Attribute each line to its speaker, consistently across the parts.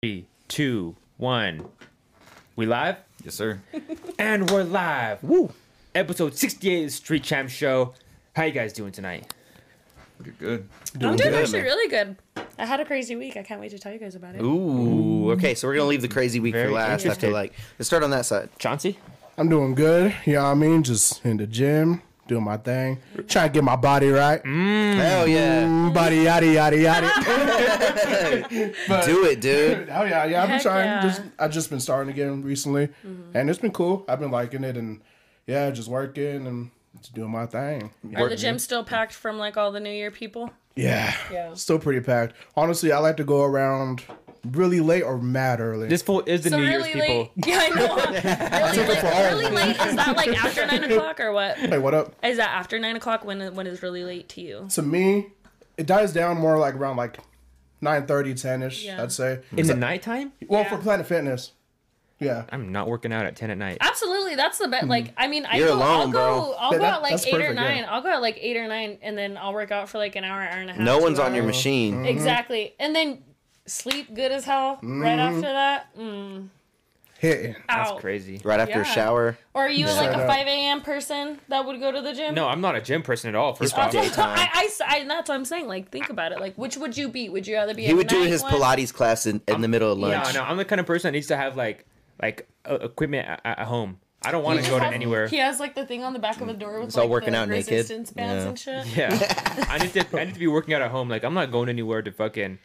Speaker 1: Three, two, one. We live?
Speaker 2: Yes, sir.
Speaker 1: And we're live. Woo! Episode 68 of the Street Champ Show. How you guys doing tonight?
Speaker 2: You're good.
Speaker 3: I'm doing
Speaker 2: good,
Speaker 3: actually
Speaker 2: man.
Speaker 3: really good. I had a crazy week. I can't wait to tell you guys about it.
Speaker 4: Ooh, okay, so we're gonna leave the crazy week
Speaker 1: Very
Speaker 4: for last. I
Speaker 1: interesting.
Speaker 4: feel like let's start on that side.
Speaker 1: Chauncey?
Speaker 5: I'm doing good. You know what I mean? Just in the gym, doing my thing, trying to get my body right.
Speaker 4: Hell yeah,
Speaker 5: Mm, Body yada yada yada.
Speaker 3: Mm.
Speaker 4: do it, dude.
Speaker 5: Hell Oh, yeah, yeah. I've been
Speaker 3: Heck
Speaker 5: trying.
Speaker 3: yeah.
Speaker 5: Just I've just been starting again recently, and it's been cool. I've been liking it, and yeah, just working and just doing my thing.
Speaker 3: Are the gym still packed from like all the New Year people?
Speaker 5: Yeah,
Speaker 3: Yeah.
Speaker 5: Still pretty packed. Honestly, I like to go around really late or mad early.
Speaker 1: This fool is the New Year's
Speaker 3: late.
Speaker 1: people.
Speaker 3: Yeah, I know. really, late, really late. Is that like after nine o'clock or what?
Speaker 5: hey, what up?
Speaker 3: Is that after nine o'clock when when is really late to you?
Speaker 5: To me, it dies down more like around like 9:30, 10 ish.
Speaker 3: Yeah.
Speaker 5: I'd say.
Speaker 1: In the nighttime?
Speaker 5: Well, for Planet Fitness, yeah.
Speaker 1: I'm not working out at 10 at night.
Speaker 3: Absolutely, that's the best. Like, I mean, I
Speaker 4: Hmm. You're
Speaker 3: go, I'll
Speaker 4: alone,
Speaker 3: go,
Speaker 4: bro.
Speaker 3: I'll
Speaker 5: Yeah,
Speaker 3: go
Speaker 5: that-
Speaker 3: out like
Speaker 5: that's
Speaker 3: eight or
Speaker 5: perfect, yeah.
Speaker 3: nine. I'll go out like eight or nine, and then I'll work out for like an hour, hour and a half.
Speaker 4: No
Speaker 3: two
Speaker 4: one's on your Mm-hmm.
Speaker 3: hours.
Speaker 4: machine.
Speaker 3: Exactly, and then sleep good as hell
Speaker 4: Mm-hmm.
Speaker 3: right after that. Mm,
Speaker 5: Hitting.
Speaker 1: That's
Speaker 3: out.
Speaker 1: crazy.
Speaker 4: Right after a
Speaker 3: Yeah.
Speaker 4: shower,
Speaker 3: Or are you like
Speaker 5: Straight
Speaker 3: a
Speaker 5: up.
Speaker 3: 5 a.m. person that would go to the gym?
Speaker 1: No, I'm not a gym person at all, first
Speaker 3: I,
Speaker 1: off.
Speaker 4: probably- Daytime.
Speaker 3: I, s- I- and that's what I'm saying. Like, think about it. Like, which would you be? Would you rather be?
Speaker 4: he
Speaker 3: a
Speaker 4: would do
Speaker 3: night
Speaker 4: his
Speaker 3: one?
Speaker 4: Pilates class in, in the middle of lunch.
Speaker 1: No, no, I'm the kind of person that needs to have like like uh, equipment at, at home. I don't want
Speaker 3: He
Speaker 1: to
Speaker 3: just
Speaker 1: go to
Speaker 3: has-
Speaker 1: anywhere.
Speaker 3: He has like the thing on the back of the door with
Speaker 4: all
Speaker 3: like,
Speaker 4: working
Speaker 3: the
Speaker 4: out naked.
Speaker 3: resistance bands
Speaker 4: Yeah.
Speaker 3: and shit.
Speaker 1: Yeah. I need to I need to be working out at home. Like I'm not going anywhere to fucking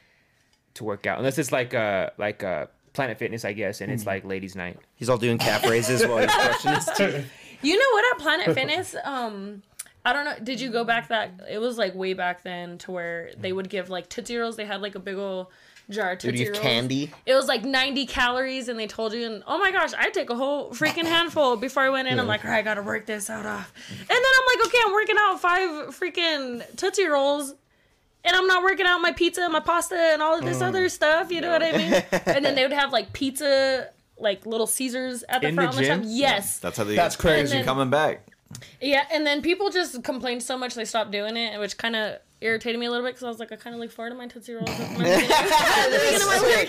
Speaker 1: to work out unless it's like uh like uh Planet Fitness, I guess, and
Speaker 3: Mm.
Speaker 1: it's like ladies' night.
Speaker 4: He's all doing calf raises while he's brushing his teeth.
Speaker 3: You know what? At Planet Fitness, um, I don't know. Did you go back that? It was like way back then to where they would give like Tootsie Rolls. They had like a big old jar of
Speaker 4: Dude,
Speaker 3: Tootsie
Speaker 4: you
Speaker 3: Rolls.
Speaker 4: candy.
Speaker 3: It was like 90 calories, and they told you, and oh my gosh, I take a whole freaking handful before I went in. I'm like, all right, I gotta work this out off. And then I'm like, okay, I'm working out five freaking Tootsie Rolls, and I'm not working out my pizza and my pasta and all of this
Speaker 1: Mm.
Speaker 3: other stuff. You know what I mean? and then they would have like pizza, like little Caesars at the
Speaker 1: In the
Speaker 3: front all the time.
Speaker 1: gym?
Speaker 3: Yes.
Speaker 2: That's how they.
Speaker 5: That's crazy.
Speaker 3: And then-
Speaker 2: Coming back.
Speaker 3: Yeah, and then people just complained so much they stopped doing it, which kind of irritated me a little bit because I was like, I kind of look forward to my Tootsie Rolls. at the beginning- at the beginning of my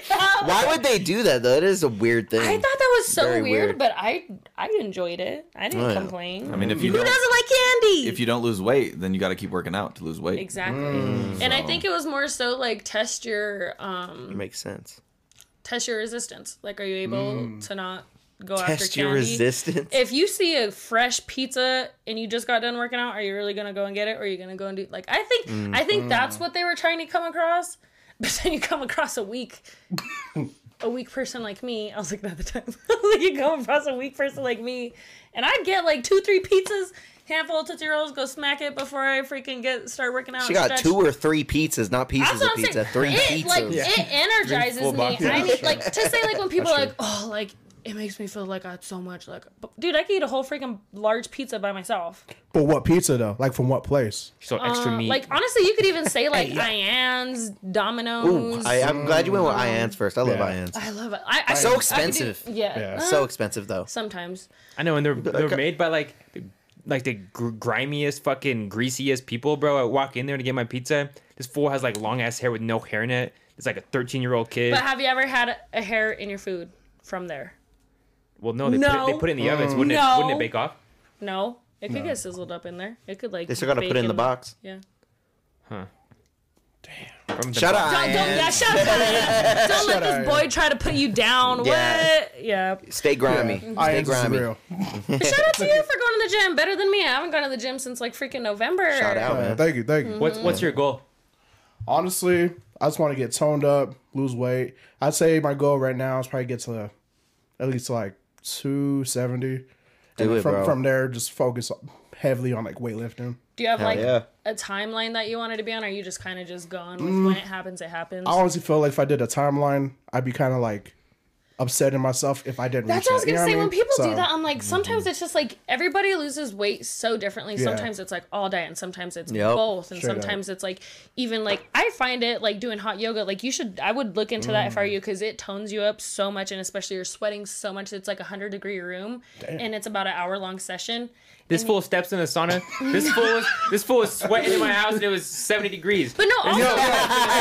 Speaker 3: workout.
Speaker 4: Why would they do that though? That is a weird thing.
Speaker 3: I thought that was so
Speaker 4: Very
Speaker 3: weird,
Speaker 4: weird.
Speaker 3: but I I enjoyed it. I didn't
Speaker 4: Oh, yeah.
Speaker 3: complain.
Speaker 2: I mean, if you
Speaker 3: Who
Speaker 2: don't,
Speaker 3: doesn't like candy?
Speaker 2: if you don't lose weight, then you got to keep working out to lose weight.
Speaker 3: exactly.
Speaker 4: Mm.
Speaker 3: and I think it was more so like test your um
Speaker 4: makes sense.
Speaker 3: test your resistance. Like, are you able to not go after
Speaker 4: Mm. Test
Speaker 3: candy?
Speaker 4: your resistance.
Speaker 3: if you see a fresh pizza and you just got done working out, are you really gonna go and get it, or are you gonna go and do like I think I
Speaker 4: Mm-hmm.
Speaker 3: think that's what they were trying to come across, but then you come across a weak, a weak person like me. I was like that at the time. you come across a weak person like me, and I'd get like two, three pizzas, handful of tootsie rolls, go smack it before I freaking get start working out.
Speaker 4: she
Speaker 3: and
Speaker 4: got
Speaker 3: stretch.
Speaker 4: two or three pizzas, not pieces
Speaker 3: That's
Speaker 4: of
Speaker 3: what I'm
Speaker 4: pizza.
Speaker 3: saying.
Speaker 4: Three
Speaker 3: it,
Speaker 4: pizzas.
Speaker 3: Like it energizes
Speaker 2: full
Speaker 3: me.
Speaker 2: boxes
Speaker 3: I
Speaker 2: of
Speaker 3: need, like to say like when people are like, oh, like it makes me feel like I had so much like, but, dude, I could eat a whole freaking large pizza by myself.
Speaker 5: But what pizza though? Like from what place?
Speaker 1: So extra
Speaker 3: Uh,
Speaker 1: meat.
Speaker 3: like honestly, you could even say like Ian's, Domino's.
Speaker 4: Ooh, I, I'm glad you went
Speaker 3: Mm.
Speaker 4: with Ian's first. I love
Speaker 5: Yeah.
Speaker 4: Ian's.
Speaker 3: I love it. I, I
Speaker 4: So
Speaker 3: I could do-
Speaker 4: expensive.
Speaker 3: yeah.
Speaker 5: Yeah.
Speaker 3: Uh,
Speaker 4: So expensive though.
Speaker 3: sometimes.
Speaker 1: I know, and they're
Speaker 4: uh,
Speaker 1: they're made by like like the gr- grimiest, fucking greasiest people, bro. I walk in there to get my pizza. This fool has like long ass hair with no hair in it. It's like a thirteen year old kid.
Speaker 3: But have you ever had a, a hair in your food from there?
Speaker 1: well, no, they put it, they
Speaker 3: No.
Speaker 1: put it in the ovens. Wouldn't it?
Speaker 3: No.
Speaker 1: Wouldn't it bake off?
Speaker 3: No. It could get sizzled up in there. It could like.
Speaker 4: They still gotta
Speaker 3: bake
Speaker 4: put it in the box.
Speaker 3: Yeah.
Speaker 1: From the
Speaker 4: Shut up.
Speaker 3: Don't, don't, yeah,
Speaker 4: Ian's.
Speaker 3: shut up. Don't let
Speaker 5: Ian.
Speaker 3: this boy try to put you down.
Speaker 4: Yeah.
Speaker 3: What? Yeah.
Speaker 4: Stay grimy. Stay
Speaker 5: Irons is
Speaker 4: grimy.
Speaker 5: real.
Speaker 3: Shout out to you for going to the gym. Better than me. I haven't gone to the gym since like freaking November.
Speaker 4: Shout out,
Speaker 5: Yeah,
Speaker 4: man.
Speaker 5: thank you, thank you.
Speaker 3: Mm-hmm.
Speaker 1: What's what's your goal?
Speaker 5: Honestly, I just want to get toned up, lose weight. I'd say my goal right now is probably get to at least like two seventy.
Speaker 4: Do it,
Speaker 5: from
Speaker 4: bro.
Speaker 5: from there, just focus heavily on like weightlifting.
Speaker 3: Do you have like
Speaker 4: yeah.
Speaker 3: a timeline that you wanted to be on? Or are you just
Speaker 4: Mm.
Speaker 3: kind of just gone with when it happens, it happens?
Speaker 5: I honestly feel like if I did a timeline, I'd be kind of like upsetting myself if I didn't.
Speaker 3: That's
Speaker 5: reach
Speaker 3: what I was
Speaker 5: that, you
Speaker 3: gonna
Speaker 5: know
Speaker 3: say.
Speaker 5: I
Speaker 3: When
Speaker 5: mean?
Speaker 3: people do
Speaker 5: So,
Speaker 3: that, I'm like, sometimes it's just like everybody loses weight so differently. Sometimes it's like all day, and sometimes it's
Speaker 4: Yep.
Speaker 3: both, and
Speaker 5: Straight up.
Speaker 3: sometimes it's like even like I find it like doing hot yoga. Like you should, I would look into that if I were you because it tones you up so much, and especially you're sweating so much. It's like a hundred degree room, and it's about an hour long session.
Speaker 6: This fool steps in a sauna. This fool was this fool was sweating in my house and it was 70 degrees.
Speaker 3: But no, also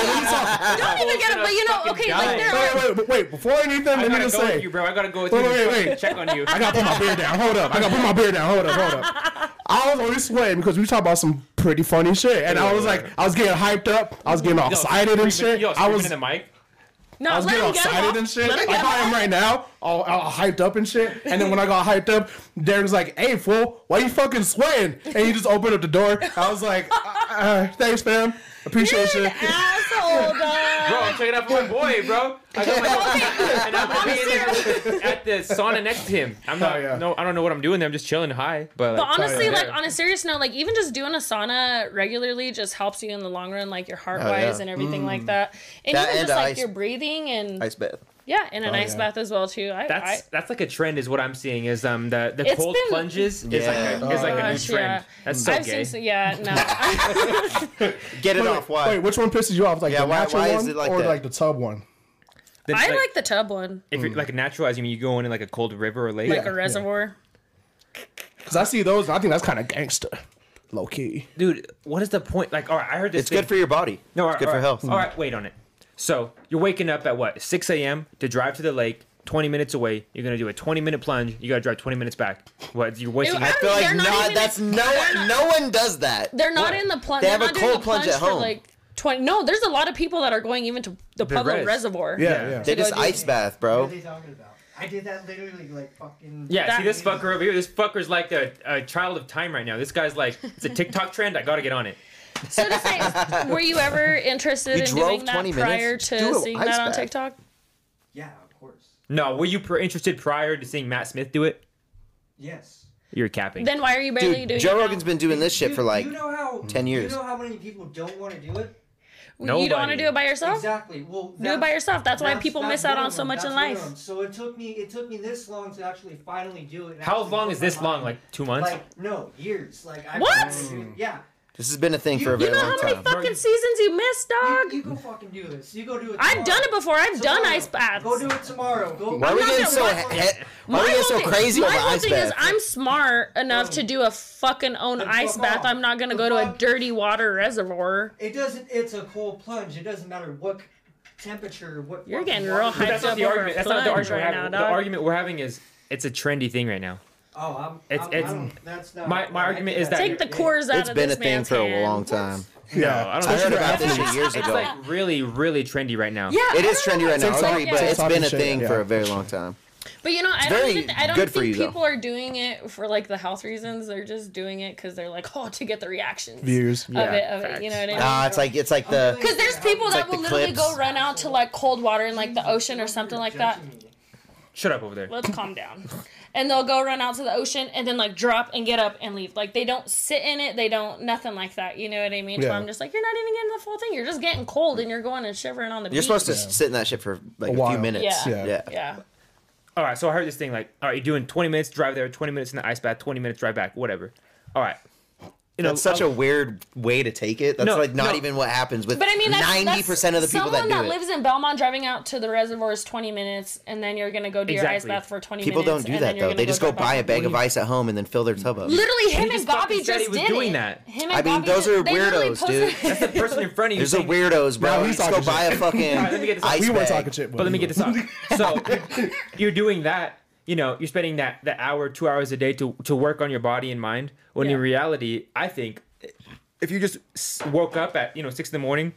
Speaker 3: don't even get it. But you know,
Speaker 6: Fucking
Speaker 3: okay, like
Speaker 6: dying.
Speaker 3: there
Speaker 5: Wait,
Speaker 3: are.
Speaker 5: wait, wait, wait! Before anything,
Speaker 6: I
Speaker 5: let me
Speaker 6: gotta
Speaker 5: just
Speaker 6: go
Speaker 5: say,
Speaker 6: with you, bro. I gotta go with you.
Speaker 5: Wait,
Speaker 6: and
Speaker 5: wait, wait.
Speaker 6: Check on you.
Speaker 5: I gotta put my beer down. Hold up. I gotta put my beer down. Hold up. Hold up. I was only sweating because we talked about some pretty funny shit, and I was like, I was getting hyped up, I was getting all
Speaker 6: Yo,
Speaker 5: excited and
Speaker 6: screaming-
Speaker 5: shit.
Speaker 6: Yo,
Speaker 5: I
Speaker 6: screaming
Speaker 5: was,
Speaker 6: in the mic.
Speaker 3: No,
Speaker 5: I was
Speaker 3: let
Speaker 5: getting all
Speaker 3: him get it off.
Speaker 5: excited and shit.
Speaker 3: Let him
Speaker 5: Like
Speaker 3: get it
Speaker 5: I
Speaker 3: off.
Speaker 5: am right now, all, all hyped up and shit. And then when I got hyped up, Derek's like, "Hey, fool, why you fucking sweating?" And he just opened up the door. I was like, uh, uh, "Thanks, fam. Appreciate
Speaker 3: You're
Speaker 5: you."
Speaker 3: an asshole, dog.
Speaker 6: Bro, I'm checking out for my boy, bro. I got my and I'm gonna be in there at the sauna next to him. I'm not.
Speaker 5: Oh, yeah.
Speaker 6: No, I don't know what I'm doing there. I'm just chilling high. But,
Speaker 3: But honestly,
Speaker 6: yeah.
Speaker 3: like on a serious note, like even just doing a sauna regularly just helps you in the long run, like your heart
Speaker 4: Oh,
Speaker 3: wise
Speaker 4: yeah.
Speaker 3: and everything like that. And
Speaker 4: That
Speaker 3: even
Speaker 4: and
Speaker 3: just like
Speaker 4: ice-
Speaker 3: your breathing and
Speaker 4: Ice Oh, bath.
Speaker 3: yeah, and an ice
Speaker 5: yeah.
Speaker 3: bath as well too. I,
Speaker 6: that's
Speaker 3: I,
Speaker 6: that's like a trend, is what I'm seeing. Is um the the
Speaker 3: It's
Speaker 6: cold
Speaker 3: been-
Speaker 6: plunges is
Speaker 4: Yeah.
Speaker 6: like a, is like a new
Speaker 3: Gosh,
Speaker 6: trend.
Speaker 3: yeah.
Speaker 6: That's so
Speaker 3: I've
Speaker 6: gay.
Speaker 3: seen, so- yeah, no.
Speaker 4: Get it
Speaker 5: Wait,
Speaker 4: off. Why?
Speaker 5: Wait, which one pisses you off? Like
Speaker 4: Yeah,
Speaker 5: the
Speaker 4: why-
Speaker 5: natural
Speaker 4: why is
Speaker 5: one
Speaker 4: it like
Speaker 5: or
Speaker 4: that?
Speaker 5: like the tub one?
Speaker 6: That's
Speaker 3: I like the tub one,
Speaker 6: if
Speaker 5: Mm.
Speaker 6: you're like naturalized, you mean you go in like a cold river or lake.
Speaker 3: like
Speaker 5: Yeah.
Speaker 3: a reservoir.
Speaker 5: Because I see those, and I think that's kind of gangster, low key.
Speaker 6: Dude, what is the point? Like, all right, I heard this.
Speaker 4: It's good
Speaker 6: thing-
Speaker 4: for your body.
Speaker 6: No,
Speaker 4: it's
Speaker 6: all
Speaker 4: good
Speaker 6: right,
Speaker 4: for health.
Speaker 6: All right, wait on it. So you're waking up at what 6 a.m. to drive to the lake. 20 minutes away. You're gonna do a 20 minute plunge. You gotta drive 20 minutes back. What? You're wasting.
Speaker 3: I
Speaker 4: I feel
Speaker 3: They're
Speaker 4: like
Speaker 3: not
Speaker 4: not.
Speaker 3: even-
Speaker 4: That's no one. No one does that.
Speaker 3: They're not in the plunge.
Speaker 4: They
Speaker 3: They
Speaker 4: have
Speaker 3: are
Speaker 4: a
Speaker 3: not doing
Speaker 4: cold
Speaker 3: the
Speaker 4: plunge
Speaker 3: plunge
Speaker 4: at
Speaker 3: for
Speaker 4: home.
Speaker 3: like twenty. No, there's a lot of people that are going even to the Pueblo
Speaker 6: res.
Speaker 3: Reservoir.
Speaker 5: Yeah,
Speaker 6: Yeah.
Speaker 5: yeah.
Speaker 4: They
Speaker 3: go
Speaker 4: just
Speaker 3: do-
Speaker 4: ice bath,
Speaker 7: What
Speaker 4: bro.
Speaker 7: are they talking about? I did that literally like fucking.
Speaker 6: Yeah,
Speaker 3: That-
Speaker 6: see this fucker over here. This fucker's like a, a child of time right now. This guy's like, it's a TikTok trend. I gotta get on it.
Speaker 3: So to say, were you ever interested
Speaker 4: You
Speaker 3: in
Speaker 4: drove
Speaker 3: doing that
Speaker 4: 20 minutes?
Speaker 3: prior
Speaker 4: Just
Speaker 3: to
Speaker 4: do a
Speaker 3: seeing
Speaker 4: ice
Speaker 3: that on
Speaker 4: bath.
Speaker 3: TikTok?
Speaker 7: Yeah, of course.
Speaker 6: No, were you pr- interested prior to seeing Matt Smith do it?
Speaker 7: Yes.
Speaker 6: You're capping.
Speaker 3: Then why are you barely
Speaker 4: Dude,
Speaker 3: doing
Speaker 4: Joe
Speaker 3: it now?
Speaker 4: Rogan's been doing this shit
Speaker 7: You-
Speaker 4: for like.
Speaker 7: you know how,
Speaker 4: 10 years.
Speaker 7: You know how many people don't want to do it?
Speaker 3: You don't want to
Speaker 6: Nobody.
Speaker 3: do it by yourself?
Speaker 7: Exactly. Well,
Speaker 3: Do it by yourself. That's why people miss out
Speaker 7: one
Speaker 3: on
Speaker 7: of
Speaker 3: so
Speaker 7: them.
Speaker 3: much
Speaker 7: That's
Speaker 3: in
Speaker 7: one of
Speaker 3: life.
Speaker 7: them. So it took me it took me this long to actually finally do it. and
Speaker 6: How
Speaker 7: actually
Speaker 6: long
Speaker 7: put
Speaker 6: is
Speaker 7: my
Speaker 6: this long?
Speaker 7: mind-
Speaker 6: Like two months?
Speaker 7: Like no years. Like I
Speaker 3: What?
Speaker 7: Yeah.
Speaker 4: This has been a thing
Speaker 7: You-
Speaker 4: for a
Speaker 7: you
Speaker 3: You
Speaker 4: very
Speaker 3: know
Speaker 4: long
Speaker 3: how many
Speaker 4: time.
Speaker 3: fucking seasons you missed,
Speaker 7: You,
Speaker 3: dog?
Speaker 7: you go fucking do this. You go do it.
Speaker 3: I've done it
Speaker 7: tomorrow.
Speaker 3: before. I've done
Speaker 7: Tomorrow.
Speaker 3: ice baths.
Speaker 7: Go do it tomorrow. Go.
Speaker 4: Why are we
Speaker 3: not
Speaker 4: getting
Speaker 3: gonna
Speaker 4: so?
Speaker 3: lie.
Speaker 4: he- he- Why are we getting so
Speaker 3: thing-
Speaker 4: crazy
Speaker 3: my
Speaker 4: over
Speaker 3: whole
Speaker 4: ice
Speaker 3: thing is
Speaker 4: bath?
Speaker 3: I'm smart enough to do a fucking own
Speaker 7: Then
Speaker 3: ice
Speaker 7: fuck
Speaker 3: bath.
Speaker 7: off.
Speaker 3: I'm not gonna
Speaker 7: The
Speaker 3: go to a
Speaker 7: fuck?
Speaker 3: dirty water reservoir.
Speaker 7: It doesn't. It's a cold plunge. It doesn't matter what c- temperature. What
Speaker 3: You're
Speaker 7: fucking
Speaker 3: getting
Speaker 7: water
Speaker 3: real
Speaker 7: you
Speaker 6: But
Speaker 3: hyped
Speaker 6: that's
Speaker 7: use.
Speaker 6: not
Speaker 3: up
Speaker 6: the
Speaker 3: over
Speaker 6: argument.
Speaker 3: a
Speaker 6: That's not the
Speaker 3: plunge
Speaker 6: argument we're
Speaker 3: right now,
Speaker 6: having.
Speaker 3: dog.
Speaker 6: the argument we're having is it's a trendy thing right now.
Speaker 7: Oh, I'm.
Speaker 6: It's-
Speaker 7: I'm,
Speaker 6: it's-
Speaker 7: I don't- that's not.
Speaker 6: my- my
Speaker 7: I-
Speaker 6: argument is
Speaker 7: I-
Speaker 6: that-
Speaker 3: Take the cores out
Speaker 4: It's
Speaker 3: of
Speaker 4: been a
Speaker 3: this
Speaker 4: thing
Speaker 3: man's
Speaker 4: for a
Speaker 3: hand.
Speaker 4: long time.
Speaker 6: I
Speaker 5: Yeah,
Speaker 6: don't
Speaker 4: I
Speaker 6: know.
Speaker 4: heard
Speaker 5: Especially
Speaker 4: about
Speaker 5: for
Speaker 4: this
Speaker 5: athletes.
Speaker 4: shit years
Speaker 6: It's
Speaker 4: ago.
Speaker 6: like really, really trendy right now.
Speaker 3: Yeah,
Speaker 4: It
Speaker 3: I
Speaker 4: is
Speaker 3: don't know
Speaker 4: trendy right now.
Speaker 3: what's
Speaker 4: I
Speaker 3: up
Speaker 4: agree,
Speaker 3: yet.
Speaker 4: but it's
Speaker 5: TikTok
Speaker 4: been a
Speaker 5: and shit,
Speaker 4: thing
Speaker 5: yeah.
Speaker 4: for a very long time.
Speaker 3: But you know, I
Speaker 4: very
Speaker 3: don't even I don't
Speaker 4: good for
Speaker 3: think
Speaker 4: you, though.
Speaker 3: people are doing it for like the health reasons. They're just doing it because they're like, oh, to get the reactions
Speaker 5: Views.
Speaker 3: of
Speaker 6: Yeah,
Speaker 3: it. Of it, you know what I mean?
Speaker 4: Ah, it's like it's like the
Speaker 3: Because there's people
Speaker 4: It's
Speaker 3: that
Speaker 4: like
Speaker 3: will
Speaker 4: the
Speaker 3: literally go
Speaker 4: clips.
Speaker 3: run out to like cold water and like the ocean or something like that.
Speaker 6: Shut up over there.
Speaker 3: Let's calm down. And they'll go run out to the ocean and then like drop and get up and leave. Like they don't sit in it. They don't nothing like that. You know what I mean? So
Speaker 5: Yeah.
Speaker 3: I'm just like, you're not even getting the full thing. You're just getting cold and you're going and shivering on the
Speaker 4: you're
Speaker 3: beach.
Speaker 4: supposed to sit in that shit for like a,
Speaker 5: while.
Speaker 4: few minutes.
Speaker 3: Yeah.
Speaker 5: Yeah.
Speaker 3: Yeah.
Speaker 6: All right, so I heard this thing like, all right, you're doing 20 minutes drive there, 20 minutes in the ice bath, 20 minutes drive back, whatever. All right. You know, um,
Speaker 4: That's such a weird way to take it. That's
Speaker 6: No,
Speaker 4: like not
Speaker 6: no.
Speaker 4: even what happens with
Speaker 3: But I mean, that's- that's-
Speaker 4: ninety percent of the people that
Speaker 3: someone
Speaker 4: do
Speaker 3: that
Speaker 4: it.
Speaker 3: lives in Belmont driving out to the reservoir is 20 minutes, and then you're gonna go do your ice
Speaker 6: Exactly.
Speaker 3: bath for 20
Speaker 4: People
Speaker 3: minutes.
Speaker 4: don't do
Speaker 3: and then
Speaker 4: that
Speaker 3: you're
Speaker 4: though.
Speaker 3: gonna
Speaker 4: They just go
Speaker 3: drive
Speaker 4: buy a
Speaker 3: back.
Speaker 4: bag of ice at home and then fill their tub up.
Speaker 3: Literally, him
Speaker 6: just
Speaker 3: and Bobby
Speaker 6: fucking said
Speaker 3: just
Speaker 6: he was
Speaker 3: did
Speaker 6: doing
Speaker 3: it.
Speaker 6: that.
Speaker 3: Him and
Speaker 4: I mean,
Speaker 3: Bobby
Speaker 4: those
Speaker 3: did-
Speaker 4: are
Speaker 3: they literally
Speaker 4: weirdos,
Speaker 3: posted-
Speaker 4: dude.
Speaker 6: the person in front of you.
Speaker 4: There's a
Speaker 6: saying-
Speaker 4: weirdos, bro.
Speaker 5: Now
Speaker 4: you
Speaker 5: he's
Speaker 4: just go
Speaker 5: talking
Speaker 4: buy a
Speaker 5: shit.
Speaker 4: fucking
Speaker 6: let me get this-
Speaker 4: ice
Speaker 5: We were
Speaker 4: bag.
Speaker 5: talking shit,
Speaker 6: But let me get this off. So you're doing that, you know, you're spending that that hour, two hours a day to to work on your body and mind. When in
Speaker 3: Yeah.
Speaker 6: reality, I think if you just s- woke up at you know six in the morning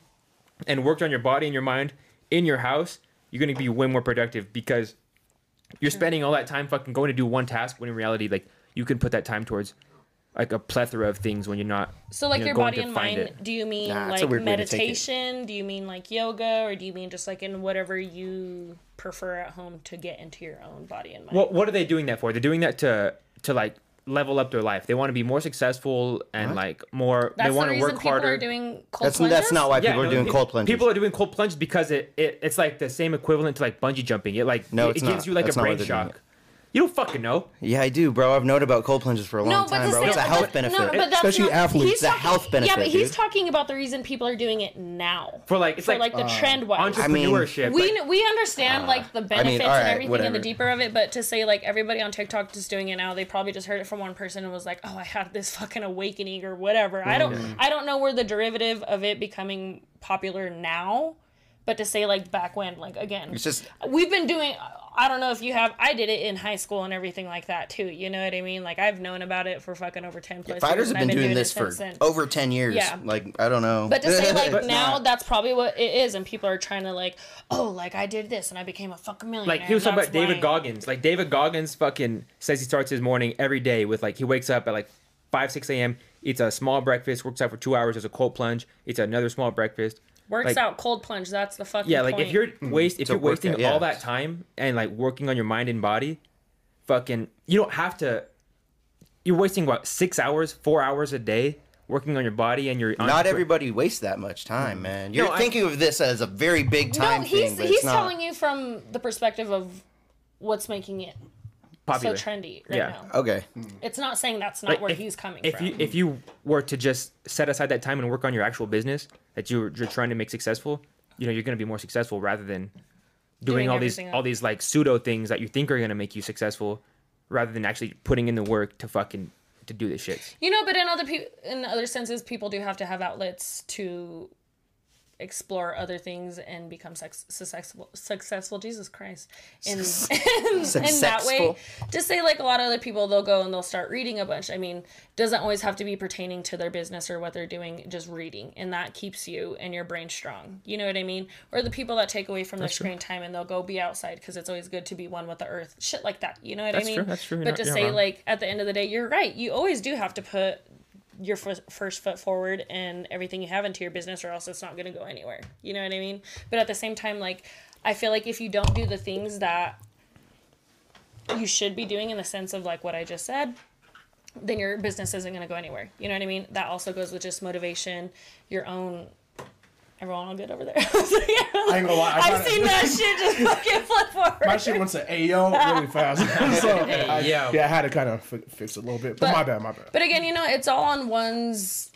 Speaker 6: and worked on your body and your mind in your house, you're gonna be way more productive because you're spending all that time fucking going to do one task. When in reality, like you can put that time towards like a plethora of things when you're not.
Speaker 3: So, like
Speaker 6: you know,
Speaker 3: your
Speaker 6: going
Speaker 3: body
Speaker 6: to
Speaker 3: and
Speaker 6: find
Speaker 3: mind,
Speaker 6: it.
Speaker 3: do you mean
Speaker 4: Nah, it's a
Speaker 3: like
Speaker 4: weird way to take it.
Speaker 3: meditation? Do you mean like yoga? Or do you mean just like in whatever you prefer at home to get into your own body and mind?
Speaker 6: What what are they doing that for? They're doing that to to like level up their life. They want to be more successful and
Speaker 4: What?
Speaker 6: like more.
Speaker 3: That's
Speaker 6: they
Speaker 3: the
Speaker 6: want to
Speaker 3: reason
Speaker 6: work
Speaker 3: people
Speaker 6: harder.
Speaker 3: are doing cold
Speaker 4: That's that's not why
Speaker 6: Yeah,
Speaker 4: people
Speaker 6: no,
Speaker 4: are doing
Speaker 6: pe-
Speaker 4: cold plunges.
Speaker 6: People are doing cold plunges because it, it it's like the same equivalent to like bungee jumping. It like
Speaker 4: No,
Speaker 6: it,
Speaker 4: it's
Speaker 6: it gives
Speaker 4: not.
Speaker 6: you like
Speaker 4: That's
Speaker 6: a
Speaker 4: not why
Speaker 6: brain
Speaker 4: they're doing
Speaker 6: shock. You don't fucking know.
Speaker 4: yeah, I do, bro. I've known about cold plunges for a long time, bro.
Speaker 3: the
Speaker 4: It's a
Speaker 3: same-
Speaker 4: health
Speaker 3: but-
Speaker 4: benefit.
Speaker 3: No, no, but that's
Speaker 5: Especially
Speaker 3: not,
Speaker 5: athletes.
Speaker 3: he's
Speaker 4: It's a
Speaker 3: talking-
Speaker 4: health
Speaker 3: Yeah, but
Speaker 4: benefit,
Speaker 3: he's
Speaker 4: dude.
Speaker 3: talking about the reason people are doing it now.
Speaker 6: For, like- it's
Speaker 3: for
Speaker 6: like, uh,
Speaker 3: like, the trend wise.
Speaker 4: mean,
Speaker 6: Entrepreneurship.
Speaker 3: we
Speaker 6: like-
Speaker 3: kn- we understand like the benefits
Speaker 4: uh, alright,
Speaker 3: and everything and the
Speaker 4: whatever.
Speaker 3: deeper of it, but to say like everybody on TikTok is doing it now, they probably just heard it from one person and was like, "Oh, I had this fucking awakening or whatever." I don't
Speaker 4: Mm-hmm.
Speaker 3: I don't know where the derivative of it becoming popular now, but to say like back when, like again,
Speaker 4: It's just
Speaker 3: we've been doing i don't know if you have i did it in high school and everything like that too you know what i mean like i've known about it for fucking over 10 plus
Speaker 4: fighters
Speaker 3: years and
Speaker 4: have
Speaker 3: I've
Speaker 4: been doing this
Speaker 3: it
Speaker 4: for
Speaker 3: since then.
Speaker 4: over ten years.
Speaker 3: Yeah.
Speaker 4: Like I don't know.
Speaker 3: but to say like
Speaker 6: But
Speaker 3: now
Speaker 6: not-
Speaker 3: that's probably what it is and people are trying to like oh like i did this and i became a fucking millionaire
Speaker 6: Like he was talking
Speaker 3: that's
Speaker 6: about David
Speaker 3: why-
Speaker 6: Goggins. Like David Goggins fucking says he starts his morning every day with like he wakes up at like five six a.m. eats a small breakfast, works out for two hours, does a cold plunge, eats another small breakfast.
Speaker 3: works
Speaker 6: like-
Speaker 3: out cold plunge that's the fucking
Speaker 6: Yeah, like
Speaker 3: point.
Speaker 6: if you're waste if
Speaker 4: a
Speaker 6: you're wasting
Speaker 4: workout, yeah.
Speaker 6: all that time and like working on your mind and body, fucking you don't have to. You're wasting what six hours, four hours a day working on your body and your.
Speaker 4: not everybody wastes that much time, man. You're
Speaker 6: No, I-
Speaker 4: thinking of this as a very big time
Speaker 3: no he's
Speaker 4: thing, but
Speaker 3: he's
Speaker 4: it's not.
Speaker 3: telling you from the perspective of what's making it
Speaker 6: popular.
Speaker 3: so trendy right
Speaker 6: Yeah.
Speaker 3: now
Speaker 4: Okay.
Speaker 3: it's not saying that's not
Speaker 6: Like,
Speaker 3: where
Speaker 6: if-
Speaker 3: he's coming
Speaker 6: if
Speaker 3: from
Speaker 6: you if you were to just set aside that time and work on your actual business that you're, you're trying to make successful you know you're going to be more successful rather than doing,
Speaker 3: Doing
Speaker 6: all these
Speaker 3: everything
Speaker 6: all
Speaker 3: else.
Speaker 6: these like pseudo things that you think are going to make you successful rather than actually putting in the work to fucking to do this shit
Speaker 3: You know, but in other pe- in other senses, people do have to have outlets to explore other things and become sex- successful. Successful, Jesus Christ! In, in, in that way,
Speaker 4: Successful.
Speaker 3: just say like a lot of other people, they'll go and they'll start reading a bunch. I mean, doesn't always have to be pertaining to their business or what they're doing. Just reading, and that keeps you and your brain strong. You know what I mean? Or the people that take away from their screen time and they'll go be outside because it's always good to be one with the earth. Shit like that. You know what
Speaker 6: That's
Speaker 3: I mean?
Speaker 6: true, that's true. You're
Speaker 3: But
Speaker 6: not-
Speaker 3: to
Speaker 6: you're not
Speaker 3: say
Speaker 6: wrong.
Speaker 3: like at the end of the day, you're right. You always do have to put your f- first foot forward and everything you have into your business or else it's not going to go anywhere you know what i mean but at the same time like i feel like if you don't do the things that you should be doing in the sense of like what i just said then your business isn't going to go anywhere you know what i mean that also goes with just motivation your own everyone all good over there
Speaker 5: I ain't gonna lie. I
Speaker 3: i've
Speaker 5: kinda-
Speaker 3: seen that shit just fucking flip forward
Speaker 5: My shit went to Ayo really fast. so I,
Speaker 6: Ayo.
Speaker 5: yeah, I had to kind of f- fix it a little bit. But,
Speaker 3: But-
Speaker 5: my bad, my bad.
Speaker 3: But again, you know, it's all on one's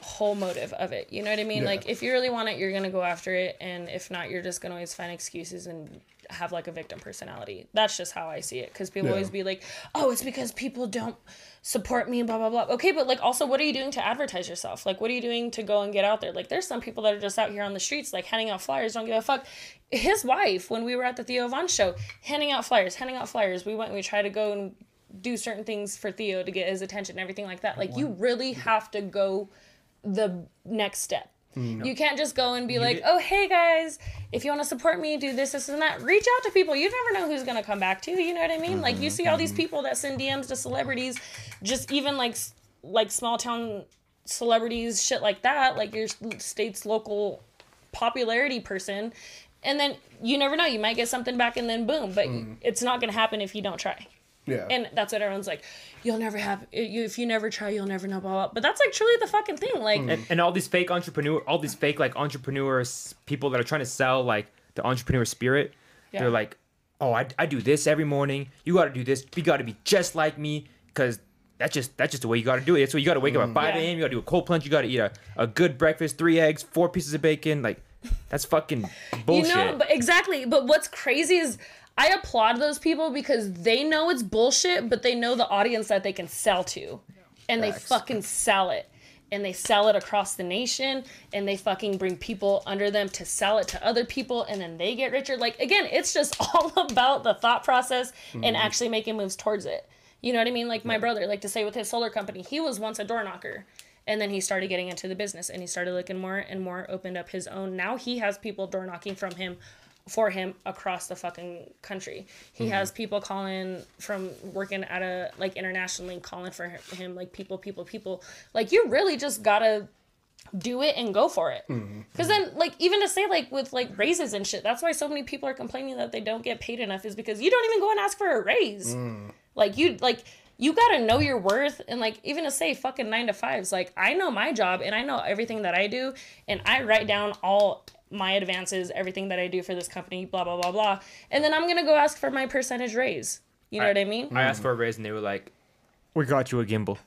Speaker 3: whole motive of it. You know what I mean?
Speaker 5: Yeah.
Speaker 3: Like, if you really want it, you're gonna go after it, and if not, you're just gonna always find excuses and have like a victim personality. That's just how I see it. Because people
Speaker 5: Yeah.
Speaker 3: always be like, "Oh, it's because people don't support me," blah blah blah. Okay, but like, also, what are you doing to advertise yourself? Like, what are you doing to go and get out there? Like, there's some people that are just out here on the streets, like handing out flyers. Don't give a fuck. His wife, when we were at the Theo Von show, handing out flyers, handing out flyers. We went, and we tried to go and do certain things for Theo to get his attention and everything like that. Like you really have to go the next step. You can't just go and be like, "Oh, hey guys, if you want to support me, do this, this, and that." Reach out to people. You never know who's gonna come back to you. You know what I mean? Like you see all these people that send DMs to celebrities, just even like s- like small town celebrities, shit like that. Like your s- state's local popularity person, and then you never know. You might get something back, and then boom. But it's not gonna happen if you don't try.
Speaker 5: Yeah.
Speaker 3: And that's what everyone's like, you'll never have, you, if you never try, you'll never know, blah, blah. But that's like truly the fucking thing. Like,
Speaker 6: and, and all these fake entrepreneur all these fake like entrepreneurs people that are trying to sell like the entrepreneur spirit
Speaker 3: Yeah.
Speaker 6: they're like oh I, I do this every morning you got to do this you got to be just like me because that's just that's just the way you got to do it that's why you got to wake
Speaker 4: Mm-hmm.
Speaker 6: up at 5
Speaker 3: Yeah.
Speaker 6: a.m you got to do a cold plunge you got to eat a, a good breakfast three eggs four pieces of bacon like that's fucking bullshit
Speaker 3: You know, but exactly. But what's crazy is I applaud those people because they know it's bullshit, but they know the audience that they can sell to. And they fucking sell it. And they sell it across the nation and they fucking bring people under them to sell it to other people and then they get richer. Like again, it's just all about the thought process and actually making moves towards it. You know what I mean? Like my brother, like to say with his solar company, he was once a door knocker. And then he started getting into the business and he started looking more and more, opened up his own. Now he has people door knocking from him for him across the fucking country. He has people calling from working at a like internationally calling for him, him, like people, people, people. Like you really just gotta do it and go for it. Because then, like, even to say, like, with like raises and shit, that's why so many people are complaining that they don't get paid enough is because you don't even go and ask for a raise. Like, you, like, you gotta know your worth and like even to say fucking nine to fives like i know my job and i know everything that i do and i write down all my advances everything that i do for this company blah blah blah blah and then i'm gonna go ask for my percentage raise you know what i mean
Speaker 6: I asked for a raise and they were like, "We got you a gimbal."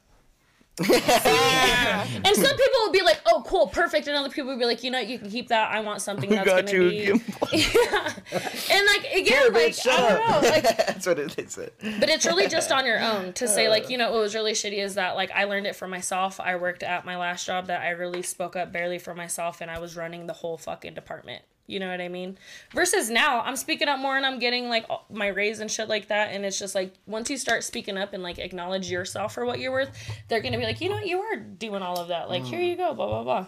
Speaker 3: and some people would be like oh cool perfect and other people would be like you know you can keep that i want something that's
Speaker 4: got
Speaker 3: gonna
Speaker 4: you a
Speaker 3: be yeah. and like again like
Speaker 4: bitch, shut
Speaker 3: i don't
Speaker 4: up.
Speaker 3: know like
Speaker 4: That's what it is.
Speaker 3: but it's really just on your own to say like you know what was really shitty is that like i learned it for myself i worked at my last job that i really spoke up barely for myself and i was running the whole fucking department you know what i mean versus now i'm speaking up more and i'm getting like all- my raise and shit like that and it's just like once you start speaking up and like acknowledge yourself for what you're worth they're gonna be like you know what you were doing all of that like here you go blah blah blah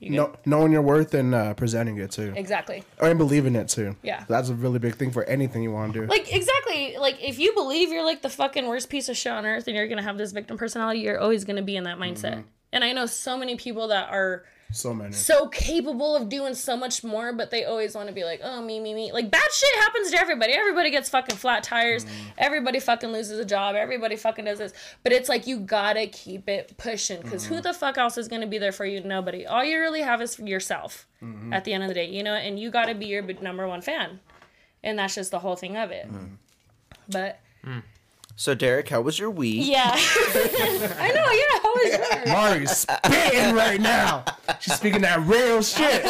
Speaker 3: you
Speaker 5: No, knowing your worth and uh, presenting it too,
Speaker 3: exactly
Speaker 5: or and believing it too.
Speaker 3: Yeah.
Speaker 5: that's a really big thing for anything you want to do.
Speaker 3: Like exactly, like if you believe you're like the fucking worst piece of shit on earth and you're gonna have this victim personality, you're always gonna be in that mindset. And I know so many people that are
Speaker 5: so many.
Speaker 3: so capable of doing so much more, but they always want to be like, oh me, me, me. Like bad shit happens to everybody. Everybody gets fucking flat tires.
Speaker 4: Mm.
Speaker 3: Everybody fucking loses a job. Everybody fucking does this. But it's like you gotta keep it pushing because
Speaker 4: Mm-hmm.
Speaker 3: who the fuck else is gonna be there for you? Nobody. All you really have is yourself
Speaker 4: Mm-hmm.
Speaker 3: at the end of the day, you know. And you gotta be your b- number one fan, and that's just the whole thing of it.
Speaker 4: Mm.
Speaker 3: But
Speaker 4: So Derek, how was your week?
Speaker 3: yeah, I know. Yeah, how was yours?
Speaker 5: Mari's spitting right now. She's speaking that real shit.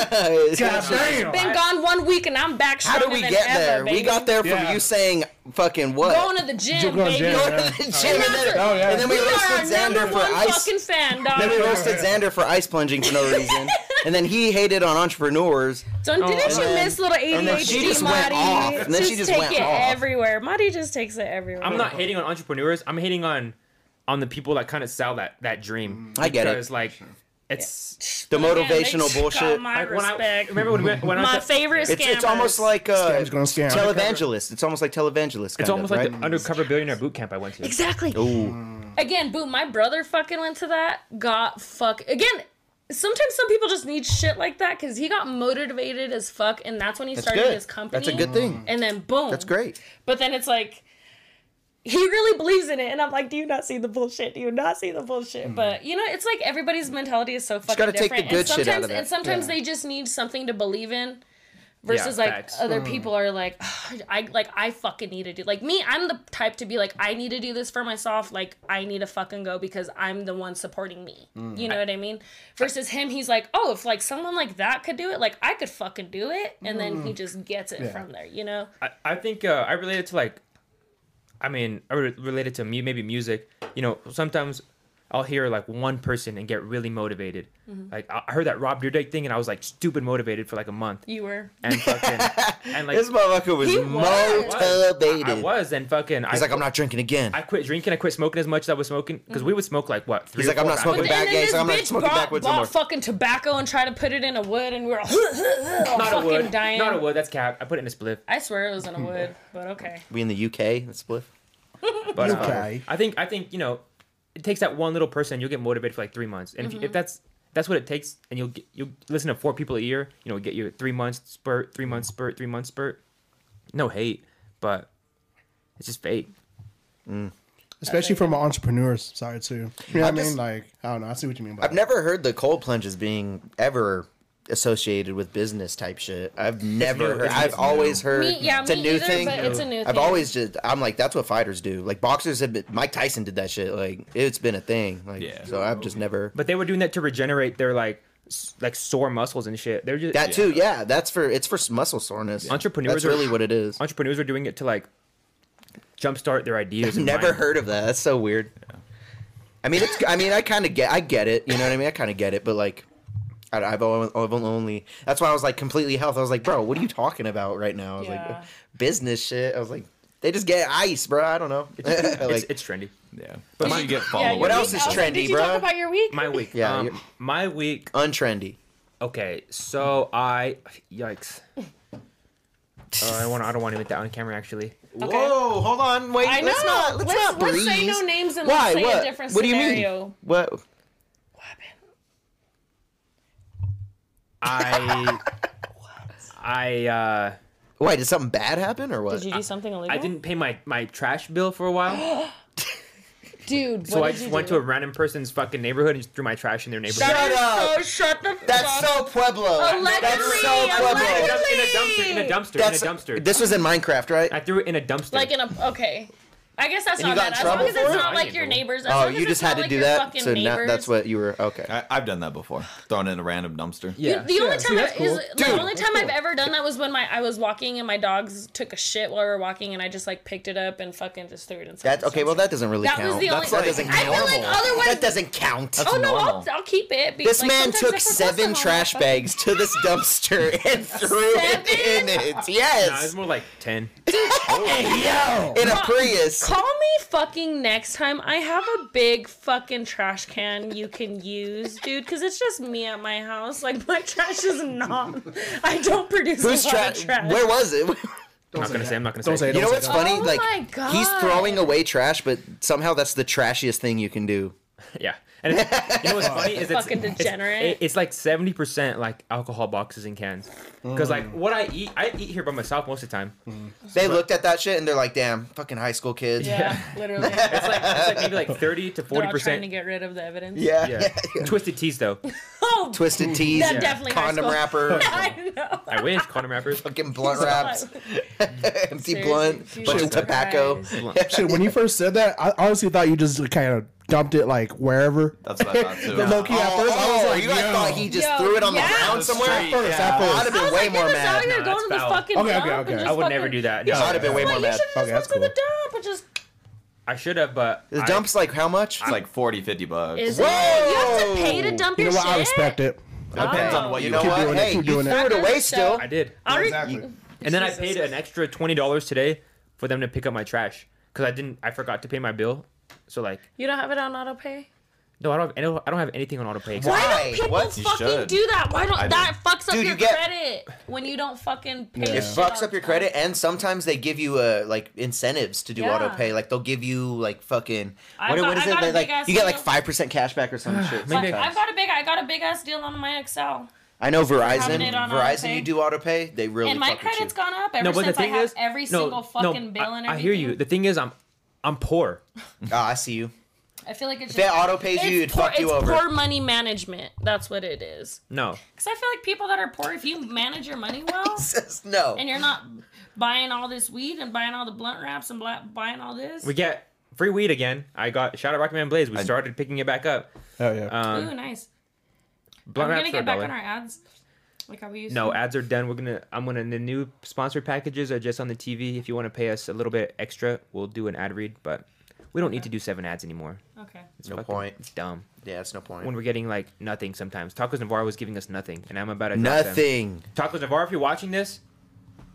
Speaker 5: God damn.
Speaker 3: Been gone one week and I'm back.
Speaker 4: How
Speaker 3: Stronger
Speaker 4: did we
Speaker 3: than
Speaker 4: get
Speaker 3: ever,
Speaker 4: there?
Speaker 3: Baby.
Speaker 4: We got there from
Speaker 5: Yeah.
Speaker 4: you saying fucking what?
Speaker 3: going to the gym,
Speaker 5: Going
Speaker 3: baby.
Speaker 5: to gym, yeah.
Speaker 4: The gym and then,
Speaker 3: Oh,
Speaker 5: yeah.
Speaker 4: and then we
Speaker 3: You are
Speaker 4: roasted
Speaker 3: our
Speaker 4: Xander
Speaker 3: number
Speaker 4: for
Speaker 3: one
Speaker 4: ice.
Speaker 3: fucking fan,
Speaker 4: Then we
Speaker 3: dog.
Speaker 4: roasted Xander for ice plunging for no reason. and then he hated on entrepreneurs.
Speaker 3: So didn't you
Speaker 4: man.
Speaker 3: miss little ADHD,
Speaker 4: Oh, And then she just went
Speaker 3: Marty?
Speaker 4: off. And then she just
Speaker 3: take
Speaker 4: went
Speaker 3: it
Speaker 4: off.
Speaker 3: everywhere. Marty just takes it everywhere.
Speaker 6: I'm not hating on entrepreneurs. I'm hating on on the people that kind of sell that that dream.
Speaker 4: Mm. I get it.
Speaker 6: because, like it's
Speaker 4: The
Speaker 3: Again, Oh, they
Speaker 4: motivational
Speaker 3: just got
Speaker 4: bullshit.
Speaker 3: My
Speaker 6: like, when I
Speaker 3: respect.
Speaker 6: remember when we, when I
Speaker 3: my
Speaker 6: was at-
Speaker 3: favorite
Speaker 4: It's,
Speaker 3: scammers.
Speaker 4: it's almost like uh,
Speaker 5: Scam's gonna scam.
Speaker 4: televangelist. It's almost like televangelist. Kind
Speaker 6: it's almost
Speaker 4: of,
Speaker 6: like
Speaker 4: right?
Speaker 6: the undercover billionaire boot camp I went to.
Speaker 3: exactly.
Speaker 4: Ooh.
Speaker 3: Again, boom. My brother fucking went to that. Got fuck again. Sometimes some people just need shit like that because he got motivated as fuck, and that's when he
Speaker 4: That's
Speaker 3: started
Speaker 4: good.
Speaker 3: his company.
Speaker 4: That's a good thing.
Speaker 3: And then boom.
Speaker 4: That's great.
Speaker 3: But then it's like he really believes in it, and I'm like, do you not see the bullshit? Do you not see the bullshit? But you know, it's like everybody's mentality is so fucking
Speaker 4: Hmm. gotta take the
Speaker 3: different.
Speaker 4: good shit
Speaker 3: and
Speaker 4: out of
Speaker 3: sometimes,
Speaker 4: that.
Speaker 3: and sometimes they just need something to believe in. Versus
Speaker 6: Yeah,
Speaker 3: like
Speaker 6: facts.
Speaker 3: other
Speaker 4: Hmm.
Speaker 3: people are like, "Ugh, I like I fucking need to do like me. I'm the type to be like, I need to do this for myself. Like I need to fucking go because I'm the one supporting me.
Speaker 4: Hmm.
Speaker 3: You know what I mean? Versus him, he's like, oh, if like someone like that could do it, like I could fucking do it, and then
Speaker 4: Hmm.
Speaker 3: he just gets it from there. You know?
Speaker 6: I, I think uh, I related to like, I mean, I re- related to mu- maybe music. You know, sometimes I'll hear like one person and get really motivated.
Speaker 3: Mm-hmm.
Speaker 6: Like I I heard that Rob Dyrdek thing and I was like stupid motivated for like a month
Speaker 3: You were
Speaker 6: and fucking and like
Speaker 4: This motherfucker was
Speaker 3: He was.
Speaker 4: motivated.
Speaker 6: I, I was and fucking I,
Speaker 4: He's like, I'm not drinking again.
Speaker 6: I quit drinking. I quit smoking as much as I was smoking because
Speaker 3: Mm.
Speaker 6: we would smoke like what? Three
Speaker 4: He's
Speaker 6: or
Speaker 4: like, I'm
Speaker 6: four
Speaker 4: not
Speaker 6: packs
Speaker 4: smoking
Speaker 6: a
Speaker 3: But
Speaker 6: day.
Speaker 3: then
Speaker 4: back
Speaker 3: this
Speaker 4: gates, I'm not
Speaker 3: bitch
Speaker 4: smoking
Speaker 3: brought,
Speaker 4: backwards
Speaker 3: bought
Speaker 4: no more.
Speaker 3: fucking tobacco and tried to put it in a wood, and we were all
Speaker 6: Not a
Speaker 3: fucking
Speaker 6: wood.
Speaker 3: dying.
Speaker 6: Not a wood. That's cap. I put it in a spliff.
Speaker 3: I swear it was in a wood, but okay.
Speaker 4: We in the UK. That's spliff.
Speaker 6: But uh,
Speaker 5: Okay.
Speaker 6: I think I think you know, it takes that one little person. You'll get motivated for like three months, and if you if, that's that's what it takes, and you'll get, you'll listen to four people a year. You know, get your three months spurt, three months spurt, three months spurt. No hate, but it's just fate.
Speaker 5: especially from an entrepreneur's side too. You know what I mean?
Speaker 4: just-
Speaker 5: like I don't know. I see what you mean by
Speaker 4: I've
Speaker 5: that.
Speaker 4: never heard the cold plunge as being ever associated with business type shit. I've never
Speaker 6: new,
Speaker 4: heard.
Speaker 6: it's
Speaker 4: I've
Speaker 6: new.
Speaker 4: always heard
Speaker 3: Me- yeah,
Speaker 4: it's a
Speaker 3: me
Speaker 4: new
Speaker 3: either,
Speaker 4: thing.
Speaker 3: but it's a new
Speaker 4: I've
Speaker 3: thing.
Speaker 4: always just. I'm like, that's what fighters do. Like boxers have been. Mike Tyson did that shit. Like it's been a thing. Like
Speaker 2: Yeah.
Speaker 4: so, I've just never.
Speaker 6: But they were doing that to regenerate their like s- like sore muscles and shit. They're just
Speaker 4: That too, yeah. That's for it's for muscle soreness.
Speaker 6: Entrepreneurs
Speaker 4: That's
Speaker 6: are-
Speaker 4: really what it is.
Speaker 6: entrepreneurs are doing it to like jumpstart their ideas. and
Speaker 4: Never
Speaker 6: mind.
Speaker 4: heard of that. That's so weird. I mean, it's. I mean, I kind of get. I get it. You know what I mean? I kind of get it. But like, I, I've only, I've only. That's why I was like completely health. I was like, bro, what are you talking about right now? I was
Speaker 3: Yeah.
Speaker 4: like, business shit. I was like, they just get ice, bro. I don't know.
Speaker 6: It's,
Speaker 4: like,
Speaker 6: it's trendy.
Speaker 2: Yeah. But you get
Speaker 3: Yeah,
Speaker 2: followers.
Speaker 3: your
Speaker 4: What
Speaker 3: week-
Speaker 4: else is
Speaker 3: Allison,
Speaker 4: trendy,
Speaker 3: Did you
Speaker 4: bruh?
Speaker 3: talk about your week?
Speaker 6: My week.
Speaker 4: Yeah,
Speaker 6: um,
Speaker 4: you're-
Speaker 6: my week.
Speaker 4: untrendy.
Speaker 6: Okay, so I yikes. Uh, I want. I don't want to admit that on camera. Actually,
Speaker 3: Okay.
Speaker 4: Whoa, hold on, wait.
Speaker 3: I
Speaker 4: Let's
Speaker 3: know.
Speaker 4: not. Let's,
Speaker 3: Let's-
Speaker 4: not
Speaker 3: let's
Speaker 4: breeze.
Speaker 3: say no names and
Speaker 4: why?
Speaker 3: let's say a
Speaker 4: what?
Speaker 3: different
Speaker 4: what do you mean?
Speaker 3: scenario.
Speaker 4: What?
Speaker 6: I. I uh,
Speaker 4: Why did something bad happen or what?
Speaker 3: Did you do something illegal?
Speaker 6: I didn't pay my my trash bill for a while.
Speaker 3: Dude, what
Speaker 6: So I
Speaker 3: did
Speaker 6: just
Speaker 3: you
Speaker 6: went
Speaker 3: do?
Speaker 6: to a random person's fucking neighborhood and just threw my trash in their neighborhood.
Speaker 4: Shut
Speaker 3: That is
Speaker 4: up.
Speaker 3: So, shut the
Speaker 4: That's
Speaker 3: fuck
Speaker 4: so Pueblo.
Speaker 3: Allegedly,
Speaker 4: That's so
Speaker 6: In a
Speaker 4: Pueblo.
Speaker 3: allegedly.
Speaker 6: dump- in a dumpster. In a dumpster.
Speaker 4: That's
Speaker 6: in a dumpster.
Speaker 4: This was in Minecraft, right?
Speaker 6: I threw it in a dumpster.
Speaker 3: Like in a okay. I guess that's
Speaker 4: And you
Speaker 3: not
Speaker 4: got in
Speaker 3: bad. As long
Speaker 4: trouble
Speaker 3: as it's
Speaker 4: for it?
Speaker 3: not
Speaker 6: I
Speaker 3: like your
Speaker 6: didn't.
Speaker 3: neighbors. As
Speaker 4: oh,
Speaker 3: long as
Speaker 4: you
Speaker 3: it's
Speaker 4: just had
Speaker 3: not
Speaker 4: to
Speaker 3: like
Speaker 4: do
Speaker 3: your
Speaker 4: that.
Speaker 3: fucking
Speaker 4: So now that's
Speaker 3: neighbors.
Speaker 4: what you were. Okay.
Speaker 2: I, I've done that before. Thrown in a random dumpster.
Speaker 6: yeah.
Speaker 3: The only time
Speaker 5: see,
Speaker 3: I've,
Speaker 5: that's cool.
Speaker 3: is, the
Speaker 4: Dude,
Speaker 3: only time I've ever done that was when my I was walking and my dogs took a shit while we were walking and I just like picked it up and fucking just threw it in.
Speaker 4: That's
Speaker 3: someone's
Speaker 4: okay. Well,
Speaker 3: dumpster.
Speaker 4: that doesn't really
Speaker 3: That was
Speaker 4: count.
Speaker 3: the only-
Speaker 4: That's- that doesn't
Speaker 3: I feel like
Speaker 4: count.
Speaker 3: otherwise-
Speaker 4: that doesn't count.
Speaker 3: Oh no, I'll,
Speaker 2: normal.
Speaker 3: I'll keep it. be-
Speaker 4: This
Speaker 3: like,
Speaker 4: man
Speaker 3: sometimes I
Speaker 4: took
Speaker 3: forget
Speaker 4: seven
Speaker 3: someone.
Speaker 4: trash bags to this dumpster and threw it in it.
Speaker 6: Nah, it's
Speaker 4: Yes,
Speaker 6: more like ten.
Speaker 4: in a Prius.
Speaker 3: Call me fucking next time. I have a big fucking trash can you can use, dude, because it's just me at my house. Like, my trash is not. I don't produce
Speaker 4: Who's
Speaker 3: a lot
Speaker 4: tra-
Speaker 3: of trash.
Speaker 4: Where was it?
Speaker 6: I'm not gonna say. I'm not gonna
Speaker 5: Don't
Speaker 6: say.
Speaker 5: say it.
Speaker 4: you know
Speaker 5: say
Speaker 4: what's
Speaker 5: that.
Speaker 4: funny?
Speaker 3: Oh
Speaker 4: like
Speaker 3: my God.
Speaker 4: he's throwing away trash, but somehow that's the trashiest thing you can do.
Speaker 6: Yeah. And it's, you know what's funny is it's
Speaker 3: Fucking
Speaker 6: it's-
Speaker 3: degenerate.
Speaker 6: it- it's like seventy percent like alcohol boxes and cans. Because like what I eat, I eat here by myself most of the time.
Speaker 3: Mm.
Speaker 4: They looked at that shit and they're like, "Damn, fucking high school kids."
Speaker 3: Yeah, literally.
Speaker 6: It's like, it's like maybe like thirty to
Speaker 3: They're
Speaker 6: forty
Speaker 3: all trying to
Speaker 6: percent.
Speaker 3: get rid of the evidence.
Speaker 4: yeah.
Speaker 6: Yeah. Twisted teas though.
Speaker 3: Oh,
Speaker 4: Twisted tees,
Speaker 3: That definitely high
Speaker 4: condom
Speaker 3: school.
Speaker 4: wrapper,
Speaker 3: I know.
Speaker 6: I wish condom wrappers.
Speaker 4: fucking blunt wraps, empty blunt,
Speaker 3: Seriously,
Speaker 4: bunch
Speaker 3: Jesus
Speaker 4: of tobacco.
Speaker 3: Christ.
Speaker 5: Shit, when you first said that, I honestly thought you just kind of dumped it like wherever.
Speaker 2: That's what I thought too.
Speaker 5: Low key at first, I was
Speaker 4: oh,
Speaker 5: like,
Speaker 4: you guys
Speaker 5: yo.
Speaker 4: thought he just
Speaker 3: Yo,
Speaker 4: threw it on
Speaker 3: yeah.
Speaker 4: the ground somewhere?
Speaker 5: At first,
Speaker 2: Yeah.
Speaker 5: at first.
Speaker 4: I'd have
Speaker 3: I
Speaker 4: been
Speaker 3: was
Speaker 4: way
Speaker 3: like,
Speaker 4: more
Speaker 3: it was out
Speaker 4: mad.
Speaker 3: here
Speaker 6: No,
Speaker 3: going to
Speaker 6: that's
Speaker 3: the
Speaker 6: foul.
Speaker 3: fucking
Speaker 5: Okay,
Speaker 3: dump.
Speaker 5: okay,
Speaker 3: and
Speaker 5: okay.
Speaker 3: just
Speaker 6: I would never
Speaker 3: fucking-
Speaker 6: do that.
Speaker 4: I'd
Speaker 6: No,
Speaker 4: have been way
Speaker 3: Like,
Speaker 4: more
Speaker 3: you
Speaker 4: mad.
Speaker 3: should have
Speaker 5: Okay,
Speaker 3: just
Speaker 5: that's
Speaker 3: went to the
Speaker 5: cool.
Speaker 3: dump and just.
Speaker 6: I should have, but
Speaker 4: The
Speaker 6: I-
Speaker 4: dump's like how much?
Speaker 2: It's like 40, 50 bucks.
Speaker 3: Is
Speaker 4: Whoa!
Speaker 3: it? You have to pay to dump
Speaker 5: You know
Speaker 3: your
Speaker 5: what?
Speaker 3: shit.
Speaker 5: I respect it.
Speaker 2: Depends on what
Speaker 4: you
Speaker 2: you
Speaker 4: know
Speaker 2: keep
Speaker 4: what?
Speaker 5: doing it,
Speaker 4: Hey,
Speaker 5: keep
Speaker 4: you
Speaker 5: doing it.
Speaker 4: threw it away still.
Speaker 6: I did.
Speaker 3: I'll re-
Speaker 5: Exactly.
Speaker 6: And then
Speaker 3: Jesus.
Speaker 6: I paid an extra twenty dollars today for them to pick up my trash because I didn't. I forgot to pay my bill. So like,
Speaker 3: You don't have it on auto pay?
Speaker 6: no, I don't. Have, I don't- I don't have anything on auto pay. except-
Speaker 4: Why?
Speaker 3: Why don't people
Speaker 4: What?
Speaker 2: You
Speaker 3: fucking
Speaker 2: should.
Speaker 3: do that? Why don't
Speaker 2: I do.
Speaker 3: that fucks up
Speaker 4: Dude,
Speaker 3: your
Speaker 4: you get-
Speaker 3: credit when you don't fucking pay?
Speaker 5: It
Speaker 4: It
Speaker 3: shit
Speaker 4: fucks
Speaker 3: on
Speaker 4: up your
Speaker 3: time?
Speaker 4: credit, and sometimes they give you uh, like incentives to do
Speaker 3: Yeah.
Speaker 4: auto pay. Like they'll give you like fucking
Speaker 3: I
Speaker 4: what,
Speaker 3: got-
Speaker 4: what is
Speaker 3: I got a
Speaker 4: it? Like,
Speaker 3: big-ass
Speaker 4: you get like
Speaker 3: deal.
Speaker 4: five percent cash back or some shit.
Speaker 6: Maybe-
Speaker 3: I've
Speaker 4: Sometimes.
Speaker 3: got a big, I got a big ass deal on my Excel,
Speaker 4: I know
Speaker 3: having
Speaker 4: Verizon.
Speaker 3: it on
Speaker 4: Verizon,
Speaker 3: autopay.
Speaker 4: you do auto pay. They really
Speaker 3: and my
Speaker 4: fuck with you.
Speaker 3: credit's gone up ever since I have every single fucking bill
Speaker 6: I,
Speaker 3: and everything.
Speaker 6: I hear you. The thing is, I'm, I'm poor.
Speaker 4: Ah, I see you.
Speaker 3: I feel like it's
Speaker 4: If that
Speaker 3: just-
Speaker 4: auto pays you, it'd
Speaker 3: poor,
Speaker 4: fuck you
Speaker 3: it's
Speaker 4: over.
Speaker 3: poor money management. That's what it is.
Speaker 6: No,
Speaker 3: Because I feel like people that are poor, if you manage your money well,
Speaker 4: Says no.
Speaker 3: and you're not buying all this weed and buying all the blunt wraps and bla- buying all this,
Speaker 6: we get free weed again. I got shout out Rocky Man Blaze. We started picking it back up.
Speaker 5: Oh yeah.
Speaker 6: Um,
Speaker 3: ooh, nice.
Speaker 6: blunt
Speaker 3: Are we
Speaker 6: wraps
Speaker 3: gonna
Speaker 6: for a
Speaker 3: get back
Speaker 6: dollar.
Speaker 3: on our ads? Like how we used
Speaker 6: No
Speaker 3: to?
Speaker 6: ads are done. We're gonna. I'm gonna. The new sponsored packages are just on the TV. If you want to pay us a little bit extra, we'll do an ad read. But we don't need to do seven ads anymore.
Speaker 3: Okay.
Speaker 6: It's
Speaker 4: No
Speaker 6: fucking-
Speaker 4: point.
Speaker 6: It's dumb.
Speaker 4: Yeah, it's no
Speaker 6: When
Speaker 4: point.
Speaker 6: we're getting like nothing sometimes. Tacos Navarro was giving us nothing, and I'm about to drop them.
Speaker 4: Nothing.
Speaker 6: Tacos Navarro, if you're watching this,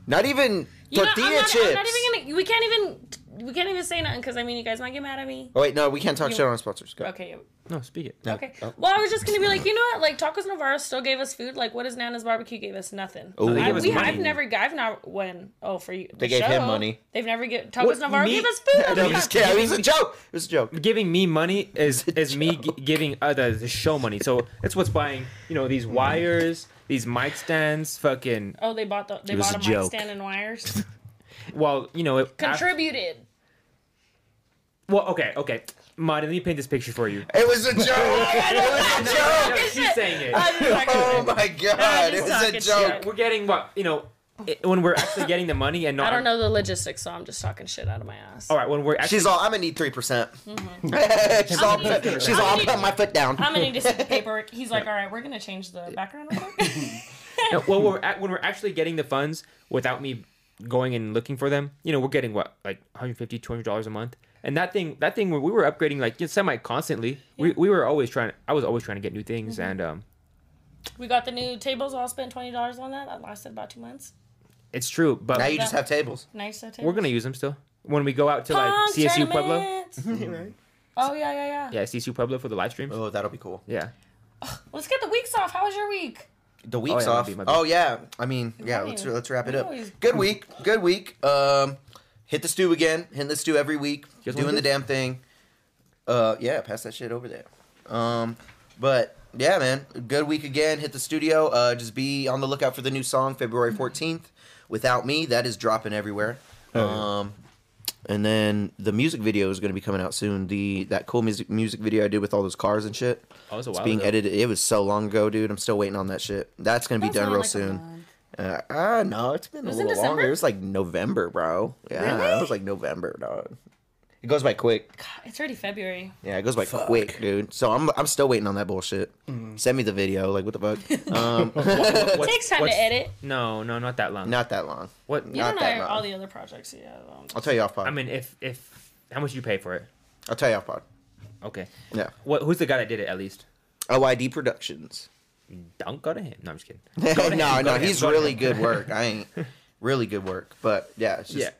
Speaker 4: Not even
Speaker 3: You know,
Speaker 4: tortilla
Speaker 3: I'm not,
Speaker 4: chips.
Speaker 3: I'm not even gonna. We can't even. We can't even say nothing because I mean, you guys might get mad at me.
Speaker 4: Oh wait, no, we can't talk
Speaker 3: You-
Speaker 4: shit on our sponsors. Go.
Speaker 3: Okay.
Speaker 6: no, speak it.
Speaker 3: Okay.
Speaker 4: Oh.
Speaker 3: Well, I was just gonna be like, you know what? Like Tacos Navarro still gave us food. Like, what is Nana's Barbecue gave us? Nothing.
Speaker 4: Ooh. No, they
Speaker 3: I,
Speaker 4: gave us
Speaker 3: we,
Speaker 6: money.
Speaker 3: I've never. I've not. When? Oh, for you.
Speaker 4: They
Speaker 3: the
Speaker 4: gave him
Speaker 3: show.
Speaker 4: money.
Speaker 3: They've never get Tacos
Speaker 6: What,
Speaker 3: Navarro
Speaker 6: me?
Speaker 3: gave us food.
Speaker 4: No, I'm
Speaker 3: I'm
Speaker 4: just
Speaker 3: not-
Speaker 4: kidding. It was a joke. It was a joke.
Speaker 6: Giving me money is is me g- giving uh, the, the show money. So that's what's buying. You know these wires, these mic stands, fucking.
Speaker 3: Oh, they bought the. They
Speaker 4: It was
Speaker 3: bought a,
Speaker 4: a
Speaker 3: mic
Speaker 4: joke.
Speaker 3: stand and wires.
Speaker 6: Well, you know. It,
Speaker 3: Contributed.
Speaker 6: well, okay, okay. Mud, let me paint this picture for you.
Speaker 4: It was a joke. it was a joke.
Speaker 6: No, she's saying it.
Speaker 3: I'm just talking-
Speaker 4: Oh my god,
Speaker 3: just
Speaker 4: it's a
Speaker 3: talking shit.
Speaker 4: joke.
Speaker 6: we're getting what you know it- when we're actually getting the money and not.
Speaker 3: I don't know the logistics, so I'm just talking shit out of my ass.
Speaker 6: All right, when we're actually
Speaker 4: She's all. I'm gonna need three percent. she's all.
Speaker 3: gonna
Speaker 4: put-
Speaker 3: Mm-hmm. need-
Speaker 4: She's
Speaker 3: I'm
Speaker 4: all.
Speaker 3: gonna
Speaker 4: Put
Speaker 3: need-
Speaker 4: my foot down.
Speaker 3: I'm gonna need to see the paperwork. He's like, all right, we're gonna change the background. real quick."
Speaker 6: no, when we're at, when we're actually getting the funds without me going and looking for them. You know, we're getting what like 150 200 dollars a month. And that thing, that thing, where we were upgrading like semi constantly. We, we were always trying. I was always trying to get new things,
Speaker 3: Mm-hmm.
Speaker 6: and um,
Speaker 3: we got the new tables. All spent twenty dollars on that. That lasted about two months.
Speaker 6: it's true. But
Speaker 4: Now you just have tables.
Speaker 3: Nice tables.
Speaker 6: we're gonna use them still when we go out to like
Speaker 3: Punk
Speaker 6: CSU Pueblo.
Speaker 3: tournaments. Oh yeah, yeah, yeah,
Speaker 6: Yeah, CSU Pueblo for the live streams.
Speaker 4: Oh, that'll be cool.
Speaker 6: Yeah,
Speaker 3: Let's get the weeks off. How was your week?
Speaker 4: The week's
Speaker 6: yeah, my
Speaker 4: off.
Speaker 6: bad, my bad.
Speaker 4: Oh yeah. I mean, yeah.
Speaker 3: Right.
Speaker 4: Let's let's wrap it up.
Speaker 3: Right.
Speaker 4: Good week. Good week. Um, hit the stew again. Hit the stew every week.
Speaker 6: guys wanna
Speaker 4: Doing the
Speaker 6: do
Speaker 4: damn thing. Uh, yeah. Pass that shit over there. Um, but yeah, man. Good week again. Hit the studio. Uh, just be on the lookout
Speaker 6: Oh,
Speaker 4: for the new song February fourteenth. Without me, that is dropping everywhere. Um, And then the music video is going to be coming out soon. The that cool music music video I did with all those cars and shit.
Speaker 1: Oh, it was a
Speaker 4: it's
Speaker 1: while
Speaker 4: being
Speaker 1: ago.
Speaker 4: edited. It was so long ago, dude. I'm still waiting on that shit. That's going to be
Speaker 3: That's
Speaker 4: done
Speaker 3: only
Speaker 4: real
Speaker 3: like a
Speaker 4: soon.
Speaker 3: month.
Speaker 4: Uh, ah, no, it's been a
Speaker 3: was in
Speaker 4: little longer.
Speaker 3: December?
Speaker 4: It was like November, bro. Yeah, it was like November, dog. It goes by quick.
Speaker 3: It's already February.
Speaker 4: Yeah, it goes by quick, dude. So I'm I'm still waiting on that bullshit.
Speaker 1: Mm.
Speaker 4: Send me the video. Like what the fuck? um,
Speaker 1: What- what-
Speaker 3: Takes time to
Speaker 1: what's-
Speaker 3: edit.
Speaker 1: No, no, not that long.
Speaker 4: not that long.
Speaker 1: What?
Speaker 3: You
Speaker 4: Not
Speaker 3: don't
Speaker 4: that
Speaker 3: know
Speaker 4: long.
Speaker 3: all the other projects um, you have. on.
Speaker 4: I'll tell you off pod.
Speaker 1: I mean, if if how much you pay for it?
Speaker 4: I'll tell you off pod.
Speaker 1: Okay.
Speaker 4: Yeah.
Speaker 1: What? Who's the guy that did it? At least.
Speaker 4: OID Productions.
Speaker 1: Don't go to him. No, I'm just kidding. Go to
Speaker 4: no,
Speaker 1: him, go
Speaker 4: no,
Speaker 1: to him,
Speaker 4: he's
Speaker 1: go to
Speaker 4: really
Speaker 1: him.
Speaker 4: good work. I ain't really good work, but yeah, it's just
Speaker 1: Yeah.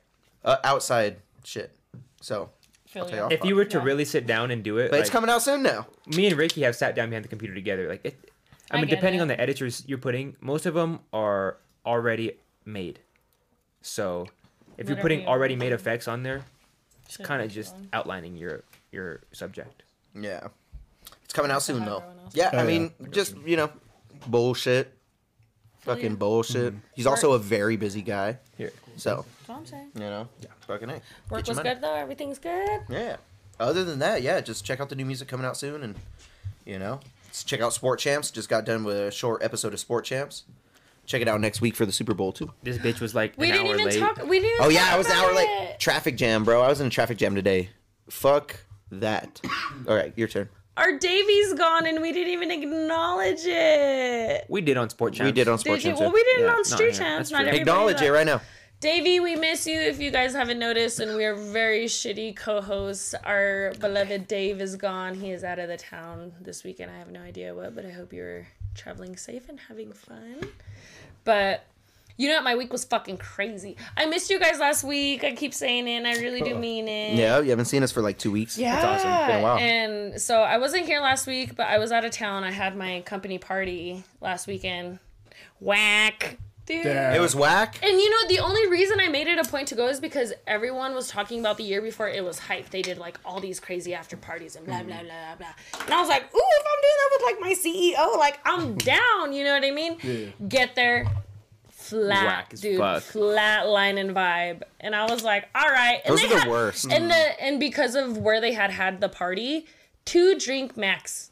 Speaker 4: uh, outside shit. So,
Speaker 3: Feel
Speaker 4: tell
Speaker 3: you.
Speaker 4: you off.
Speaker 1: If you were to
Speaker 3: Yeah.
Speaker 1: really sit down and do it,
Speaker 4: but it's
Speaker 1: like,
Speaker 4: coming out soon now.
Speaker 1: me and Ricky have sat down behind the computer together. Like, it, I,
Speaker 3: I
Speaker 1: mean,
Speaker 3: get
Speaker 1: depending
Speaker 3: it.
Speaker 1: on the editors you're putting, most of them are already made. So, if you're
Speaker 3: Whatever
Speaker 1: putting
Speaker 3: you-
Speaker 1: already made effects on there, it's
Speaker 3: Should
Speaker 1: kind of
Speaker 3: be
Speaker 1: just
Speaker 3: fun.
Speaker 1: outlining your your subject.
Speaker 4: Yeah, it's coming out soon
Speaker 3: how
Speaker 4: though.
Speaker 3: everyone else
Speaker 4: Yeah,
Speaker 5: Oh,
Speaker 4: I
Speaker 5: yeah.
Speaker 4: mean, just you know, bullshit, fucking
Speaker 3: Oh, yeah.
Speaker 4: bullshit. He's also a very busy guy,
Speaker 1: Here.
Speaker 4: so
Speaker 3: That's all I'm saying.
Speaker 4: you know, yeah, fucking A.
Speaker 3: Work
Speaker 4: Get your
Speaker 3: was
Speaker 4: money.
Speaker 3: good though. Everything's good.
Speaker 4: Yeah. Other than that, yeah, just check out the new music coming out soon, and you know, just check out Sport Champs. Just got done with a short episode of Sport Champs. Check it out next week for the Super Bowl too.
Speaker 1: This bitch was like
Speaker 3: We
Speaker 1: an
Speaker 3: didn't
Speaker 1: hour
Speaker 3: even
Speaker 1: late.
Speaker 3: talk. We didn't.
Speaker 4: Oh
Speaker 3: even
Speaker 4: yeah,
Speaker 3: talk
Speaker 4: I was an hour
Speaker 3: about
Speaker 4: late.
Speaker 3: it.
Speaker 4: Traffic jam, bro. I was in a traffic jam today. Fuck that. All right, your turn.
Speaker 3: Our Davy's gone, and we didn't even acknowledge it.
Speaker 1: We did on Sport Champs.
Speaker 4: We did on Sport
Speaker 3: Did you?
Speaker 4: Champs.
Speaker 3: Well, we didn't
Speaker 1: Yeah,
Speaker 3: on
Speaker 1: not
Speaker 3: Street
Speaker 1: here.
Speaker 3: Champs.
Speaker 1: That's
Speaker 3: Not
Speaker 1: true.
Speaker 3: everybody.
Speaker 4: Acknowledge
Speaker 3: that-
Speaker 4: it right now.
Speaker 3: Davey, we miss you. If you guys haven't noticed, and we are very shitty co-hosts. Our beloved Dave is gone. He is out of the town this weekend. I have no idea what, but I hope you're traveling safe and having fun. But you know what? My week was fucking crazy. I missed you guys last week. I keep saying it. and I really do mean it.
Speaker 4: Yeah, you haven't seen us for like two weeks.
Speaker 3: Yeah.
Speaker 4: That's awesome. Been a while.
Speaker 3: And so I wasn't here last week, but I was out of town. I had my company party last weekend. Whack. Dude.
Speaker 5: Yeah.
Speaker 4: it was whack.
Speaker 3: And you know, the only reason I made it a point to go is because everyone was talking about the year before it was hype. They did like all these crazy after parties and blah, blah, blah, blah. And I was like, ooh, if I'm doing that with like my CEO, like I'm down. You know what I mean?
Speaker 5: Yeah.
Speaker 3: Get there. Flat,
Speaker 1: Whack as
Speaker 3: dude.
Speaker 1: fuck.
Speaker 3: Flat line and vibe. And I was like, all right. And
Speaker 4: Those
Speaker 3: they
Speaker 4: are the
Speaker 3: had-
Speaker 4: worst. Mm-hmm.
Speaker 3: And the and because of where they had had the party, two drink max.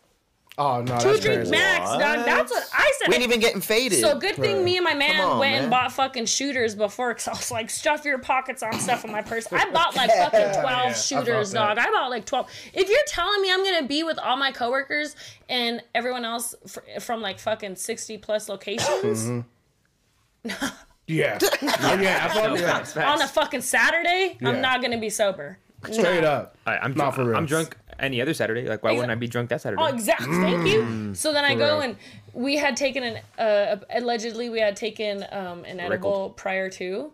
Speaker 5: Oh no,
Speaker 3: Two
Speaker 5: that's
Speaker 3: drink
Speaker 5: crazy.
Speaker 3: max, dog. That's what I said.
Speaker 4: We ain't even getting faded.
Speaker 3: So good thing me and my man
Speaker 4: Come on,
Speaker 3: went
Speaker 4: man.
Speaker 3: and bought fucking shooters before, cause I was like, stuff your pockets, I'm stuffing my purse. I bought like fucking twelve
Speaker 5: I
Speaker 3: shooters,
Speaker 5: bought that.
Speaker 3: dog. I bought like twelve. If you're telling me I'm gonna be with all my coworkers and everyone else fr- from like fucking sixty plus locations
Speaker 4: Mm-hmm.
Speaker 5: Yeah. oh, yeah, I
Speaker 1: No,
Speaker 5: thought, yeah.
Speaker 1: facts,
Speaker 3: on a
Speaker 1: facts.
Speaker 3: fucking Saturday,
Speaker 5: Yeah.
Speaker 3: I'm not gonna be sober.
Speaker 5: Straight up.
Speaker 1: I, I'm
Speaker 5: Not
Speaker 1: drunk.
Speaker 5: for real.
Speaker 1: I'm drunk any other Saturday. Like, why wouldn't I be drunk that Saturday?
Speaker 3: Oh, exactly. Thank
Speaker 4: Mm.
Speaker 3: you. So then I go
Speaker 1: Correct.
Speaker 3: and we had taken an uh, allegedly we had taken um, an edible prior to,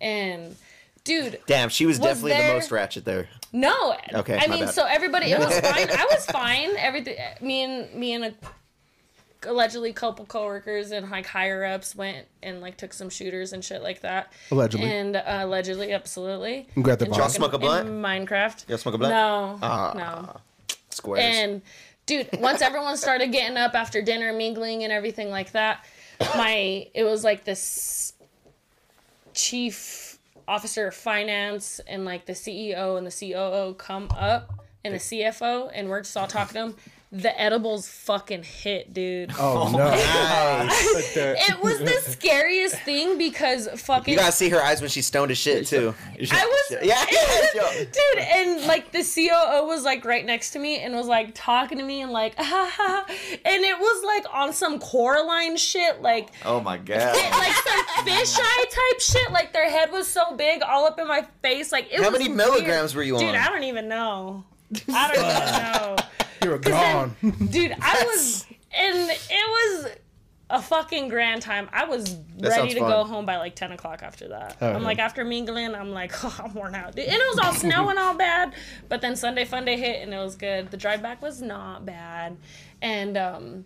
Speaker 3: and dude,
Speaker 4: Damn, she was,
Speaker 3: Was
Speaker 4: definitely
Speaker 3: there-
Speaker 4: the most ratchet there.
Speaker 3: No.
Speaker 4: Okay,
Speaker 3: I
Speaker 4: my
Speaker 3: mean,
Speaker 4: bad.
Speaker 3: so everybody, it was fine. I was fine. Everything. Me and me and a allegedly couple coworkers and like higher ups went and like took some shooters and shit like that.
Speaker 5: Allegedly.
Speaker 3: And uh, allegedly, absolutely.
Speaker 5: I'm glad they're
Speaker 3: And
Speaker 5: behind.
Speaker 3: fucking-
Speaker 4: Y'all smoke a blunt?
Speaker 3: and Minecraft.
Speaker 4: Y'all smoke a blunt?
Speaker 3: No.
Speaker 4: Ah.
Speaker 3: no.
Speaker 4: Squares.
Speaker 3: And dude, once everyone started getting up after dinner, mingling and everything like that, my it was like this chief officer of finance and like the CEO and the COO come up and the CFO and we're just all talking to them. The edibles fucking hit, dude.
Speaker 5: Oh no.
Speaker 3: It was the scariest thing because fucking
Speaker 4: you gotta see her eyes when she's stoned as shit too.
Speaker 3: I was
Speaker 4: Yeah, yeah,
Speaker 3: dude, and like the COO was like right next to me and was like talking to me and like, and it was like on some Coraline shit, like
Speaker 2: Oh my god.
Speaker 3: like some fisheye type shit. Like their head was so big, all up in my face. Like it
Speaker 4: How
Speaker 3: was
Speaker 4: many
Speaker 3: weird.
Speaker 4: milligrams were you
Speaker 3: Dude,
Speaker 4: on?
Speaker 3: I don't even know. I don't even know.
Speaker 5: you were gone.
Speaker 3: Dude, I was and it was a fucking grand time. I was ready
Speaker 4: sounds
Speaker 3: to
Speaker 4: fun.
Speaker 3: go home by like ten o'clock after that.
Speaker 5: Oh,
Speaker 3: I'm
Speaker 5: yeah.
Speaker 3: like after mingling, I'm like oh, I'm worn out. Dude, And it was all snow and all bad, but then Sunday fun day hit and it was good. The drive back was not bad, and um,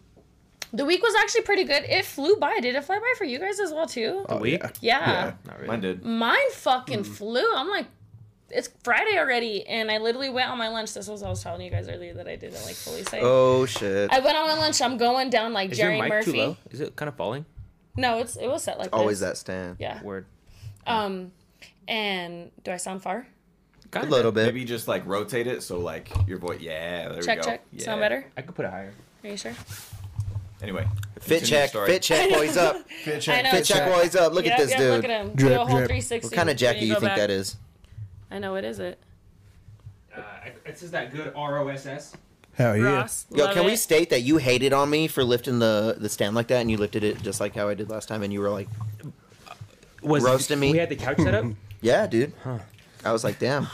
Speaker 3: the week was actually pretty good. It flew by. Did it fly by for you guys as well too?
Speaker 5: Oh,
Speaker 1: a week?
Speaker 3: yeah.
Speaker 1: Not really.
Speaker 2: Mine did.
Speaker 3: Mine fucking
Speaker 5: Mm.
Speaker 3: flew. I'm like. It's Friday already, and I literally went on my lunch. This was what I was telling you guys earlier that I didn't like fully say.
Speaker 4: Oh shit.
Speaker 3: I went on my lunch. I'm going down like
Speaker 1: Is
Speaker 3: Jerry
Speaker 1: your mic
Speaker 3: Murphy.
Speaker 1: too low? Is it kind of falling?
Speaker 3: No, it's it was set like
Speaker 4: Always
Speaker 3: this.
Speaker 4: that stand.
Speaker 3: Yeah.
Speaker 1: Word.
Speaker 3: Um, and do I sound far?
Speaker 1: Kinda.
Speaker 4: a little bit.
Speaker 2: Maybe just like rotate it so like your voice. Yeah, there
Speaker 3: Check,
Speaker 2: we go.
Speaker 3: check.
Speaker 2: Yeah.
Speaker 3: Sound better?
Speaker 1: I could put it higher.
Speaker 3: Are you sure?
Speaker 2: Anyway,
Speaker 4: Fit
Speaker 2: continue
Speaker 4: check,
Speaker 2: story.
Speaker 4: fit check, boys up.
Speaker 5: Fit
Speaker 3: I know.
Speaker 4: Fit check, boys up. Look at
Speaker 3: Yep,
Speaker 4: this
Speaker 3: yep, Look
Speaker 4: dude.
Speaker 3: at him.
Speaker 5: Drip,
Speaker 3: Do a whole
Speaker 5: drip.
Speaker 3: 360.
Speaker 4: What kind of jacket you think that is?
Speaker 3: I know it is it.
Speaker 1: Uh, it's just that good ROSS.
Speaker 5: Hell yeah.
Speaker 3: Ross,
Speaker 4: Yo,
Speaker 3: love
Speaker 4: can we
Speaker 3: it.
Speaker 4: state that you hated on me for lifting the, the stand like that and you lifted it just like how I did last time and you were like,
Speaker 1: Was
Speaker 4: Roasting me.
Speaker 1: We had the couch set up.
Speaker 4: yeah, dude. I was like, damn.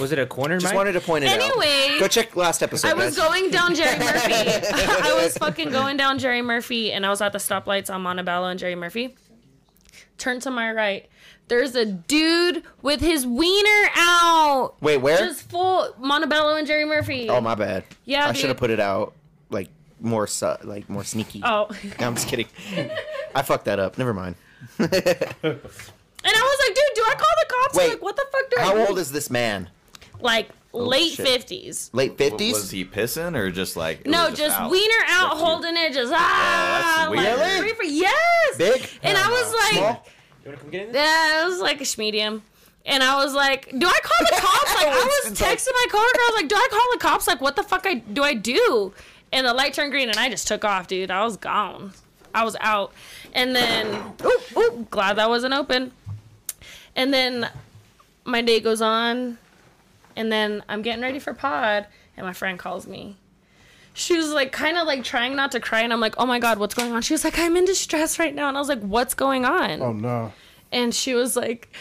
Speaker 1: Was it a corner?
Speaker 4: Just
Speaker 1: mic?
Speaker 4: wanted to point it out.
Speaker 3: Anyway,
Speaker 4: Go check last episode.
Speaker 3: I was
Speaker 4: guys.
Speaker 3: going down Jerry Murphy. I was fucking going down Jerry Murphy, and I was at the stoplights on Montebello and Jerry Murphy. Turn to my right. There's a dude with his wiener out.
Speaker 4: Wait, where?
Speaker 3: Just full Montebello and Jerry Murphy.
Speaker 4: Oh my bad.
Speaker 3: Yeah,
Speaker 4: I
Speaker 3: dude.
Speaker 4: should have put it out like more su- like more sneaky.
Speaker 3: Oh.
Speaker 4: No, I'm just kidding. I fucked that up. Never mind.
Speaker 3: And I was like, dude, do I call the cops? I'm
Speaker 4: Wait,
Speaker 3: like, what the fuck do I
Speaker 4: How
Speaker 3: do?
Speaker 4: old is this man?
Speaker 3: Like late
Speaker 4: shit.
Speaker 3: 50s.
Speaker 4: Late
Speaker 2: W-
Speaker 4: fifties.
Speaker 2: Was he pissing or just like? it
Speaker 3: No,
Speaker 2: was
Speaker 3: just, wiener out,
Speaker 2: Like you-
Speaker 3: holding it,
Speaker 4: Oh,
Speaker 3: just ah,
Speaker 2: weird.
Speaker 3: like,
Speaker 4: Really?
Speaker 3: free for- yes.
Speaker 4: Big?
Speaker 3: And I was like,
Speaker 1: You wanna come get in this?
Speaker 3: Yeah, it was like a medium. And I was like, do I call the cops? Like, I was
Speaker 4: It's like-
Speaker 3: texting my coworker. I was like, do I call the cops? Like, what the fuck I, do I do? And the light turned green, and I just took off, dude. I was gone. I was out. And then, oop, oop, glad that wasn't open. And then my day goes on, and then I'm getting ready for pod, and my friend calls me. She was like, kind of like trying not to cry, and I'm like, oh my god, what's going on? She was like, I'm in distress right now, and I was like, what's going on?
Speaker 5: Oh no.
Speaker 3: and she was like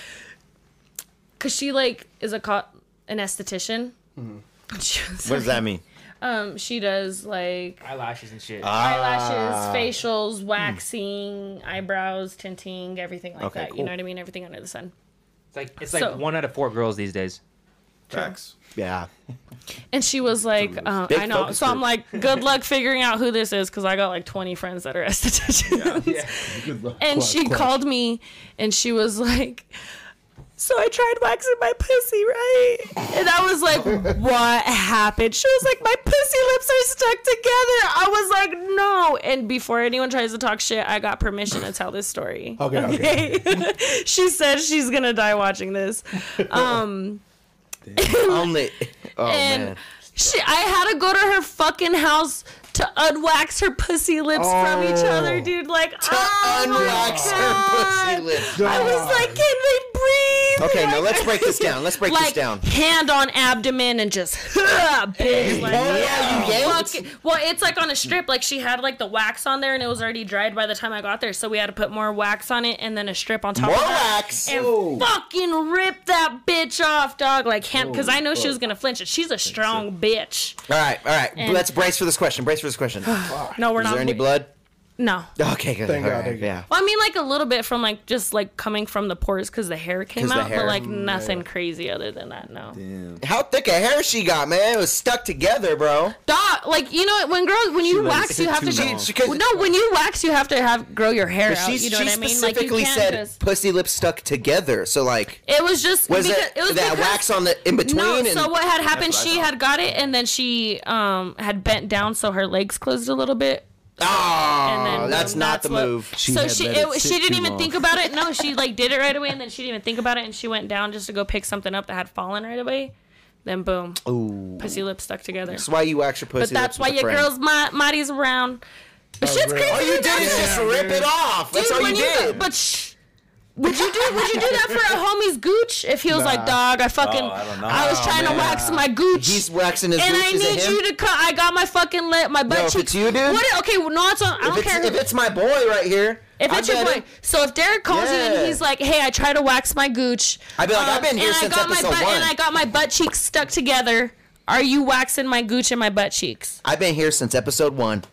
Speaker 3: because she like is a co- an esthetician And she was
Speaker 4: Mm-hmm. What does that mean?
Speaker 3: um she does like
Speaker 1: Eyelashes and shit.
Speaker 4: Uh, Ah.
Speaker 3: eyelashes facials waxing eyebrows tinting everything like
Speaker 4: Hmm. Okay,
Speaker 3: that you
Speaker 4: cool.
Speaker 3: know what i mean everything under the sun
Speaker 1: it's like it's
Speaker 3: so-
Speaker 1: like one out of four girls these days.
Speaker 2: Facts.
Speaker 4: Yeah.
Speaker 3: and she was like uh,
Speaker 4: Big
Speaker 3: i know
Speaker 4: focus
Speaker 3: so i'm
Speaker 4: group.
Speaker 3: like good luck figuring out who this is because i got like 20 friends that are estheticians and she called me and she was like so I tried waxing my pussy, right? And I was like, what happened? She was like, my pussy lips are stuck together. I was like, no. And before anyone tries to talk shit, I got permission to tell this story.
Speaker 4: Oh.
Speaker 5: Okay, okay.
Speaker 3: she said she's going to die watching this. Um,
Speaker 4: Only. Oh
Speaker 3: and
Speaker 4: man.
Speaker 3: she, I had to go to her fucking house to unwax her pussy lips from each other, dude. Like, to oh my
Speaker 4: Oh. Unwax her
Speaker 3: God.
Speaker 4: pussy lips.
Speaker 3: I was like, can they breathe?
Speaker 4: Okay, now
Speaker 3: Like-
Speaker 4: let's break this down. Let's break this
Speaker 3: like
Speaker 4: down.
Speaker 3: hand on abdomen and just bitch. Like,
Speaker 4: Yeah, you yanked.
Speaker 3: fuck- well, it's like on a strip. Like she had like the wax on there, and it was already dried by the time I got there. So we had to put more wax on it, and then a strip on top
Speaker 4: More
Speaker 3: of that,
Speaker 4: wax.
Speaker 3: and
Speaker 4: Whoa.
Speaker 3: fucking rip that bitch off, dog. Like hand, because I know she was gonna flinch it. She's a strong bitch.
Speaker 4: All right, all right.
Speaker 3: And-
Speaker 4: Let's brace for this question. Brace for this question. Is
Speaker 3: No, we're not.
Speaker 4: there any blood?
Speaker 3: No.
Speaker 4: Okay, good.
Speaker 5: Thank
Speaker 4: all
Speaker 5: God,
Speaker 4: right,
Speaker 5: thank God.
Speaker 4: Yeah.
Speaker 3: Well, I mean, like a little bit from like just like coming from the pores because the hair came
Speaker 4: 'Cause the
Speaker 3: out, but
Speaker 4: hair.
Speaker 3: like
Speaker 2: Mm,
Speaker 3: nothing crazy other than that. No.
Speaker 4: How thick a hair she got, man? It was stuck together, bro.
Speaker 3: Dog, like you know, when girls when you
Speaker 2: let it
Speaker 3: wax,
Speaker 2: sit
Speaker 3: you have to
Speaker 2: too
Speaker 3: grow.
Speaker 2: long.
Speaker 4: She- she- 'cause-
Speaker 3: Well, no, when you wax, you have to have grow your hair out.
Speaker 4: She,
Speaker 3: you know
Speaker 4: she
Speaker 3: what I mean? Like you
Speaker 4: specifically
Speaker 3: can't
Speaker 4: said
Speaker 3: just.
Speaker 4: pussy lips stuck together. So like,
Speaker 3: It was just
Speaker 4: was
Speaker 3: because,
Speaker 4: it,
Speaker 3: it was
Speaker 4: that
Speaker 3: because,
Speaker 4: wax on the in between?
Speaker 3: No,
Speaker 4: and,
Speaker 3: so what had happened?
Speaker 2: That's what I
Speaker 3: She
Speaker 2: thought.
Speaker 3: had got it, and then she um had bent down, so her legs closed a little bit.
Speaker 4: Oh,
Speaker 3: then, um,
Speaker 4: that's not
Speaker 3: that's
Speaker 4: the
Speaker 3: what-
Speaker 4: move.
Speaker 3: so she it, she didn't even think about it. No, she like did it right away, and then she didn't even think about it, and she went down just to go pick something up that had fallen right away. Then boom,
Speaker 4: Ooh,
Speaker 3: pussy lips stuck together.
Speaker 4: that's why you wax your
Speaker 3: But
Speaker 4: Oh. pussy. lips
Speaker 3: that's why
Speaker 4: with a
Speaker 3: your
Speaker 4: friend.
Speaker 3: girls' ma- Marty's around. But shit's
Speaker 5: real.
Speaker 3: crazy.
Speaker 4: All you
Speaker 3: than that.
Speaker 4: did is just rip it off. That's
Speaker 3: Dude,
Speaker 4: all you
Speaker 3: when you
Speaker 4: did.
Speaker 3: go- but shh. Would you do would you do that for a homie's gooch if he was like, dog, I fucking
Speaker 2: Oh,
Speaker 3: I,
Speaker 2: I don't know.
Speaker 3: was trying to wax my gooch.
Speaker 4: He's waxing his
Speaker 3: and I
Speaker 4: gooch. Is
Speaker 3: need
Speaker 4: it him?
Speaker 3: you to cut. I got my fucking lip, my butt
Speaker 4: No, if
Speaker 3: cheeks.
Speaker 4: it's you, dude.
Speaker 3: What? Okay, well, no, it's on. I
Speaker 4: If
Speaker 3: don't
Speaker 4: it's,
Speaker 3: care.
Speaker 4: if
Speaker 3: who-
Speaker 4: it's my boy right here,
Speaker 3: if
Speaker 4: I
Speaker 3: it's your
Speaker 4: bet
Speaker 3: boy,
Speaker 4: him.
Speaker 3: so if Derek calls you
Speaker 4: Yeah.
Speaker 3: and he's like, "Hey, I tried to wax my gooch," um,
Speaker 4: I'd be like, I've been here
Speaker 3: and
Speaker 4: since
Speaker 3: I got my
Speaker 4: episode
Speaker 3: butt
Speaker 4: one.
Speaker 3: and I got my butt cheeks stuck together. Are you waxing my gooch and my butt cheeks?
Speaker 4: I've been here since episode one.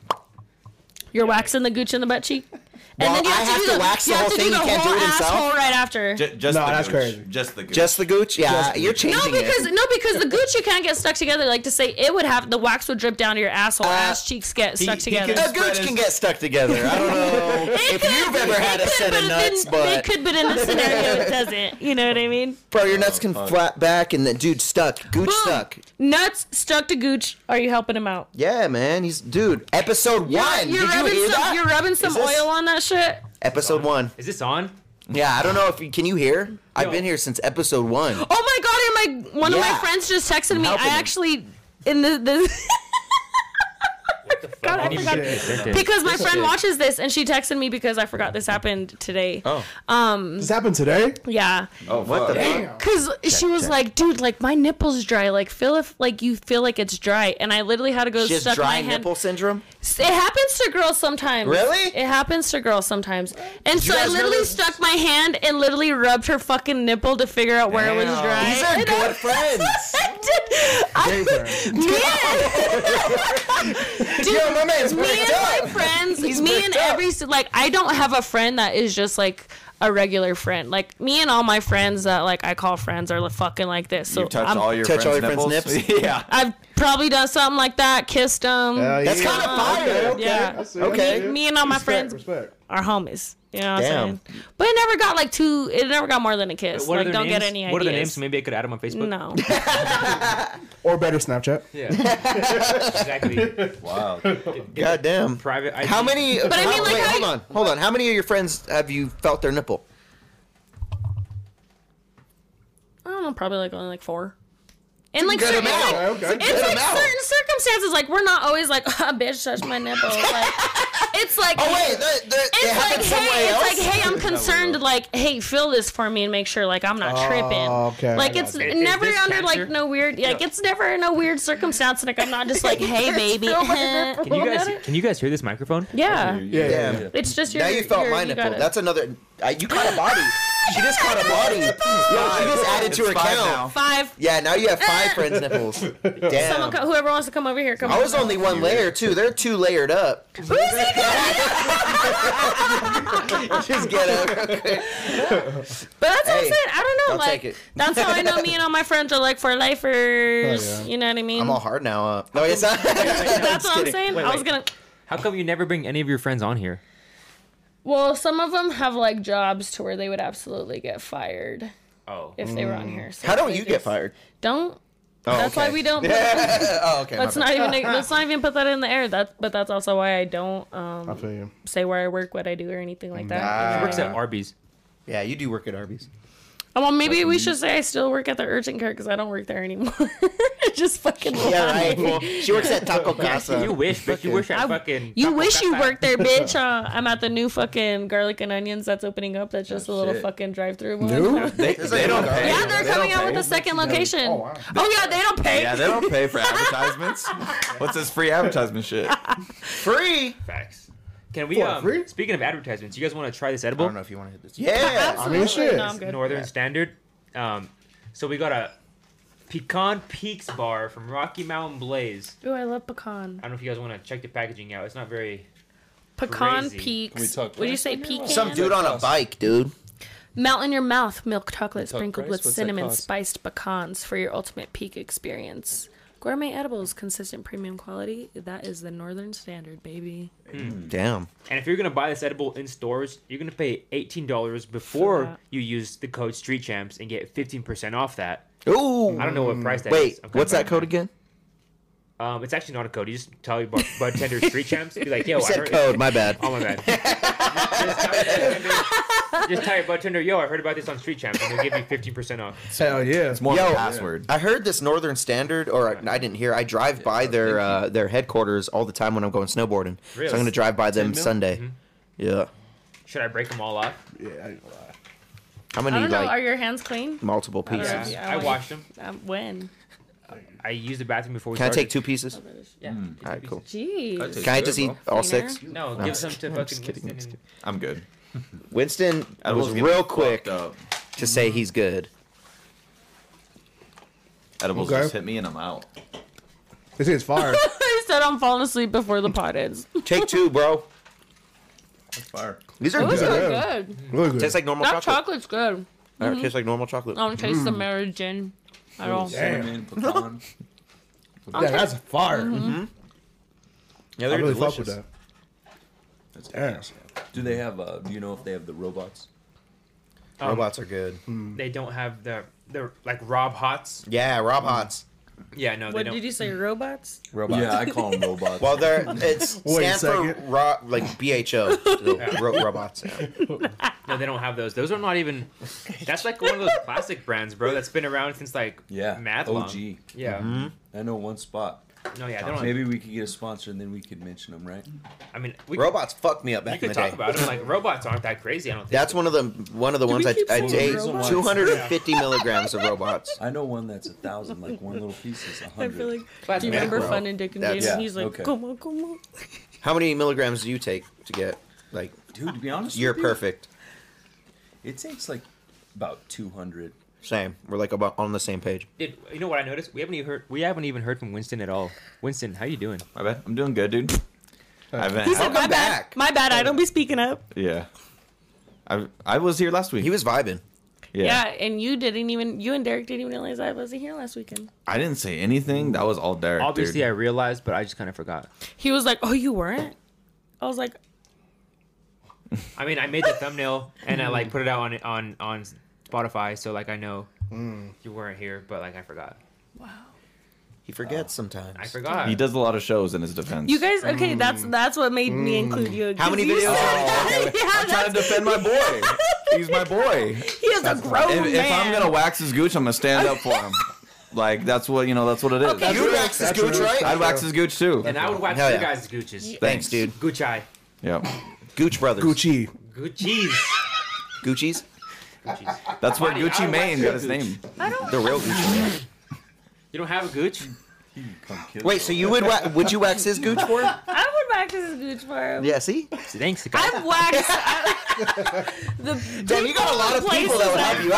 Speaker 3: You're waxing the gooch and the butt cheek, and
Speaker 4: Well, I have
Speaker 3: do
Speaker 4: to wax the
Speaker 3: you have
Speaker 4: whole
Speaker 3: to do
Speaker 4: thing,
Speaker 3: The
Speaker 4: he can't do
Speaker 3: whole
Speaker 4: it himself?
Speaker 3: asshole right after.
Speaker 2: J- just
Speaker 5: No,
Speaker 2: the
Speaker 5: that's
Speaker 2: gooch.
Speaker 5: crazy.
Speaker 2: Just the gooch.
Speaker 4: Just the gooch? Yeah,
Speaker 5: Just the
Speaker 4: you're
Speaker 5: gooch.
Speaker 4: changing
Speaker 3: No, because
Speaker 4: it.
Speaker 3: no, because the gooch you can't get stuck together. Like to say, it would have the wax would drip down to your asshole,
Speaker 4: Uh,
Speaker 3: ass cheeks get stuck
Speaker 2: he
Speaker 3: together.
Speaker 2: could-
Speaker 4: A gooch can get stuck together. I don't
Speaker 3: Oh,
Speaker 4: know if you've ever had a set of nuts,
Speaker 3: it
Speaker 4: but
Speaker 3: could, but in this scenario, it doesn't. You know what I mean?
Speaker 4: bro, your nuts can flap back and the dude stuck. Gooch
Speaker 3: Boom.
Speaker 4: stuck.
Speaker 3: Nuts stuck to gooch. Are you helping him out?
Speaker 4: Yeah, man. He's dude. Episode one.
Speaker 3: You're
Speaker 4: Did you
Speaker 3: rubbing
Speaker 4: hear
Speaker 3: some.
Speaker 4: that?
Speaker 3: You're rubbing some
Speaker 4: Is this-
Speaker 3: oil on that shit.
Speaker 4: Episode one.
Speaker 1: Is this on?
Speaker 4: Yeah, I don't know if you, can you hear. I've
Speaker 1: Yo.
Speaker 4: been here since episode one.
Speaker 3: Oh my god, one of my one of my
Speaker 4: Yeah.
Speaker 3: friends just texted me.
Speaker 4: Helping
Speaker 3: I
Speaker 4: him.
Speaker 3: actually in the the God, I forgot. because my friend watches this and she texted me because I forgot this happened today.
Speaker 4: Oh.
Speaker 5: This happened today.
Speaker 3: Yeah.
Speaker 2: Oh,
Speaker 4: What the
Speaker 2: fuck.
Speaker 4: fuck?
Speaker 3: Cause she was like, dude, like my nipple's dry. Like feel if like you feel like it's dry. And I literally had to go
Speaker 4: She has
Speaker 3: Oh, stuck my
Speaker 4: dry
Speaker 3: hand.
Speaker 4: nipple syndrome?
Speaker 3: It happens to girls sometimes.
Speaker 4: Really?
Speaker 3: It happens to girls sometimes. And so I
Speaker 4: guys know
Speaker 3: literally
Speaker 4: this?
Speaker 3: stuck my hand and literally rubbed her fucking nipple to figure out where it was
Speaker 2: Damn.
Speaker 3: dry.
Speaker 4: These are
Speaker 3: And
Speaker 4: good
Speaker 3: I-
Speaker 4: friends.
Speaker 3: I did. I, man. Dude,
Speaker 4: Yo, my man's
Speaker 3: me
Speaker 4: bricked
Speaker 3: and
Speaker 4: up.
Speaker 3: my friends, me
Speaker 4: bricked
Speaker 3: and
Speaker 4: up.
Speaker 3: every s- like, I don't have a friend that is just like a regular friend. Like me and all my friends that like I call friends are fucking like this. So
Speaker 2: You've touched
Speaker 3: I'm-
Speaker 2: all your
Speaker 4: Touch
Speaker 2: friends'
Speaker 4: all your
Speaker 2: nipples?
Speaker 4: friends'
Speaker 2: yeah.
Speaker 3: I've probably done something like that, kissed them.
Speaker 4: That's
Speaker 5: yeah.
Speaker 4: kind of fire.
Speaker 3: okay. Yeah.
Speaker 5: I see,
Speaker 4: Okay.
Speaker 5: I see.
Speaker 3: Me and all my
Speaker 5: Respect,
Speaker 3: friends
Speaker 5: Respect.
Speaker 3: are homies. You know what
Speaker 4: Damn.
Speaker 3: I'm saying? But it never got like two. It never got more than a kiss.
Speaker 6: What are
Speaker 3: like,
Speaker 6: their
Speaker 3: don't
Speaker 6: names?
Speaker 3: get any ideas.
Speaker 6: What are the names? Maybe I could add them on Facebook.
Speaker 3: No.
Speaker 5: Or better, Snapchat.
Speaker 6: Yeah. exactly.
Speaker 2: Wow.
Speaker 4: God damn.
Speaker 6: Private. ID.
Speaker 4: How many? But
Speaker 3: I mean, like,
Speaker 4: wait,
Speaker 3: how-
Speaker 4: hold on, hold on. How many of your friends have you felt their nipple?
Speaker 3: I don't know, probably like only like four. And like,
Speaker 4: Good
Speaker 3: certain,
Speaker 4: amount.
Speaker 3: like,
Speaker 5: Okay, okay.
Speaker 3: it's like
Speaker 4: amount.
Speaker 3: certain circumstances. Like we're not always like, oh, bitch, touch my nipple. Like, it's like,
Speaker 4: Oh wait, that, that,
Speaker 3: it's
Speaker 4: it
Speaker 3: like,
Speaker 4: happened somewhere
Speaker 3: hey,
Speaker 4: else.
Speaker 3: it's like, hey, I'm concerned. Like, hey, feel this for me and make sure like I'm not tripping.
Speaker 4: Oh,
Speaker 5: okay.
Speaker 3: Like it's
Speaker 6: Is- is
Speaker 3: never
Speaker 6: this
Speaker 3: under like
Speaker 6: cancer?
Speaker 3: no weird. Like it's never in a weird circumstance. Like I'm not just like, hey, baby.
Speaker 6: Can you guys? Can you guys hear this microphone?
Speaker 3: yeah,
Speaker 5: Yeah.
Speaker 4: Yeah.
Speaker 5: yeah.
Speaker 3: it's just your.
Speaker 4: now you felt
Speaker 3: your-
Speaker 4: my
Speaker 3: you
Speaker 4: nipple.
Speaker 3: gotta-
Speaker 4: That's another. Uh, you caught a body. she just caught a body. Yo, she just added to her
Speaker 2: It's five
Speaker 4: account.
Speaker 2: now.
Speaker 3: five.
Speaker 4: Yeah, now you have five friends' nipples.
Speaker 3: Someone,
Speaker 4: Damn.
Speaker 3: co- whoever wants to come over here, come.
Speaker 4: I was
Speaker 3: over.
Speaker 4: only one layer too. They're two layered up.
Speaker 3: Who's he gonna-
Speaker 4: Just get up.
Speaker 3: But that's what I'm
Speaker 4: Hey,
Speaker 3: saying. I don't know.
Speaker 4: I'll
Speaker 3: like
Speaker 4: take it.
Speaker 3: that's how I know me and all my friends are like for lifers.
Speaker 5: Oh, yeah.
Speaker 3: You know what I mean?
Speaker 4: I'm all hard now. Uh, no, it's not.
Speaker 3: that's what I'm saying.
Speaker 6: Wait,
Speaker 3: I was
Speaker 6: wait.
Speaker 3: gonna.
Speaker 6: How come you never bring any of your friends on here?
Speaker 3: Well, some of them have like jobs to where they would absolutely get fired
Speaker 6: Oh.
Speaker 3: if they were on here. So
Speaker 4: How don't
Speaker 3: they
Speaker 4: you get
Speaker 3: just
Speaker 4: fired?
Speaker 3: Don't.
Speaker 4: Oh,
Speaker 3: That's why
Speaker 4: okay.
Speaker 3: we don't.
Speaker 4: Oh, okay. my
Speaker 3: Let's
Speaker 4: bad.
Speaker 3: not even. Let's not even put that in the air. That. But that's also why I don't
Speaker 5: I
Speaker 3: um,
Speaker 5: feel you.
Speaker 3: say where I work, what I do, or anything like that. You know
Speaker 4: Nah.
Speaker 3: what I
Speaker 6: Works
Speaker 3: mean?
Speaker 6: at Arby's.
Speaker 4: Yeah, you do work at Arby's.
Speaker 3: Oh, well, maybe we should say I still work at the urgent care because I don't work there anymore. I just fucking.
Speaker 4: Yeah,
Speaker 3: lied.
Speaker 4: right. Well, she works at Taco Casa.
Speaker 6: You wish, but you wish I
Speaker 3: I-
Speaker 6: fucking.
Speaker 3: You
Speaker 6: Taco
Speaker 3: wish you
Speaker 6: Casa.
Speaker 3: worked there, bitch. Uh, I'm at the new fucking garlic and onions that's opening up. That's just a little
Speaker 2: Oh, shit.
Speaker 3: fucking drive-through one.
Speaker 5: New?
Speaker 2: They, they don't pay.
Speaker 3: Yeah, they're
Speaker 2: They
Speaker 3: coming
Speaker 2: don't
Speaker 3: out
Speaker 2: pay.
Speaker 3: with a second location.
Speaker 5: Oh,
Speaker 3: Oh,
Speaker 5: wow.
Speaker 3: yeah, they don't pay.
Speaker 2: Yeah, they don't pay for advertisements. What's this free advertisement shit?
Speaker 4: Free.
Speaker 6: Facts. Can we?
Speaker 5: For
Speaker 6: Um,
Speaker 5: free?
Speaker 6: Speaking of advertisements, you guys want to try this
Speaker 4: I
Speaker 6: edible?
Speaker 4: don't know if you want to hit this. Yeah.
Speaker 5: I mean, shit.
Speaker 3: No, I'm good.
Speaker 6: Northern Standard. Um, so we got a pecan peaks bar from Rocky Mountain Blaze.
Speaker 3: Ooh, I love pecan.
Speaker 6: I don't know if you guys want to check the packaging out. It's not very.
Speaker 3: Pecan
Speaker 6: Crazy.
Speaker 8: Can we
Speaker 3: peaks.
Speaker 8: talk
Speaker 3: Would you
Speaker 8: price
Speaker 3: say
Speaker 8: on here?
Speaker 3: pecan?
Speaker 4: Some dude on a bike, dude.
Speaker 3: Melt in your mouth milk chocolate
Speaker 8: Talk
Speaker 3: sprinkled
Speaker 8: price?
Speaker 3: with
Speaker 8: What's that
Speaker 3: cinnamon
Speaker 8: cost?
Speaker 3: spiced pecans for your ultimate peak experience. Gourmet edibles, consistent premium quality. That is the Northern Standard, baby.
Speaker 4: Damn.
Speaker 6: And if you're gonna buy this edible in stores, you're gonna pay eighteen dollars before
Speaker 3: that.
Speaker 6: you use the code Street Champs and get fifteen percent off that.
Speaker 4: Ooh.
Speaker 6: I don't know what price that is.
Speaker 4: Mm. Wait,
Speaker 6: I'm kinda
Speaker 4: what's that
Speaker 6: blanking.
Speaker 4: code again?
Speaker 6: Um, it's actually not a code. You just tell your bar- bartender Street Champs. Be like, yo,
Speaker 4: You
Speaker 6: I
Speaker 4: said
Speaker 6: heard-
Speaker 4: code. My bad.
Speaker 6: Oh my bad. just, tell your bartender- just tell your bartender, yo, I heard about this on Street Champs, and they'll give you fifteen percent off.
Speaker 5: Hell yeah.
Speaker 2: More
Speaker 4: Yo.
Speaker 2: of a password.
Speaker 4: I heard this Northern Standard, or I didn't hear. I drive by their uh, their headquarters all the time when I'm going snowboarding.
Speaker 6: Really?
Speaker 4: So I'm gonna drive by them
Speaker 5: mil?
Speaker 4: Sunday. Yeah.
Speaker 6: Should I break them all off?
Speaker 5: Yeah, I ain't gonna lie.
Speaker 4: I'm
Speaker 3: I
Speaker 4: gonna
Speaker 3: don't
Speaker 4: need
Speaker 3: know. Are
Speaker 4: like
Speaker 3: your hands clean?
Speaker 4: multiple pieces.
Speaker 3: Yeah.
Speaker 6: Yeah,
Speaker 3: I
Speaker 6: I
Speaker 3: want-
Speaker 6: washed them.
Speaker 3: Um, when?
Speaker 6: I used the bathroom before we
Speaker 4: Can I
Speaker 6: started.
Speaker 4: take two pieces?
Speaker 6: Yeah.
Speaker 4: All right, cool.
Speaker 3: Jeez.
Speaker 4: Can I just eat all six?
Speaker 6: No,
Speaker 4: I'm
Speaker 6: give
Speaker 4: just
Speaker 6: some to
Speaker 4: kidding, I'm just
Speaker 6: fucking
Speaker 4: kidding, I'm just
Speaker 6: Winston.
Speaker 2: I'm good.
Speaker 4: Winston
Speaker 2: I
Speaker 4: was real quick
Speaker 2: Up.
Speaker 4: to say he's good.
Speaker 2: Edibles
Speaker 5: Okay.
Speaker 2: just hit me and I'm out.
Speaker 5: This is fire.
Speaker 3: I said I'm falling asleep before the pot ends.
Speaker 4: Take two, bro.
Speaker 2: That's fire.
Speaker 4: These are
Speaker 3: It was
Speaker 4: good.
Speaker 5: Yeah.
Speaker 3: really good.
Speaker 5: Really good.
Speaker 4: Tastes like normal
Speaker 3: That
Speaker 4: chocolate.
Speaker 3: chocolate's good.
Speaker 4: All
Speaker 3: Mm-hmm.
Speaker 4: right, tastes like normal chocolate.
Speaker 3: I don't taste the marriage gin at all.
Speaker 5: Damn.
Speaker 8: Cinnamon, pecan.
Speaker 5: yeah, that's fire.
Speaker 4: yeah,
Speaker 5: I
Speaker 4: they're
Speaker 5: really fuck
Speaker 4: delicious.
Speaker 5: with that.
Speaker 8: That's
Speaker 5: Damn.
Speaker 8: Do they have? Uh, do you know if they have the robots?
Speaker 6: Um,
Speaker 4: Robots are good.
Speaker 6: They don't have the the like Rob Hots.
Speaker 4: Yeah, Rob Hots.
Speaker 6: Yeah, no, they
Speaker 3: What
Speaker 6: don't.
Speaker 3: did you say? Robots?
Speaker 4: Robots.
Speaker 9: Yeah, I call them robots.
Speaker 4: Well, they're it's
Speaker 5: Wait a
Speaker 4: stands for
Speaker 5: second.
Speaker 4: ro- like BHO, the ro- robots. yeah.
Speaker 6: No, they don't have those. Those are not even. That's like one of those classic brands, bro. That's been around since like
Speaker 9: yeah,
Speaker 6: mad long.
Speaker 9: OG.
Speaker 6: Yeah.
Speaker 4: Mm-hmm.
Speaker 9: I know one spot.
Speaker 6: No, yeah, they don't.
Speaker 9: Maybe we could get a sponsor and then we could mention them, right?
Speaker 6: I mean, we could-
Speaker 4: Robots fucked me up
Speaker 6: we
Speaker 4: back in
Speaker 6: could
Speaker 4: the
Speaker 6: talk
Speaker 4: day.
Speaker 6: about them. Like robots aren't that crazy. I don't think.
Speaker 4: That's one of the one of the ones
Speaker 3: we
Speaker 4: I,
Speaker 3: keep
Speaker 4: I
Speaker 3: saying
Speaker 4: ate
Speaker 9: robots?
Speaker 4: 250 milligrams of robots.
Speaker 9: I know one that's a thousand, like one little piece is a
Speaker 3: I
Speaker 9: hundred.
Speaker 3: feel like.
Speaker 6: That's
Speaker 3: Do you remember
Speaker 6: macro.
Speaker 3: Fun and Dick and
Speaker 4: That's-
Speaker 3: Dave? And
Speaker 9: yeah,
Speaker 3: he's like,
Speaker 9: okay.
Speaker 3: come on, come on.
Speaker 4: How many milligrams do you take to get like
Speaker 9: Dude, to be honest,
Speaker 4: you're
Speaker 9: with you,
Speaker 4: perfect?
Speaker 9: It takes like about two hundred.
Speaker 4: Same. We're like about on the same page.
Speaker 6: Dude, you know what I noticed? We haven't even heard. We haven't even heard from Winston at all. Winston, how you doing?
Speaker 2: My bad. I'm doing good, dude. I haven't.
Speaker 3: He said,
Speaker 4: Welcome
Speaker 3: my
Speaker 4: back.
Speaker 3: bad. My bad. I don't be speaking up.
Speaker 2: yeah. I I was here last week.
Speaker 4: He was vibing.
Speaker 2: Yeah.
Speaker 3: Yeah. and you didn't even. You and Derek didn't even realize I wasn't here last weekend.
Speaker 2: I didn't say anything. That was all Derek.
Speaker 6: Obviously,
Speaker 2: dude.
Speaker 6: I realized, but I just kind of forgot.
Speaker 3: He was like, oh, you weren't. I was like,
Speaker 6: I mean, I made the thumbnail and I like put it out on on on Spotify, so like I know
Speaker 4: Mm.
Speaker 6: you weren't here, but like I forgot.
Speaker 4: He forgets sometimes.
Speaker 6: I forgot.
Speaker 2: He does a lot of shows in his defense.
Speaker 3: you guys. Okay, that's that's what made me include you.
Speaker 4: Mm. How
Speaker 3: 'cause
Speaker 4: many
Speaker 3: you
Speaker 4: videos?
Speaker 3: said-
Speaker 4: Oh, okay.
Speaker 3: Yeah,
Speaker 2: I'm trying to
Speaker 3: that's-
Speaker 2: defend my boy. He's my boy.
Speaker 3: He is a grown
Speaker 2: if,
Speaker 3: Oh, man.
Speaker 2: if I'm gonna wax his gooch, I'm gonna stand up for him. like that's what you know. That's what it is.
Speaker 3: Okay.
Speaker 4: You waxed his gooch, right?
Speaker 2: I'd wax his gooch too.
Speaker 6: And I would wax
Speaker 4: Hell
Speaker 6: your
Speaker 4: yeah.
Speaker 6: guys' gooches.
Speaker 4: Thanks, dude.
Speaker 6: Gucci.
Speaker 2: Yep.
Speaker 4: Gooch brothers.
Speaker 5: Gucci.
Speaker 6: Gucci's.
Speaker 4: Gucci's.
Speaker 6: Gucci's.
Speaker 2: That's where
Speaker 6: Buddy, I
Speaker 2: Gucci Mane
Speaker 6: wax
Speaker 2: got his name.
Speaker 4: The real Gucci.
Speaker 6: You don't have a gooch?
Speaker 9: Come kill
Speaker 4: Wait,
Speaker 9: us.
Speaker 4: so you would wa- would you wax his gooch for him?
Speaker 3: I would wax his gooch for him.
Speaker 4: Yeah. See,
Speaker 6: Thanks, guys.
Speaker 3: I've waxed. I- the
Speaker 4: damn, you got a lot of people that would help you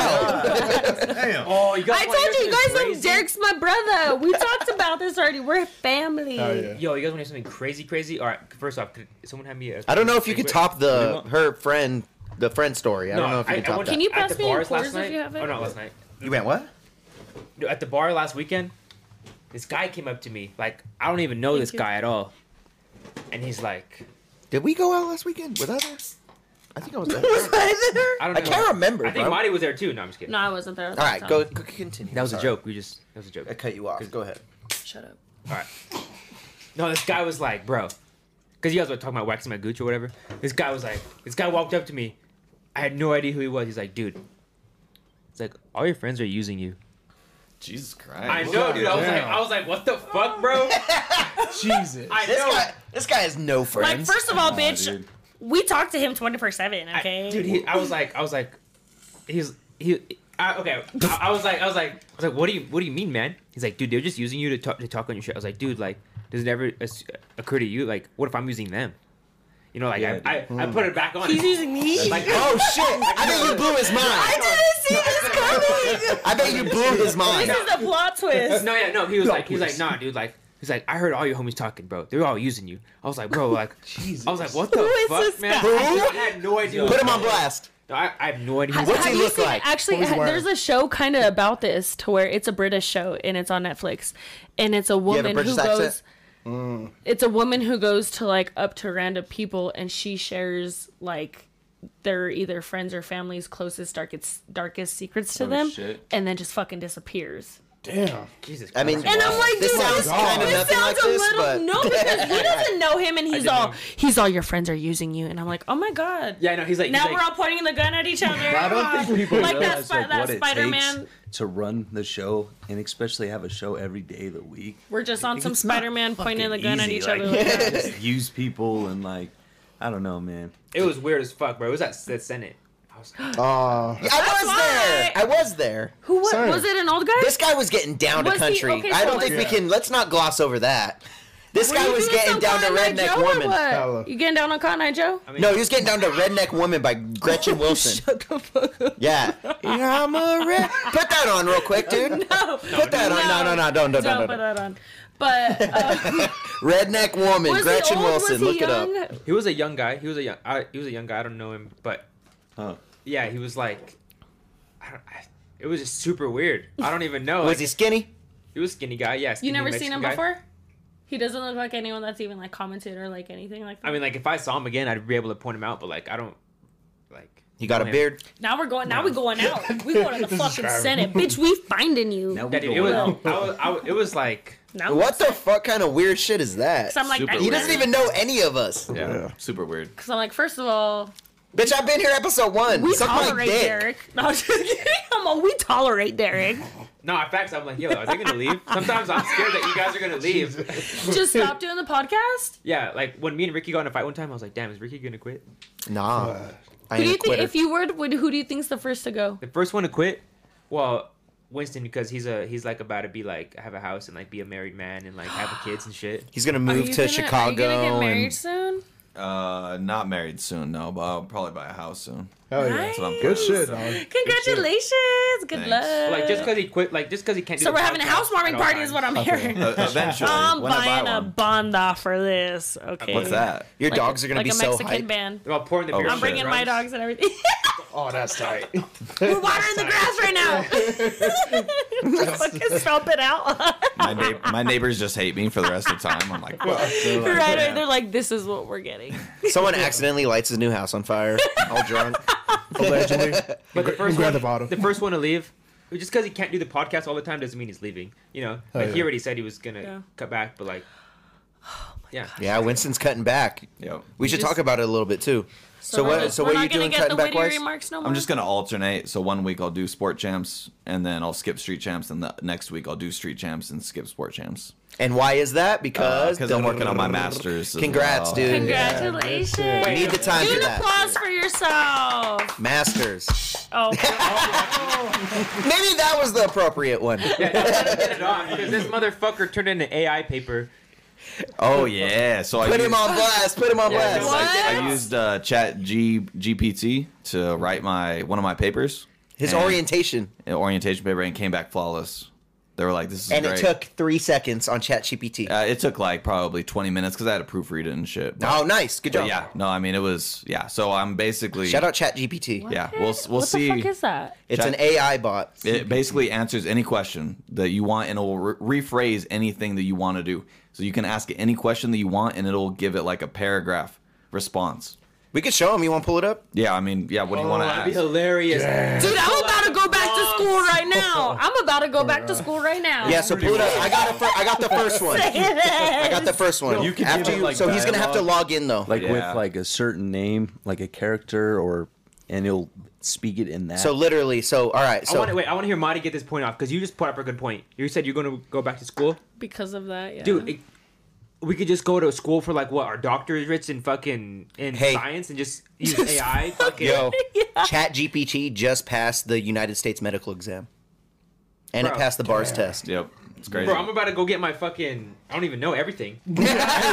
Speaker 4: out.
Speaker 6: Oh, you got
Speaker 3: I
Speaker 6: one
Speaker 3: told you
Speaker 6: here that's
Speaker 3: guys that
Speaker 6: crazy?
Speaker 3: Derek's my brother. We talked about this already. We're family.
Speaker 5: Oh, yeah.
Speaker 6: Yo, you guys want to hear something crazy, crazy? All right, first off, could someone have me a.
Speaker 4: I don't know if you
Speaker 6: can
Speaker 4: could top the her friend, the friend story. I don't know if you could top
Speaker 6: went
Speaker 4: that.
Speaker 3: Can you
Speaker 6: at
Speaker 3: pass
Speaker 6: the
Speaker 3: me your
Speaker 6: bars last
Speaker 3: quarters if
Speaker 6: night-
Speaker 3: you have it?
Speaker 6: Oh, no, last night.
Speaker 4: You went what?
Speaker 6: Dude, At the bar last weekend, this guy came up to me. Like, I don't even know
Speaker 3: Thank
Speaker 6: this
Speaker 3: you.
Speaker 6: guy at all. And he's like,
Speaker 4: Did we go out last weekend with others? I think I was there.
Speaker 6: I don't know.
Speaker 4: I can't remember,
Speaker 6: I think
Speaker 4: bro.
Speaker 6: Marty was there too. No, I'm just kidding.
Speaker 3: No, I wasn't there.
Speaker 4: All right, go, go continue.
Speaker 6: That was a
Speaker 4: Sorry.
Speaker 6: joke. We just that was a
Speaker 4: I
Speaker 6: joke.
Speaker 4: cut you off. Go ahead.
Speaker 3: Shut up.
Speaker 6: All right. No, this guy was like, bro, because you guys were talking about waxing my gooch or whatever. This guy was like, this guy walked up to me. I had no idea who he was. He's like, dude. It's like all your friends are using you.
Speaker 2: Jesus Christ.
Speaker 6: I know, dude. I was like, I was like, what the fuck, bro?
Speaker 5: Jesus.
Speaker 6: I
Speaker 4: This
Speaker 6: know.
Speaker 4: guy, this guy has no
Speaker 3: Like,
Speaker 4: friends.
Speaker 3: first of all,
Speaker 9: Nah,
Speaker 3: bitch,
Speaker 9: dude.
Speaker 3: we talk to him 24 7,
Speaker 6: I-
Speaker 3: okay?
Speaker 6: dude, he, I was like, I was like, he's he. I, okay, I, I was like, I was like, I was like, what do you, what do you mean, man? He's like, dude, they're just using you to talk, to talk on your shit. I was like, dude, like, does it ever as- occur to you, like, what if I'm using them? You know, like,
Speaker 9: Yeah,
Speaker 6: I, I, I put it back on.
Speaker 3: He's using me.
Speaker 6: like,
Speaker 4: oh shit! I bet you blew his
Speaker 3: I
Speaker 4: mind.
Speaker 3: didn't see this coming.
Speaker 4: I bet you blew his mind.
Speaker 3: this is the plot twist.
Speaker 6: no, yeah, no. He was like, he was like, nah, dude, like. He's like, I heard all your homies talking, bro. They're all using you. I was like, bro, like, I was like, what the
Speaker 3: Who is
Speaker 6: fuck,
Speaker 3: this
Speaker 6: man?
Speaker 3: guy?
Speaker 6: I had no idea.
Speaker 4: Put him on blast.
Speaker 6: No, I, I have no idea.
Speaker 3: Have-
Speaker 6: who-
Speaker 4: What's he
Speaker 3: have you
Speaker 4: look
Speaker 3: seen-
Speaker 4: like?
Speaker 3: Actually,
Speaker 5: What was he
Speaker 3: ha- there's
Speaker 5: wearing?
Speaker 3: a show kind of about this to where it's a British show and it's on Netflix, and it's a
Speaker 4: have a
Speaker 3: woman who
Speaker 4: British accent?
Speaker 3: goes. It's a woman who goes to like up to random people and she shares like their either friends or family's closest darkest darkest secrets to
Speaker 9: Oh,
Speaker 3: them,
Speaker 9: shit.
Speaker 3: and then just fucking disappears.
Speaker 5: Damn.
Speaker 6: Jesus Christ.
Speaker 4: I mean,
Speaker 3: And I'm like, dude,
Speaker 4: this
Speaker 3: this,
Speaker 4: sounds kind of
Speaker 3: this
Speaker 4: nothing
Speaker 3: sounds
Speaker 4: like
Speaker 3: a
Speaker 4: this,
Speaker 3: little
Speaker 4: but
Speaker 3: no because he doesn't know him, and he's
Speaker 6: didn't
Speaker 3: all
Speaker 6: know.
Speaker 3: he's all your friends are using you, and I'm like, oh my god.
Speaker 6: yeah, no, he's like,
Speaker 3: Now
Speaker 6: he's like,
Speaker 3: we're all pointing the gun at each other.
Speaker 9: I don't think people
Speaker 3: like that,
Speaker 9: realize
Speaker 3: spi-
Speaker 9: like,
Speaker 3: that
Speaker 9: what it
Speaker 3: Spider-Man.
Speaker 9: takes to run the
Speaker 2: Oh,
Speaker 9: show, and especially have a show every day of the week.
Speaker 3: We're just on
Speaker 9: Like,
Speaker 3: some
Speaker 9: it's not
Speaker 3: Spider-Man pointing the
Speaker 9: fucking
Speaker 3: gun at
Speaker 9: easy,
Speaker 3: each
Speaker 9: like,
Speaker 3: other. Like that.
Speaker 9: just use people and like, I don't know, man.
Speaker 6: It was weird as fuck, bro. It was at the Senate. I was like,
Speaker 5: Uh,
Speaker 4: I was
Speaker 3: why.
Speaker 4: there. I was there.
Speaker 3: Who was,
Speaker 5: Sorry.
Speaker 3: was it? An old guy?
Speaker 4: This guy was getting down to
Speaker 3: Was he-
Speaker 4: country.
Speaker 3: okay,
Speaker 4: I
Speaker 3: so
Speaker 4: don't
Speaker 3: was-
Speaker 4: think we can. Let's not gloss over that. This
Speaker 3: Were
Speaker 4: guy
Speaker 3: you
Speaker 4: was
Speaker 3: doing
Speaker 4: getting
Speaker 3: some
Speaker 4: down to
Speaker 3: Cotton Eye
Speaker 4: redneck
Speaker 3: Joe or
Speaker 4: woman.
Speaker 3: what?
Speaker 5: Hello.
Speaker 3: You getting down on Cotton Eye Joe?
Speaker 6: I mean,
Speaker 4: No, he was getting down to Redneck Woman by Gretchen Wilson.
Speaker 3: Shut the fuck up.
Speaker 4: Yeah. I'm a red. Put that on real quick, dude.
Speaker 3: No,
Speaker 4: Put that on. No, no, no, don't, don't,
Speaker 3: Don't
Speaker 4: don't,
Speaker 3: put
Speaker 4: don't.
Speaker 3: that on. But uh,
Speaker 4: Redneck Woman,
Speaker 3: was
Speaker 4: Gretchen
Speaker 3: he old?
Speaker 4: Wilson.
Speaker 3: was he
Speaker 4: Look it up.
Speaker 3: young?
Speaker 6: he was a young guy. He was a young. I, he was a young guy. I don't know him, but
Speaker 9: Huh.
Speaker 6: yeah, he was like, I don't. I, it was just super weird. I don't even know.
Speaker 4: Was
Speaker 6: like,
Speaker 4: he skinny?
Speaker 6: He was a skinny guy. Yeah.
Speaker 3: You
Speaker 6: skinny
Speaker 3: never
Speaker 6: Mexican
Speaker 3: seen him
Speaker 6: guy.
Speaker 3: before? He doesn't look like anyone that's even like commented or like anything like that.
Speaker 6: I mean, like if I saw him again, I'd be able to point him out. But like, I don't. Like,
Speaker 4: He got a beard.
Speaker 3: Now we're going. Now we going out. We going to the fucking
Speaker 5: Travis.
Speaker 3: Senate, bitch. We finding you.
Speaker 9: Now we
Speaker 6: That dude,
Speaker 9: go
Speaker 6: it was, I
Speaker 9: out.
Speaker 6: was, I was, it was like
Speaker 3: Now
Speaker 4: What the fuck kind of weird shit is that?
Speaker 3: Because I'm like,
Speaker 2: Super
Speaker 3: I-
Speaker 4: He doesn't even know any of us.
Speaker 2: Yeah, super weird.
Speaker 3: Because I'm like, first of all,
Speaker 4: Bitch, I've been here episode one.
Speaker 3: we
Speaker 4: Suck my
Speaker 3: tolerate
Speaker 4: dick.
Speaker 3: Derek. No, I'm just kidding. I'm all, we tolerate Derek.
Speaker 6: no nah, facts. I'm like, yo, are they gonna leave? Sometimes I'm scared that you guys are gonna leave.
Speaker 3: Just stop doing the podcast.
Speaker 6: Yeah, like when me and Ricky got in a fight one time, I was like, damn, is Ricky gonna quit?
Speaker 4: Nah. I
Speaker 3: Who do
Speaker 4: ain't a
Speaker 3: you think?
Speaker 4: quitter.
Speaker 3: If you were, would who do you think's the first to go?
Speaker 6: The first one to quit, well, Winston because he's a he's like about to be like have a house and like be a married man and like have kids and shit.
Speaker 4: He's gonna
Speaker 3: Are
Speaker 4: move
Speaker 3: you
Speaker 4: to
Speaker 3: gonna-
Speaker 4: Chicago.
Speaker 3: Are you gonna get married
Speaker 4: and-
Speaker 3: soon?
Speaker 2: Uh, not married soon, no, but I'll probably buy a house soon.
Speaker 5: Hell yeah.
Speaker 2: That's what I'm
Speaker 5: Good shit, dog.
Speaker 3: Congratulations. Good
Speaker 2: Thanks.
Speaker 3: luck.
Speaker 6: Like just because he quit, like just because he can't. Do
Speaker 3: so
Speaker 6: the
Speaker 3: we're having a
Speaker 6: podcast
Speaker 3: housewarming
Speaker 6: at all
Speaker 3: party, is what
Speaker 6: times.
Speaker 3: I'm hearing.
Speaker 2: Uh, eventually,
Speaker 3: I'm
Speaker 2: when I
Speaker 3: buying
Speaker 2: buy
Speaker 3: a
Speaker 2: one.
Speaker 3: banda for this. Okay.
Speaker 2: What's that?
Speaker 4: Your
Speaker 3: Like a-
Speaker 4: dogs are gonna
Speaker 3: like
Speaker 4: be
Speaker 3: a
Speaker 4: so
Speaker 3: Mexican
Speaker 4: hyped.
Speaker 3: band.
Speaker 6: They're all pouring the
Speaker 2: Oh,
Speaker 6: beer.
Speaker 2: shit.
Speaker 6: on the
Speaker 3: I'm bringing my
Speaker 6: drums.
Speaker 3: dogs and everything.
Speaker 5: Oh, that's tight.
Speaker 3: We're watering the grass right now. Just fucking stomp it out.
Speaker 2: My, neigh- my neighbors just hate me for the rest of the time. I'm like, what?
Speaker 3: right, right. They're like, this is what we're getting.
Speaker 4: Someone accidentally lights his new house on fire. All drunk.
Speaker 5: Allegedly.
Speaker 6: But the first
Speaker 5: grab
Speaker 6: one,
Speaker 5: the bottle.
Speaker 6: the first one to leave, just because he can't do the podcast all the time doesn't mean he's leaving. You know, like he
Speaker 5: yeah.
Speaker 6: already said he was gonna
Speaker 3: Yeah. Oh
Speaker 6: cut back, but like, yeah,
Speaker 4: Yeah, Winston's cutting back.
Speaker 2: Yep.
Speaker 4: We should
Speaker 3: Just-
Speaker 4: talk about it a little bit too. So,
Speaker 3: we're not-
Speaker 4: what? So what
Speaker 3: we're
Speaker 4: are you
Speaker 3: not gonna
Speaker 4: doing
Speaker 3: get
Speaker 4: cutting
Speaker 3: the
Speaker 4: back
Speaker 3: witty
Speaker 4: wise?
Speaker 3: remarks no more.
Speaker 2: I'm just gonna alternate. So one week I'll do sport champs, and then I'll skip street champs, and the next week I'll do street champs and skip sport champs.
Speaker 4: And why is that? Because
Speaker 2: Because Uh, I'm working on my masters. as
Speaker 4: Congrats,
Speaker 2: well.
Speaker 4: dude.
Speaker 3: Congratulations.
Speaker 4: We need the time
Speaker 3: Do
Speaker 4: for
Speaker 3: an
Speaker 4: that.
Speaker 3: applause for yourself.
Speaker 4: Masters.
Speaker 3: Oh,
Speaker 4: Maybe that was the appropriate one.
Speaker 6: Get it on, 'cause this motherfucker turned in an AI paper.
Speaker 2: Oh yeah. So I
Speaker 4: Put
Speaker 2: used,
Speaker 4: him on blast. Put him on blast.
Speaker 3: What?
Speaker 2: I, I used uh, Chat G GPT to write my one of my papers,
Speaker 4: His
Speaker 2: And-
Speaker 4: orientation,
Speaker 2: an orientation paper, and came back flawless. They were like, "This is
Speaker 4: and
Speaker 2: great."
Speaker 4: it took three seconds on ChatGPT.
Speaker 2: uh, it took like probably 20 minutes because I had to proofread it and shit. But,
Speaker 4: oh, nice. Good
Speaker 2: but
Speaker 4: job.
Speaker 2: yeah, no, I mean it was yeah. So I'm basically
Speaker 4: Shout out ChatGPT.
Speaker 2: Yeah, we'll we'll
Speaker 3: what
Speaker 2: see.
Speaker 3: the fuck is that?
Speaker 4: It's
Speaker 2: Chat-
Speaker 4: an AI bot.
Speaker 2: It basically answers any question that you want, and it'll re- rephrase anything that you want to do. So you can ask it any question that you want, and it'll give it like a paragraph response.
Speaker 4: We could show him. You want to pull it up?
Speaker 2: Yeah, I mean, yeah. What do you want to
Speaker 6: Oh, That'd be
Speaker 2: ask?
Speaker 6: hilarious.
Speaker 3: Dude, I'm about to go back to school right now. I'm about to go back to school right now.
Speaker 4: Yeah. So pull it up. I got a fir- I got the first one.
Speaker 3: Say
Speaker 4: I
Speaker 3: this.
Speaker 4: got the first one.
Speaker 2: You can
Speaker 4: After
Speaker 2: give it,
Speaker 4: you,
Speaker 2: like,
Speaker 4: so he's gonna have to
Speaker 2: dialogue.
Speaker 4: log in though.
Speaker 9: like
Speaker 2: Yeah.
Speaker 9: with like a certain name, like a character, or and it'll speak it in that.
Speaker 4: so literally. So all right.
Speaker 6: I
Speaker 4: So
Speaker 6: want to wait. I want to hear Marty get this point off because you just put up a good point. You said you're going to go back to school,
Speaker 3: Because of that, yeah.
Speaker 6: dude. It, we could just go to school for like what our doctorates in fucking in
Speaker 4: Hey.
Speaker 6: science and just use AI. Fucking
Speaker 4: Yo, ChatGPT just passed the United States medical exam, and it
Speaker 6: Bro.
Speaker 4: passed the bars test.
Speaker 2: Yep, it's crazy.
Speaker 6: bro, I'm about to go get my fucking. I don't even know everything.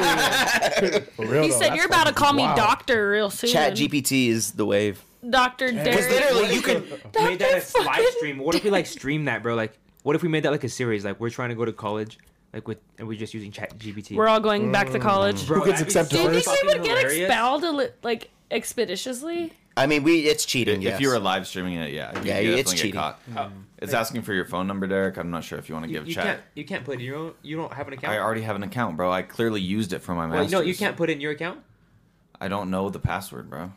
Speaker 5: For real,
Speaker 3: he said
Speaker 5: though, Oh, that's
Speaker 3: you're about to
Speaker 5: fucking
Speaker 3: call me
Speaker 5: wild.
Speaker 3: doctor real soon.
Speaker 4: ChatGPT is the wave.
Speaker 3: Doctor
Speaker 4: Because
Speaker 3: Derek.
Speaker 4: literally, you can.
Speaker 6: made that
Speaker 3: Doctor
Speaker 6: a live
Speaker 3: fucking
Speaker 6: stream. What if we like stream that, bro? Like, what if we made that like a series? Like, we're trying to go to college, like with, and we're just using Chat GPT.
Speaker 3: We're all going back to college.
Speaker 6: bro,
Speaker 5: Who gets
Speaker 6: that'd be
Speaker 5: accepted
Speaker 3: Do you think
Speaker 5: first?
Speaker 3: we would get
Speaker 6: hilarious.
Speaker 3: expelled a li- like expeditiously?
Speaker 4: I mean, we it's cheating.
Speaker 2: if
Speaker 4: Yes.
Speaker 2: you were live streaming it, yeah, you
Speaker 4: Yeah, it's
Speaker 2: could definitely get
Speaker 4: cheating.
Speaker 2: caught.
Speaker 6: Oh,
Speaker 2: It's asking for your phone number, Derek. I'm not sure if you want to
Speaker 6: you,
Speaker 2: give
Speaker 6: you can't.
Speaker 2: chat.
Speaker 6: You can't put in your own. You don't have an account.
Speaker 2: I already have an account, bro. I clearly used it for my
Speaker 6: Well,
Speaker 2: master's.
Speaker 6: no, you can't put in your account.
Speaker 2: I don't know the password, bro.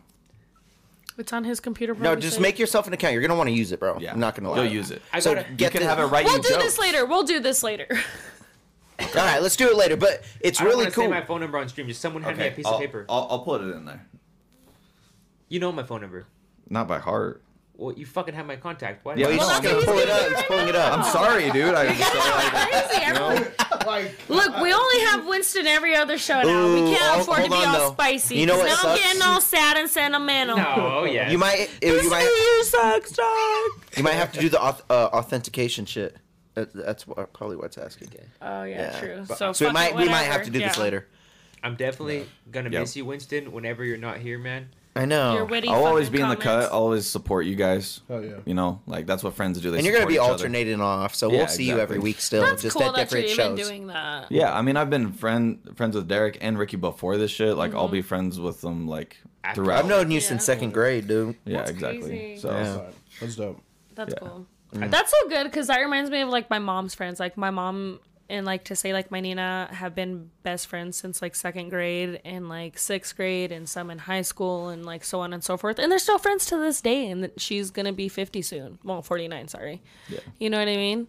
Speaker 3: It's on his computer.
Speaker 4: no,
Speaker 3: probably
Speaker 4: just
Speaker 3: safe.
Speaker 4: make yourself an account. You're gonna want to use it, bro.
Speaker 2: Yeah,
Speaker 4: I'm not gonna lie.
Speaker 2: You'll use it.
Speaker 6: I
Speaker 4: So
Speaker 6: gotta-
Speaker 2: You
Speaker 4: get
Speaker 2: can
Speaker 4: the,
Speaker 2: have it right.
Speaker 3: We'll do this later. We'll do this later.
Speaker 4: All right, let's do it later. But it's
Speaker 6: I don't
Speaker 4: really
Speaker 6: wanna say
Speaker 4: cool.
Speaker 6: my phone number on stream. Just someone hand me a piece
Speaker 4: Oh.
Speaker 2: I'll,
Speaker 6: of paper.
Speaker 2: I'll, I'll put it in there.
Speaker 6: you know my phone number.
Speaker 2: Not by heart.
Speaker 6: Well, you fucking have my contact. Why?
Speaker 2: Yeah,
Speaker 4: He's
Speaker 2: Well,
Speaker 4: just
Speaker 2: that's
Speaker 4: gonna
Speaker 2: what
Speaker 4: pull
Speaker 3: he's
Speaker 4: it up.
Speaker 3: doing
Speaker 4: He's
Speaker 3: right
Speaker 4: pulling it
Speaker 2: I'm
Speaker 4: up.
Speaker 2: sorry, dude. I just
Speaker 3: Crazy, everyone. Look, we only have Winston every other show now. we
Speaker 4: Ooh,
Speaker 3: can't
Speaker 4: I'll-
Speaker 3: afford to be
Speaker 4: hold on,
Speaker 3: all
Speaker 4: though.
Speaker 3: spicy.
Speaker 4: You know
Speaker 3: 'cause
Speaker 4: what
Speaker 3: now I'm
Speaker 4: sucks?
Speaker 3: getting all sad and sentimental.
Speaker 6: No, oh, yeah.
Speaker 4: You might. You might.
Speaker 3: You suck, dog.
Speaker 4: You might have to do the auth- uh, authentication shit. That, that's wha- probably what's asking.
Speaker 3: Oh yeah,
Speaker 4: Yeah.
Speaker 3: true.
Speaker 4: But-
Speaker 3: So,
Speaker 4: so we
Speaker 3: fuck
Speaker 4: might
Speaker 3: it,
Speaker 4: we might have
Speaker 3: whatever.
Speaker 4: to do this
Speaker 3: Yeah.
Speaker 4: later.
Speaker 6: I'm definitely gonna
Speaker 2: Yep.
Speaker 6: miss you, Winston. Whenever you're not here, man.
Speaker 4: I know.
Speaker 3: Your witty.
Speaker 2: I'll always
Speaker 3: fucking
Speaker 2: be in the cut.
Speaker 3: comments.
Speaker 2: I'll always support you guys.
Speaker 5: Oh, yeah.
Speaker 2: You know, like that's what friends do. They
Speaker 4: and you're gonna
Speaker 2: support
Speaker 4: be
Speaker 2: each other.
Speaker 4: alternating off, so
Speaker 2: Yeah,
Speaker 4: we'll see you every
Speaker 2: exactly.
Speaker 4: week still,
Speaker 3: That's
Speaker 4: just
Speaker 3: cool
Speaker 4: at
Speaker 3: that you're
Speaker 4: different
Speaker 3: even
Speaker 4: shows.
Speaker 3: doing that.
Speaker 2: Yeah, I mean, I've been friend friends with Derek and Ricky before this shit. Like,
Speaker 3: Mm-hmm.
Speaker 2: I'll be friends with them like
Speaker 6: After-
Speaker 2: throughout.
Speaker 4: I've known you
Speaker 3: Yeah.
Speaker 4: since second grade, dude.
Speaker 2: yeah,
Speaker 3: That's
Speaker 2: exactly.
Speaker 3: crazy.
Speaker 2: So
Speaker 4: Yeah.
Speaker 5: That's tight. That's dope.
Speaker 3: That's
Speaker 2: Yeah.
Speaker 3: cool. That's so good because that reminds me of like my mom's friends. Like my mom and like to say like my Nina have been best friends since like second grade and like sixth grade and some in high school and like so on and so forth. And they're still friends to this day. And that she's gonna be fifty soon. Well, forty nine. Sorry. Yeah. You know what I mean?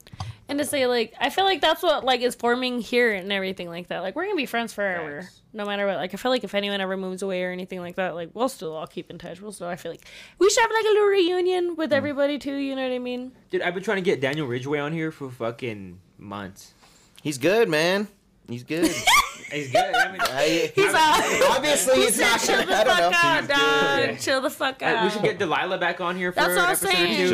Speaker 3: And to say like I feel like that's what like is forming here and everything like that. Like we're gonna be friends forever,
Speaker 1: Facts.
Speaker 3: no matter what. Like I feel like if anyone ever moves away or anything like that, like we'll still all keep in touch. We'll still. I feel like we should have like a little reunion
Speaker 6: Mm.
Speaker 3: with everybody too. You know what I mean?
Speaker 6: Dude, I've been trying to get Daniel Ridgway on here for fucking months.
Speaker 4: He's good, man. He's good.
Speaker 6: He's good. I mean,
Speaker 4: I-
Speaker 3: He's out.
Speaker 4: obviously,
Speaker 3: He
Speaker 4: it's
Speaker 3: said,
Speaker 4: not
Speaker 3: chill the
Speaker 4: gonna. I don't know.
Speaker 3: fuck out,
Speaker 6: good.
Speaker 3: dog. Chill the fuck
Speaker 6: I-
Speaker 3: out.
Speaker 6: Uh, we should get Delilah back on here for
Speaker 3: That's what
Speaker 6: an
Speaker 3: I'm
Speaker 6: episode
Speaker 3: saying.
Speaker 6: or two.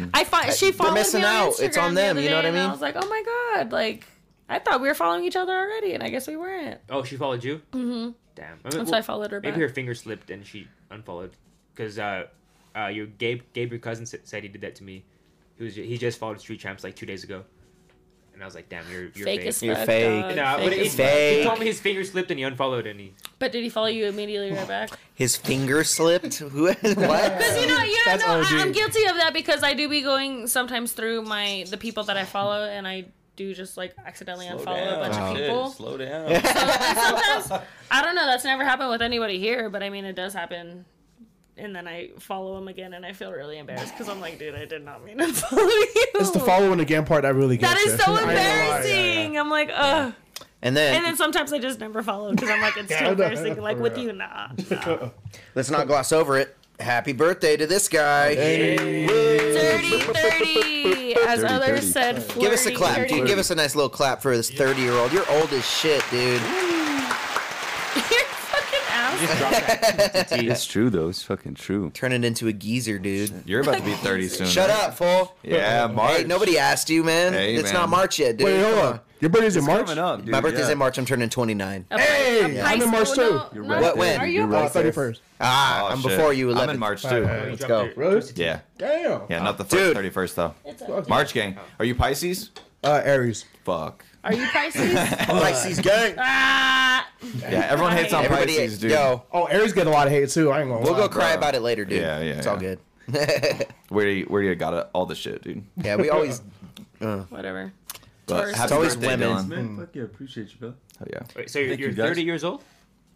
Speaker 2: Should.
Speaker 3: I find she followed
Speaker 4: missing
Speaker 3: me on
Speaker 4: out. It's
Speaker 3: Instagram
Speaker 4: on
Speaker 3: the
Speaker 4: them,
Speaker 3: other
Speaker 4: you know
Speaker 3: day,
Speaker 4: what I
Speaker 3: and
Speaker 4: mean?
Speaker 3: I was like, oh my god, like I thought we were following each other already, and I guess we weren't.
Speaker 6: Oh, she followed you? Mm-hmm. Damn. I mean,
Speaker 3: That's why I followed her
Speaker 6: Maybe
Speaker 3: back.
Speaker 6: her finger slipped and she unfollowed. Because uh, uh, your Gabe, Gabe, your cousin, s- said he did that to me. He was he just followed Street Champs like two days ago, and I was like, "Damn, you're you're
Speaker 3: fake,
Speaker 6: fake."
Speaker 3: as
Speaker 4: You're
Speaker 3: fuck.
Speaker 4: fake.
Speaker 3: dog.
Speaker 6: Nah, but
Speaker 3: Fake
Speaker 6: he,
Speaker 3: as fuck.
Speaker 4: fake.
Speaker 6: he told me his finger slipped and he unfollowed and he.
Speaker 3: But did he follow you immediately right back?
Speaker 4: His finger slipped. Who- what?
Speaker 3: Because you know, you don't
Speaker 4: That's
Speaker 3: know. I,
Speaker 4: OG.
Speaker 3: I'm guilty of that because I do be going sometimes through my the people that I follow, and I do just like accidentally unfollow a bunch of people.
Speaker 9: Slow down.
Speaker 3: sometimes I don't know. That's never happened with anybody here, but I mean, it does happen. And then I follow him again, and I feel really embarrassed because I'm like, dude, I did not mean to follow you.
Speaker 5: It's the following again part that really gets
Speaker 3: Oh. That is so
Speaker 5: you. I ain't gonna lie, yeah, yeah.
Speaker 3: embarrassing. I'm like, ugh.
Speaker 4: And then,
Speaker 3: And then sometimes I just never follow because I'm like, it's too embarrassing. Like with you, nah. nah.
Speaker 4: let's not gloss over it. Happy birthday to this guy.
Speaker 3: Dirty thirty, as
Speaker 9: Dirty
Speaker 3: others
Speaker 9: 30.
Speaker 3: said. Flirty,
Speaker 4: Give us a clap,
Speaker 3: dirty.
Speaker 4: dude. Give us a nice little clap for this 30 year old. You're old as shit, dude.
Speaker 3: You're fucking ass.
Speaker 6: Just drop that.
Speaker 9: It's true though. It's fucking true.
Speaker 4: Turn it into a geezer, dude.
Speaker 2: You're about to be 30 soon.
Speaker 4: Shut up, fool.
Speaker 2: Yeah, March.
Speaker 4: Hey, nobody asked you, man.
Speaker 2: Hey,
Speaker 4: it's
Speaker 2: man.
Speaker 4: not March yet, dude.
Speaker 5: Wait, hold
Speaker 4: Come
Speaker 5: on. Your birthday's in March?
Speaker 9: Coming up, dude.
Speaker 4: My birthday's
Speaker 9: yeah.
Speaker 4: in March. I'm turning 29.
Speaker 5: Oh. Hey, I'm in March too.
Speaker 3: You're
Speaker 9: right
Speaker 4: What, when?
Speaker 3: Are you
Speaker 9: You're
Speaker 3: a
Speaker 9: right
Speaker 5: Uh,
Speaker 3: Pisces?
Speaker 9: there.
Speaker 5: 31st.
Speaker 4: Ah,
Speaker 2: Oh,
Speaker 4: I'm
Speaker 2: shit.
Speaker 4: before you. 11.
Speaker 2: I'm in March too.
Speaker 6: He dropped
Speaker 4: go.
Speaker 6: it.
Speaker 5: Really?
Speaker 2: Yeah.
Speaker 5: Damn.
Speaker 2: Yeah, not the first
Speaker 4: Dude.
Speaker 2: 31st though.
Speaker 3: It's a-
Speaker 2: March gang. Are you Pisces?
Speaker 5: Uh, Aries.
Speaker 2: Fuck.
Speaker 3: Are you Pisces?
Speaker 4: Pisces gang.
Speaker 3: ah.
Speaker 2: Yeah, everyone hates on
Speaker 4: Everybody,
Speaker 2: Pisces, dude.
Speaker 4: yo,
Speaker 5: Oh, Aries get a lot of hate too. I ain't gonna
Speaker 4: we'll
Speaker 5: lie.
Speaker 4: go cry about it later, dude.
Speaker 2: Yeah, yeah,
Speaker 4: It's all
Speaker 2: yeah.
Speaker 4: good.
Speaker 2: Where you where you got it, all the shit, dude.
Speaker 4: Yeah, we always.
Speaker 3: Whatever.
Speaker 2: But
Speaker 3: Taurus.
Speaker 2: happy
Speaker 3: It's
Speaker 4: always
Speaker 2: birthday,
Speaker 4: women.
Speaker 2: Dylan.
Speaker 9: Man, fuck yeah, appreciate you, bro.
Speaker 2: Hell yeah.
Speaker 6: Wait, so you're,
Speaker 9: Thank you,
Speaker 6: you're
Speaker 9: guys.
Speaker 6: 30 years old?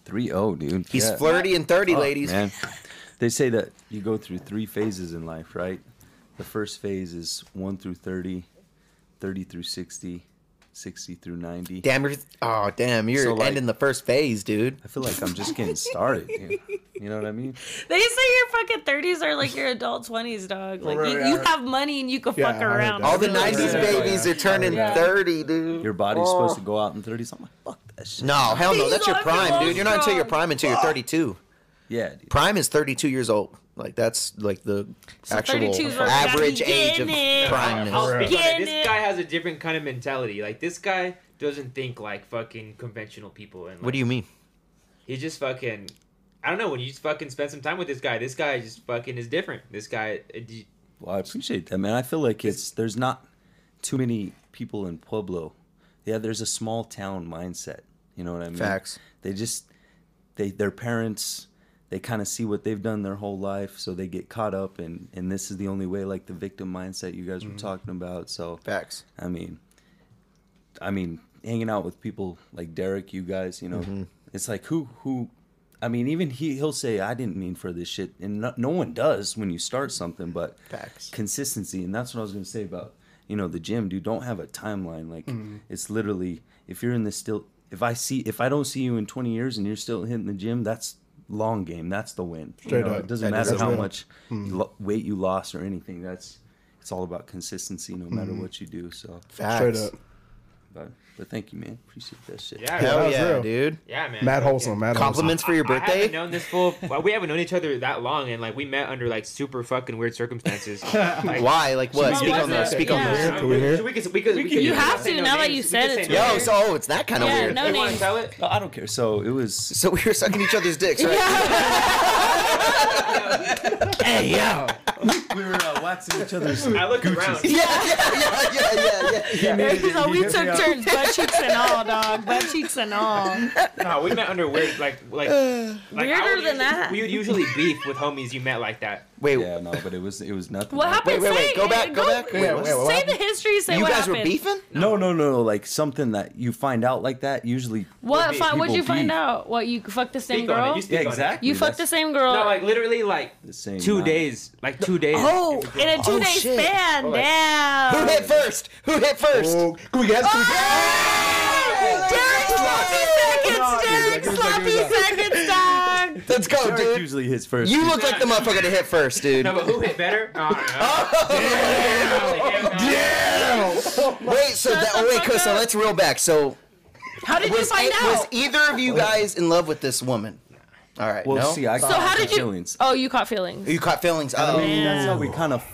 Speaker 9: Three zero, dude.
Speaker 4: He's
Speaker 9: Yeah.
Speaker 4: flirty and 30,
Speaker 9: Fuck,
Speaker 4: ladies.
Speaker 9: Man, they say that you go through three phases in life, right? The first phase is one through 30, 30 through 60, 60 through 90.
Speaker 4: Damn, you're. Oh, damn, you're
Speaker 9: So, like-
Speaker 4: ending the first phase, dude.
Speaker 9: I feel like I'm just getting started. dude. You know what I mean?
Speaker 3: They say your fucking thirties are like your adult twenties, dog. Like you,
Speaker 5: Right,
Speaker 3: you
Speaker 5: right.
Speaker 3: have money and you can
Speaker 5: Yeah,
Speaker 3: fuck
Speaker 5: I heard
Speaker 3: around.
Speaker 5: that.
Speaker 4: All the
Speaker 5: Yeah,
Speaker 3: Really?
Speaker 4: 90s
Speaker 5: yeah,
Speaker 4: babies are turning
Speaker 3: Yeah.
Speaker 4: 30, dude.
Speaker 9: Your body's
Speaker 4: Oh.
Speaker 9: supposed to go out in 30s. I'm like, fuck that shit.
Speaker 4: No, hell no.
Speaker 3: He's
Speaker 4: That's your
Speaker 3: on
Speaker 4: prime,
Speaker 3: your
Speaker 4: dude. You're not until
Speaker 3: strong.
Speaker 4: your prime until you're 32.
Speaker 9: Yeah, dude.
Speaker 4: Prime is 32 years old. Like that's like the actual
Speaker 3: 32 is where
Speaker 4: average
Speaker 3: you gotta
Speaker 4: age
Speaker 3: be
Speaker 4: of
Speaker 3: getting it.
Speaker 6: I'll
Speaker 4: primeness.
Speaker 6: speak on
Speaker 3: Get
Speaker 6: it. This
Speaker 3: it.
Speaker 6: guy has a different kind of mentality. Like this guy doesn't think like fucking conventional people. And like,
Speaker 4: What do you mean?
Speaker 6: He just fucking. I don't know. When you just fucking spend some time with this guy, this guy just fucking is different. This guy. uh, d-
Speaker 9: Well, I appreciate that, man. I feel like it's there's not too many people in Pueblo. Yeah, there's a small town mindset. You know what I mean?
Speaker 4: Facts.
Speaker 9: They just they their parents they kind of see what they've done their whole life, so they get caught up and and this is the only way, like the victim mindset you guys were talking about. So
Speaker 4: Facts.
Speaker 9: I mean, I mean, hanging out with people like Derek, you guys, you know,
Speaker 5: Mm-hmm.
Speaker 9: it's like who who. I mean, even he he'll say I didn't mean for this shit, and no, no one does when you start something. But
Speaker 4: Facts.
Speaker 9: consistency, and that's what I was gonna say about you know the gym, dude. Don't have a timeline. Like it's literally if you're in the still, if I see if I don't see you in 20 years and you're still hitting the gym, that's long game. That's the win. You
Speaker 5: Straight
Speaker 9: know,
Speaker 5: up.
Speaker 9: It doesn't
Speaker 5: That is Hmm.
Speaker 9: matter how
Speaker 5: it.
Speaker 9: much you lo- weight you lost or anything. That's it's all about consistency, no matter what you do. So.
Speaker 5: Straight
Speaker 4: Facts.
Speaker 5: up.
Speaker 9: But, but thank you, man. Appreciate that shit.
Speaker 6: Yeah,
Speaker 5: that
Speaker 4: Hell
Speaker 5: was
Speaker 4: yeah,
Speaker 5: real.
Speaker 4: dude.
Speaker 6: yeah, man.
Speaker 5: Mad
Speaker 6: Fucking-
Speaker 5: wholesome. Mad
Speaker 4: Compliments for your
Speaker 6: I haven't
Speaker 4: birthday.
Speaker 6: known this fool. Well, we haven't known each other that long, and like we met under like super fucking weird circumstances. Like,
Speaker 4: Why? Like what?
Speaker 3: Well,
Speaker 4: Speak
Speaker 3: was
Speaker 4: on that.
Speaker 3: it?
Speaker 4: Speak on
Speaker 3: Yeah.
Speaker 4: this.
Speaker 5: Can we hear?
Speaker 6: Should we- could- we could- we could-
Speaker 3: You
Speaker 6: we
Speaker 3: have
Speaker 6: could say
Speaker 3: to,
Speaker 6: no
Speaker 3: now that
Speaker 6: names. We
Speaker 3: you said
Speaker 6: could
Speaker 3: it
Speaker 6: say
Speaker 3: to
Speaker 6: no
Speaker 4: Yo,
Speaker 6: names.
Speaker 4: so oh, it's that kind of
Speaker 3: Yeah,
Speaker 4: weird.
Speaker 3: no
Speaker 6: You wanna
Speaker 3: names.
Speaker 6: tell it?
Speaker 9: I don't care. So it was.
Speaker 4: So we were sucking each other's dicks, right?
Speaker 5: Hey, yo.
Speaker 9: we were uh, waxing each other's.
Speaker 6: I looked around.
Speaker 4: Yeah, yeah, yeah, yeah, yeah, yeah.
Speaker 3: So we took turns, butt cheeks and all, dog. Butt cheeks and all.
Speaker 6: No, we met under weird, like, like, like I
Speaker 3: Weirder
Speaker 6: would
Speaker 3: than
Speaker 6: usually-
Speaker 3: that.
Speaker 6: We would usually beef with homies you met like that.
Speaker 4: Wait,
Speaker 9: Yeah, no, but it was it was nothing.
Speaker 3: What
Speaker 9: like-
Speaker 3: happened?
Speaker 4: wait, wait,
Speaker 3: Say
Speaker 4: go
Speaker 3: it.
Speaker 4: back, go back. Wait,
Speaker 5: wait, what
Speaker 3: Say
Speaker 5: happened?
Speaker 3: the history. Say
Speaker 4: you
Speaker 3: what
Speaker 4: guys
Speaker 3: happened.
Speaker 4: were beefing?
Speaker 9: No, no, no, no. Like something that you find out like that usually.
Speaker 3: What?
Speaker 9: people
Speaker 3: Fi- what'd you find
Speaker 9: beef.
Speaker 3: out? What you fucked the same
Speaker 6: Speak on it.
Speaker 3: girl?
Speaker 6: You
Speaker 3: You,
Speaker 6: speak
Speaker 9: Yeah,
Speaker 6: on it.
Speaker 9: exactly.
Speaker 3: fucked the
Speaker 9: that's
Speaker 3: same girl.
Speaker 6: No, like literally like
Speaker 9: the same.
Speaker 6: two
Speaker 9: night.
Speaker 6: days, like two days.
Speaker 3: oh, in a two day
Speaker 4: shit.
Speaker 3: span. Damn.
Speaker 4: Who hit first? Who hit first? Ah!
Speaker 5: Oh, can we guess? Can we
Speaker 3: Derek, sloppy seconds, Derek,
Speaker 5: Give us that,
Speaker 3: sloppy
Speaker 5: give us
Speaker 3: seconds, dog.
Speaker 4: Let's go,
Speaker 9: Derek
Speaker 4: dude.
Speaker 9: usually hits first.
Speaker 4: You look like the motherfucker to hit first, dude.
Speaker 6: No, but who hit better? I don't know.
Speaker 3: Oh.
Speaker 4: Wait, so
Speaker 3: Shut
Speaker 4: that,
Speaker 3: the
Speaker 4: oh wait,
Speaker 3: fuck
Speaker 4: co- so
Speaker 3: up.
Speaker 4: let's reel back. So
Speaker 3: How did you
Speaker 4: was,
Speaker 3: find
Speaker 4: e- was
Speaker 3: out?
Speaker 4: either of you guys in love with this woman? All right.
Speaker 9: Well,
Speaker 4: no?
Speaker 9: see, I
Speaker 3: so how did you? Oh, you caught feelings.
Speaker 4: you caught feelings.
Speaker 9: I
Speaker 4: Oh,
Speaker 9: mean, that's how we kind of.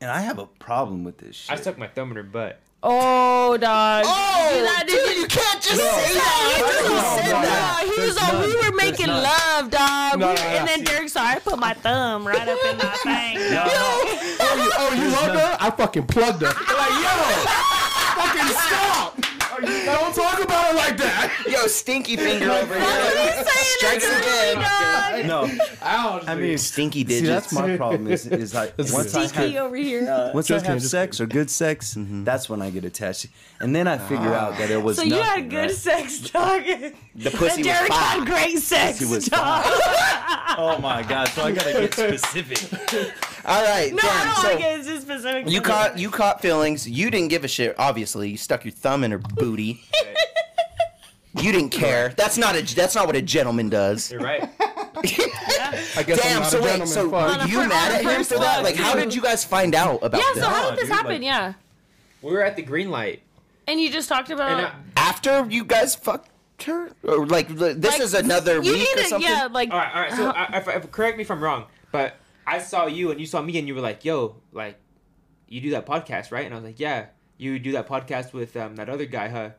Speaker 9: And I have a problem with this shit.
Speaker 6: I stuck my thumb in her butt.
Speaker 3: Oh, dog.
Speaker 4: oh
Speaker 3: Did I- did
Speaker 4: dude,
Speaker 3: you-
Speaker 4: you Oh, can't just say that.
Speaker 3: He was
Speaker 5: No,
Speaker 3: on-
Speaker 5: no,
Speaker 3: dog, he was on. We were making love, dog.
Speaker 5: No,
Speaker 3: We-
Speaker 5: no, no,
Speaker 3: and then Derek said, "I put my thumb right up in my thing." dog."
Speaker 5: Oh, you, oh, you loved her? I fucking plugged her. Like, yo, fucking stop. Don't talk about it like that.
Speaker 4: Yo, stinky finger over here.
Speaker 3: He's saying it
Speaker 4: Strikes
Speaker 3: to me,
Speaker 4: again.
Speaker 3: dog.
Speaker 9: no,
Speaker 5: Ouch.
Speaker 9: I mean,
Speaker 4: Stinky
Speaker 9: see,
Speaker 4: digits.
Speaker 9: that's my problem. Is is like once I
Speaker 3: Tiki
Speaker 9: have,
Speaker 3: over here.
Speaker 9: once I have sex or good sex, mm-hmm. Ah. that's when I get attached, and then I figure out that it was.
Speaker 3: So you
Speaker 9: nothing,
Speaker 3: had good
Speaker 9: right?
Speaker 3: sex, dog. And
Speaker 4: the pussy was
Speaker 3: Derek
Speaker 4: fine.
Speaker 3: had great sex,
Speaker 9: was
Speaker 3: dog.
Speaker 9: Oh my god! So I gotta get specific.
Speaker 4: All right.
Speaker 3: No, I
Speaker 4: damn,
Speaker 3: don't
Speaker 4: so
Speaker 3: want to get into specific.
Speaker 4: you caught you caught feelings. You didn't give a shit. Obviously, you stuck your thumb in her booty. You didn't care. That's not a. That's not what a gentleman does.
Speaker 6: You're right.
Speaker 5: I guess I'm
Speaker 4: Damn.
Speaker 5: not
Speaker 4: So
Speaker 5: a
Speaker 4: wait.
Speaker 5: gentleman.
Speaker 4: So
Speaker 5: Fuck.
Speaker 4: were
Speaker 3: On a
Speaker 4: you
Speaker 3: fir-
Speaker 4: mad
Speaker 3: on a
Speaker 4: at him
Speaker 3: first
Speaker 4: for that?
Speaker 3: love,
Speaker 4: Like, how
Speaker 3: dude.
Speaker 4: did you guys find out about
Speaker 3: Yeah. So
Speaker 4: that?
Speaker 3: how did this
Speaker 9: dude,
Speaker 3: happen?
Speaker 9: like-
Speaker 3: yeah.
Speaker 6: We were at the green light,
Speaker 3: And you just talked about.
Speaker 9: uh,
Speaker 6: and I,
Speaker 4: After you guys fucked her, or like this
Speaker 3: Like,
Speaker 4: is another
Speaker 3: you
Speaker 4: week
Speaker 3: need
Speaker 4: or
Speaker 3: to-
Speaker 4: something?
Speaker 3: Yeah, like
Speaker 6: all right, all right. So I, if, if, correct me if I'm wrong, but I saw you and you saw me, and you were like, "Yo, like, you do that podcast, right?" And I was like, "Yeah, you do that podcast with um, that other guy, huh?"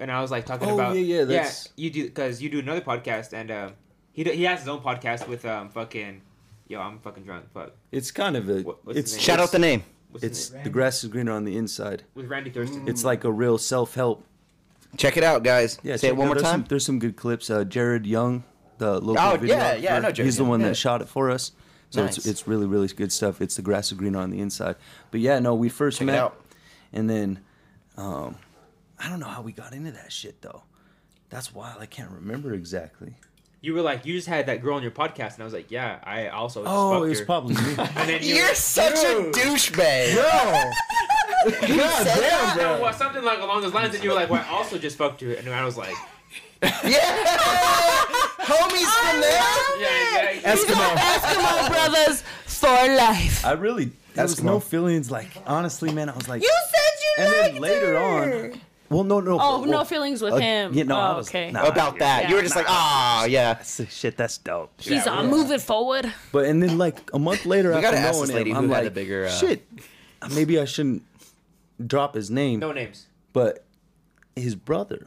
Speaker 6: And I was like talking
Speaker 9: Oh,
Speaker 6: about,
Speaker 9: yeah, yeah, that's-
Speaker 6: you do because you do another podcast, and um, he do, he has his own podcast with um, fucking, yo, I'm fucking drunk, fuck,
Speaker 9: It's kind of a.
Speaker 6: What- what's
Speaker 9: it's
Speaker 6: his
Speaker 4: Shout out the name.
Speaker 6: What's his
Speaker 9: It's
Speaker 6: name?
Speaker 9: the grass is greener on the inside.
Speaker 6: with Randy Thurston.
Speaker 9: It's like a real self help.
Speaker 4: Check it out, guys.
Speaker 9: Yeah,
Speaker 4: Say
Speaker 9: check
Speaker 4: it one more
Speaker 9: there's
Speaker 4: time.
Speaker 9: Some, there's some good clips. Uh, Jared Young, the local
Speaker 4: Oh,
Speaker 9: video.
Speaker 4: yeah, yeah, I know Jared
Speaker 9: He's the
Speaker 4: Young.
Speaker 9: one
Speaker 4: Yeah.
Speaker 9: that shot it for us. So
Speaker 4: Nice.
Speaker 9: it's it's really really good stuff. It's the grass is greener on the inside. But yeah, no, we first
Speaker 4: Check it
Speaker 9: met,
Speaker 4: out.
Speaker 9: and then um, I don't know how we got into that shit though. That's wild. I can't remember exactly.
Speaker 6: You were like, you just had that girl on your podcast, and I was like, yeah, I also. Just
Speaker 9: Oh,
Speaker 6: fucked
Speaker 9: it was
Speaker 6: her."
Speaker 9: probably me.
Speaker 6: And then you.
Speaker 4: You're such a douchebag.
Speaker 5: Yo. God
Speaker 4: said
Speaker 5: damn,
Speaker 6: No,
Speaker 5: bro.
Speaker 6: well, something like along those lines, and you were like, well, I also just fucked her, and I was like,
Speaker 4: Yeah. Homies from there.
Speaker 6: yeah, yeah, yeah.
Speaker 5: Eskimo.
Speaker 3: Eskimo brothers for life.
Speaker 9: I really there was
Speaker 5: Eskimo.
Speaker 9: no feelings. Like honestly, man, I was like.
Speaker 3: You said you
Speaker 9: and
Speaker 3: liked
Speaker 9: then later
Speaker 3: her.
Speaker 9: on, well, no, no.
Speaker 3: Oh,
Speaker 9: well,
Speaker 3: no feelings with
Speaker 9: uh,
Speaker 3: him.
Speaker 9: yeah, no,
Speaker 3: oh,
Speaker 9: I was-
Speaker 3: okay.
Speaker 9: nah.
Speaker 4: About that, you were just like, ah, yeah.
Speaker 9: So, shit, that's dope.
Speaker 3: He's on moving forward.
Speaker 9: But and then like a month later, after
Speaker 4: gotta ask
Speaker 9: knowing
Speaker 4: this lady
Speaker 9: him,
Speaker 4: who
Speaker 9: I'm
Speaker 4: had
Speaker 9: like,
Speaker 4: the bigger, uh,
Speaker 9: shit, maybe I shouldn't drop his name.
Speaker 6: No names.
Speaker 9: But his brother,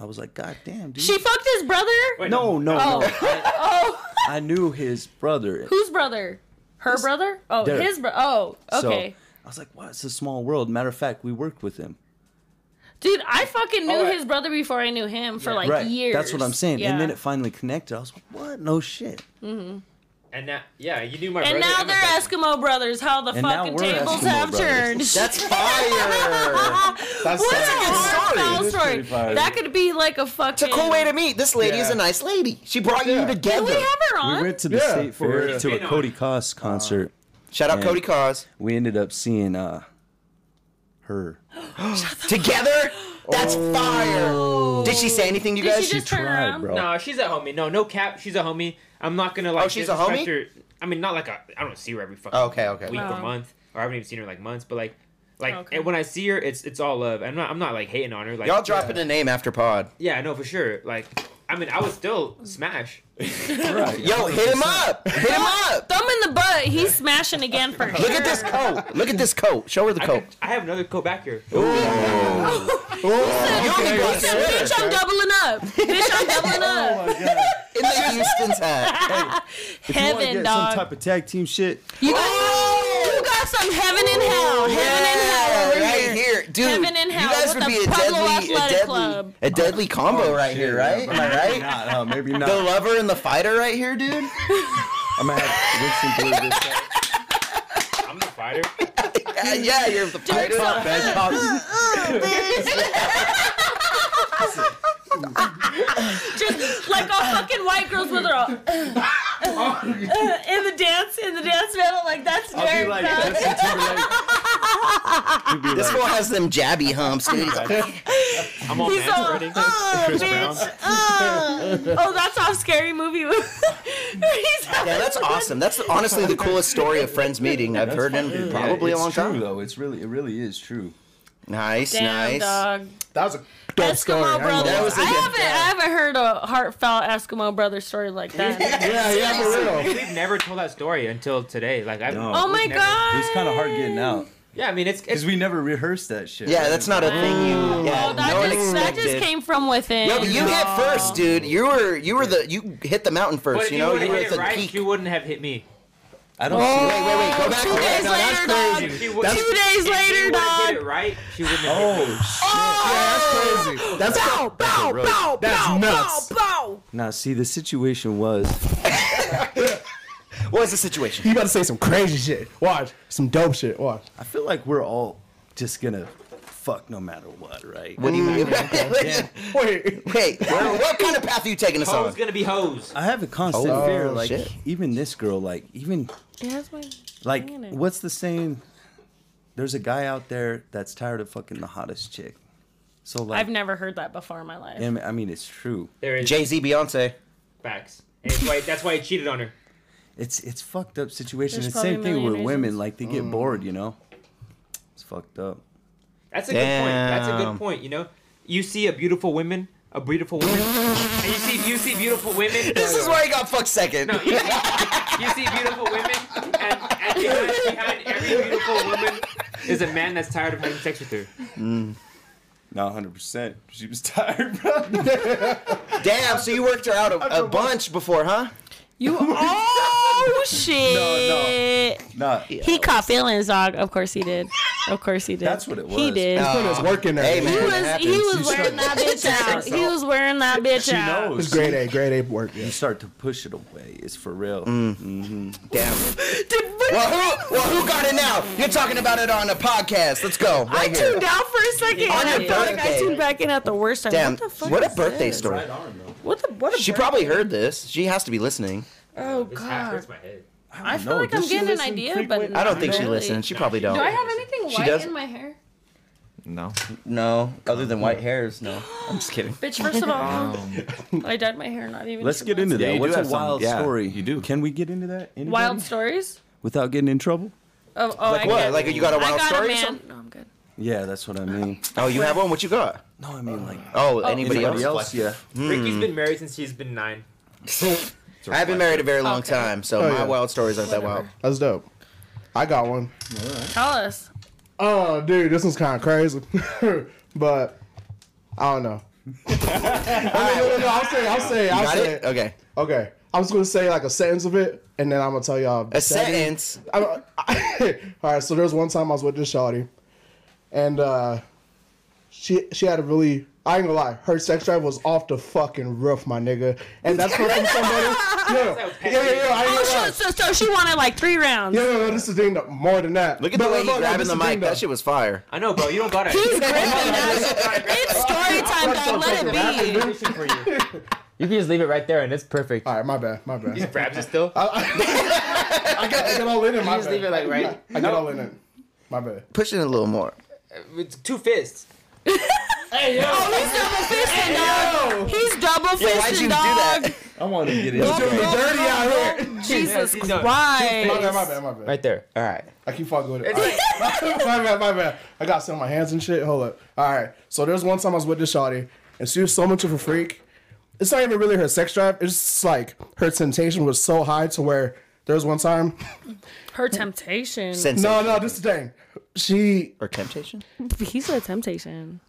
Speaker 9: I was like, God damn, dude.
Speaker 3: She Oh. fucked his brother.
Speaker 6: Wait,
Speaker 9: no, no, no. I,
Speaker 3: Oh,
Speaker 9: I knew his brother.
Speaker 3: whose brother? Her brother? Oh,
Speaker 9: Derek.
Speaker 3: his brother. Oh, okay.
Speaker 9: So I was like, wow, it's a small world. Matter of fact, we worked with him.
Speaker 3: Dude, I fucking knew
Speaker 6: All right.
Speaker 3: his brother before I knew him for like
Speaker 9: right.
Speaker 3: years.
Speaker 9: That's what I'm saying.
Speaker 3: Yeah.
Speaker 9: And then it finally connected. I was like, what? No shit.
Speaker 6: And now, yeah, you knew my brother. Oh
Speaker 3: and now
Speaker 6: my
Speaker 3: they're
Speaker 6: cousin.
Speaker 3: Eskimo brothers. How the
Speaker 9: And now
Speaker 3: fucking
Speaker 9: we're
Speaker 3: tables
Speaker 9: Eskimo
Speaker 3: have
Speaker 9: brothers.
Speaker 3: turned.
Speaker 4: That's fire.
Speaker 5: That's
Speaker 3: What
Speaker 5: sad.
Speaker 3: a hard
Speaker 9: That's
Speaker 3: story.
Speaker 9: pretty fire.
Speaker 3: That could be like a fucking.
Speaker 4: It's a cool way to meet. This lady is a
Speaker 5: Yeah.
Speaker 4: nice lady. She brought
Speaker 5: Yeah.
Speaker 4: you
Speaker 3: Did
Speaker 4: together.
Speaker 3: we have her on?
Speaker 9: We went to the
Speaker 5: Yeah,
Speaker 9: state
Speaker 5: for
Speaker 9: fair
Speaker 5: real.
Speaker 9: to a
Speaker 6: Been on.
Speaker 9: Cody Koss concert.
Speaker 4: Shout out
Speaker 9: Yeah.
Speaker 4: Cody Cause.
Speaker 9: we ended up seeing uh her.
Speaker 4: Together? That's fire. Did she say anything to you
Speaker 3: Did
Speaker 4: guys?
Speaker 3: she just turn
Speaker 9: tried,
Speaker 3: around?
Speaker 9: bro.
Speaker 6: No, she's a homie. No, no cap. She's a homie. I'm not gonna like.
Speaker 4: Oh. Oh, she's a
Speaker 6: disrespect
Speaker 4: homie?
Speaker 6: Her. I mean, not like a. I don't see her every fucking.
Speaker 4: Oh, okay, okay.
Speaker 6: Week
Speaker 3: Oh.
Speaker 6: or month, or I haven't even seen her in, like months. But like, like
Speaker 3: Okay.
Speaker 6: and when I see her, it's it's all love. I'm not I'm not like hating on her. Like
Speaker 4: Y'all dropping a name after pod.
Speaker 6: Yeah, no, for sure. Like, I mean, I would still smash.
Speaker 9: Right.
Speaker 4: Yo, hit him up. Hit him up.
Speaker 3: Thumb in the butt. He's smashing again for
Speaker 4: Look at this coat. Look at this coat. Show her the
Speaker 6: I,
Speaker 4: coat.
Speaker 6: could, I have another coat back here.
Speaker 4: You only brought
Speaker 3: So, bitch,
Speaker 4: sweater
Speaker 3: I'm doubling up. Bitch, I'm doubling up.
Speaker 4: in the Houston's hat.
Speaker 9: wanna
Speaker 3: Heaven,
Speaker 9: get
Speaker 3: dog.
Speaker 9: some type of tag team shit.
Speaker 3: you, got, you got some heaven and hell. Heaven Oh! and hell over
Speaker 4: Yeah, right
Speaker 3: here.
Speaker 4: here, dude.
Speaker 3: Heaven and hell
Speaker 4: You guys would
Speaker 3: with the
Speaker 4: be a
Speaker 3: Pueblo
Speaker 4: deadly, a
Speaker 3: Athletic
Speaker 4: deadly,
Speaker 3: Club.
Speaker 4: a deadly combo right
Speaker 9: Oh, Shit,
Speaker 4: here,
Speaker 9: yeah,
Speaker 4: right?
Speaker 9: bro.
Speaker 4: Am I
Speaker 9: Maybe
Speaker 4: right?
Speaker 9: not, huh? Maybe
Speaker 4: The
Speaker 9: not.
Speaker 4: lover and the fighter right here, dude.
Speaker 9: I'm gonna have Winston blue this time.
Speaker 1: I'm the fighter.
Speaker 4: yeah, yeah, you're the fighter.
Speaker 2: Bad cops.
Speaker 3: Just like all fucking white girls with her all, uh, in the dance, in the dance battle. Like that's
Speaker 9: I'll
Speaker 3: very
Speaker 9: be like,
Speaker 3: proud.
Speaker 9: Justin Timberlake. He'll be
Speaker 4: This
Speaker 9: like,
Speaker 4: fool has them jabby humps, dude. He's like,
Speaker 1: I'm all
Speaker 3: He's all,
Speaker 1: manspreading.
Speaker 3: oh,
Speaker 1: Chris Brown.
Speaker 3: bitch, oh. oh, that's off scary movie.
Speaker 4: yeah,
Speaker 3: yeah,
Speaker 4: that's awesome. That's honestly the coolest story of friends meeting I've heard in
Speaker 9: Yeah,
Speaker 4: probably a
Speaker 9: it's
Speaker 4: long
Speaker 9: true,
Speaker 4: time.
Speaker 9: though. It's really, it really is true.
Speaker 4: Nice,
Speaker 3: Damn,
Speaker 4: nice.
Speaker 3: dog.
Speaker 5: That was a dope
Speaker 3: Eskimo
Speaker 5: story. I ain't gonna
Speaker 3: brother.
Speaker 4: That
Speaker 5: lie.
Speaker 4: was a
Speaker 3: I
Speaker 4: good
Speaker 3: haven't, I haven't heard a heartfelt Eskimo brother story like that.
Speaker 5: yeah, yeah, for real.
Speaker 6: We've never told that story until today. Like I.
Speaker 9: No.
Speaker 3: Oh
Speaker 6: we've
Speaker 3: my
Speaker 6: never-
Speaker 3: god.
Speaker 9: It was kind of hard getting out
Speaker 6: Yeah, I mean it's it's
Speaker 9: because we never rehearsed that shit.
Speaker 4: yeah, that's not a thing you. Yeah,
Speaker 3: Oh, that,
Speaker 4: no one
Speaker 3: just, that just
Speaker 4: expected.
Speaker 3: came from within.
Speaker 4: No, but you hit first, dude. You were you were the you hit the mountain first.
Speaker 6: But if
Speaker 4: you
Speaker 6: you,
Speaker 4: know
Speaker 6: would
Speaker 4: you
Speaker 6: have
Speaker 4: were
Speaker 6: hit
Speaker 4: at
Speaker 6: it
Speaker 4: the
Speaker 6: right,
Speaker 4: peak.
Speaker 6: you wouldn't have hit me.
Speaker 9: I don't. see
Speaker 4: Wait, wait, wait. Go back.
Speaker 3: Two
Speaker 4: to that. No, that's crazy.
Speaker 3: days later, dog.
Speaker 6: If you would-
Speaker 5: That's-
Speaker 3: Two days
Speaker 6: if you
Speaker 3: later,
Speaker 6: would have hit it
Speaker 3: dog.
Speaker 6: right, she wouldn't have hit me.
Speaker 9: Oh shit!
Speaker 5: That's crazy. That's
Speaker 3: Bow, bow,
Speaker 9: road.
Speaker 3: bow,
Speaker 5: That's
Speaker 3: bow,
Speaker 5: nuts.
Speaker 3: bow, bow.
Speaker 9: Now, see, the situation was
Speaker 4: What was the situation?
Speaker 5: you about to say some crazy shit. Watch some dope shit. Watch.
Speaker 9: I feel like we're all just gonna fuck no matter what, right?
Speaker 4: What do you mean?
Speaker 5: Wait,
Speaker 4: Wait, where- what kind of path are you taking us
Speaker 6: Hoes
Speaker 4: on?
Speaker 6: gonna be hoes.
Speaker 9: I have a constant
Speaker 4: Oh,
Speaker 9: fear, like
Speaker 4: shit.
Speaker 9: even this girl, like even
Speaker 3: Yeah, that's my-
Speaker 9: like
Speaker 3: Damn it.
Speaker 9: what's the saying? There's a guy out there that's tired of fucking the hottest chick. So like,
Speaker 3: I've never heard that before in my life.
Speaker 9: and I mean, it's true.
Speaker 6: There is
Speaker 4: Jay Z, Beyonce.
Speaker 6: facts. And it's why, that's why he cheated on her.
Speaker 9: It's it's fucked up situation.
Speaker 3: There's
Speaker 9: it's same
Speaker 3: probably a
Speaker 9: thing with
Speaker 3: million
Speaker 9: women,
Speaker 3: reasons.
Speaker 9: like they get bored, you know. It's fucked up.
Speaker 6: That's a good point. That's a
Speaker 4: Damn.
Speaker 6: good point. You know, you see a beautiful woman, a beautiful woman, and you see you see beautiful women.
Speaker 4: This is where he got fucked second.
Speaker 6: No, you see, you see beautiful women, and, and behind, behind every beautiful woman is a man that's tired of having sex with her.
Speaker 9: Not 100. percent She was tired, bro.
Speaker 4: Damn, so you worked her out a, a bunch before, huh?
Speaker 3: You oh shit!
Speaker 9: Not.
Speaker 3: He caught feelings, dog. Of course he did. Of course he did.
Speaker 9: That's what it
Speaker 3: He
Speaker 9: was.
Speaker 3: did.
Speaker 5: put his work in there.
Speaker 4: Hey,
Speaker 3: he
Speaker 4: Oh, man.
Speaker 3: was
Speaker 4: That
Speaker 3: he
Speaker 4: happens.
Speaker 3: was wearing that bitch out. He was wearing that bitch
Speaker 9: She
Speaker 3: out.
Speaker 5: It was
Speaker 9: knows.
Speaker 5: grade A, grade A work. Yeah.
Speaker 9: You start to push it away. It's for real.
Speaker 4: Damn. well, who, well, who got it now? You're talking about it on a podcast. Let's go.
Speaker 3: I
Speaker 4: Right here.
Speaker 3: tuned out for a second.
Speaker 4: On
Speaker 3: and
Speaker 4: your
Speaker 3: I felt like I
Speaker 4: birthday.
Speaker 3: tuned back in at the worst time.
Speaker 4: Damn,
Speaker 3: what the fuck?
Speaker 4: what a
Speaker 3: is
Speaker 4: birthday
Speaker 3: this?
Speaker 4: story.
Speaker 3: What the what a
Speaker 4: She
Speaker 3: birthday-
Speaker 4: probably heard this. She has to be listening.
Speaker 3: Oh
Speaker 6: This hat
Speaker 3: god.
Speaker 6: hurts my head.
Speaker 3: I feel
Speaker 9: know.
Speaker 3: like
Speaker 9: Does
Speaker 3: I'm
Speaker 9: she
Speaker 3: getting an
Speaker 9: listen
Speaker 3: idea,
Speaker 9: frequent?
Speaker 3: but
Speaker 4: I don't think she
Speaker 3: not really.
Speaker 4: listens. She probably don't.
Speaker 10: Do I have anything
Speaker 4: She
Speaker 10: white
Speaker 4: does-
Speaker 10: in my hair?
Speaker 2: No.
Speaker 4: No, other than white hairs, no. I'm just kidding.
Speaker 3: Bitch, first of all, I dyed my hair not even.
Speaker 9: Let's
Speaker 3: two
Speaker 9: get
Speaker 3: months
Speaker 9: into
Speaker 2: Yeah,
Speaker 9: that.
Speaker 2: you do
Speaker 9: What's a
Speaker 2: have some-
Speaker 9: wild
Speaker 2: yeah,
Speaker 9: story?
Speaker 2: you do.
Speaker 9: Can we get into that? Anybody?
Speaker 3: Wild stories?
Speaker 9: without getting in trouble?
Speaker 3: Oh, oh I
Speaker 4: What?
Speaker 3: Get,
Speaker 4: Like you got a
Speaker 3: I
Speaker 4: wild
Speaker 3: got
Speaker 4: story?
Speaker 3: a
Speaker 4: or
Speaker 3: man.
Speaker 4: something?
Speaker 3: No, I'm good.
Speaker 9: Yeah, that's what I mean.
Speaker 4: Oh, you have one? What you got?
Speaker 9: No, I mean like
Speaker 4: Oh, anybody,
Speaker 9: anybody
Speaker 4: else?
Speaker 9: else. Yeah.
Speaker 6: Ricky's been married since she's been nine.
Speaker 4: I've been married a very long
Speaker 3: Okay.
Speaker 4: time, so
Speaker 5: Oh,
Speaker 4: my
Speaker 5: yeah.
Speaker 4: wild stories aren't that wild.
Speaker 5: That's dope. I got one.
Speaker 3: Tell us.
Speaker 5: Oh, dude, this one's kind of crazy, but I don't know. I mean, no, no, no, I'll say, I'll say, I'll
Speaker 4: Got
Speaker 5: say.
Speaker 4: it? Okay.
Speaker 5: Okay, I was gonna say like a sentence of it, and then I'm gonna tell y'all
Speaker 4: A sentence.
Speaker 5: I, I, all right, so there was one time I was with this shawty, and uh, she she had a really I ain't gonna lie, her sex drive was off the fucking roof, my nigga, and that's from somebody. Yeah, yeah, yeah, yeah, I ain't
Speaker 3: Oh,
Speaker 5: gonna
Speaker 3: so,
Speaker 5: lie.
Speaker 3: so, so she wanted like three rounds.
Speaker 5: Yeah, no, no, this is the thing that more than that.
Speaker 4: Look at the
Speaker 5: But,
Speaker 4: way
Speaker 5: like,
Speaker 4: he's
Speaker 5: no, no,
Speaker 4: grabbing
Speaker 5: this
Speaker 4: the
Speaker 5: is thing,
Speaker 4: mic.
Speaker 5: though.
Speaker 4: That shit was fire.
Speaker 6: I know, bro. You don't got it.
Speaker 3: He's gripping us. It's story time, dog. Let it be.
Speaker 6: for you. You can just leave it right there, and it's perfect.
Speaker 5: All right, my bad, my bad.
Speaker 6: Grabs it still.
Speaker 5: I got, I got all in it, my
Speaker 6: just leave it like
Speaker 5: bad.
Speaker 6: right.
Speaker 5: I got all in it, my bad.
Speaker 4: Push it a little more.
Speaker 6: It's two fists.
Speaker 3: He's double fisting, dog. He's double
Speaker 4: Yeah, why'd you
Speaker 3: fisting,
Speaker 4: do
Speaker 3: dog.
Speaker 4: that?
Speaker 9: I want to get in.
Speaker 3: Go,
Speaker 5: doing
Speaker 3: go,
Speaker 5: dirty
Speaker 3: go,
Speaker 5: out
Speaker 3: go. Jesus
Speaker 6: Yeah, he's done.
Speaker 5: My bad,
Speaker 3: Christ.
Speaker 5: my bad, my bad.
Speaker 6: Right there.
Speaker 4: All right.
Speaker 5: I keep fucking with it. Alright. my bad, my bad. I got some on my hands and shit. Hold up. All right. So there's one time I was with this shawty, and she was so much of a freak. It's not even really her sex drive. It's just like her temptation was so high to where there was one time.
Speaker 3: Her temptation.
Speaker 4: Sensation.
Speaker 5: No, no, this is the thing. She,
Speaker 4: Or temptation?
Speaker 3: He said temptation.